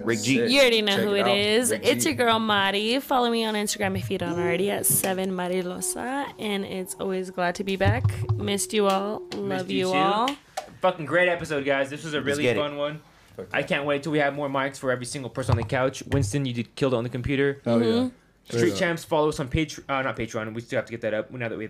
Speaker 4: Rick G.
Speaker 3: You already know who
Speaker 9: it
Speaker 3: it
Speaker 9: out.
Speaker 3: is.
Speaker 9: Big
Speaker 3: It's
Speaker 9: G.
Speaker 3: your girl Mari. Follow me on Instagram if you don't already at seven Marilosa. And it's always glad to be back. Missed you all. Love
Speaker 6: you
Speaker 3: you,
Speaker 6: too.
Speaker 3: all.
Speaker 6: Fucking great episode, guys. This was a really
Speaker 4: get it.
Speaker 6: fun one. I can't wait till we have more mics for every single person on the couch. Winston, you did killed it on the computer.
Speaker 5: Oh, yeah.
Speaker 6: Street Champs, follow us on Patreon. Uh, not Patreon. We still have to get that up now that we have the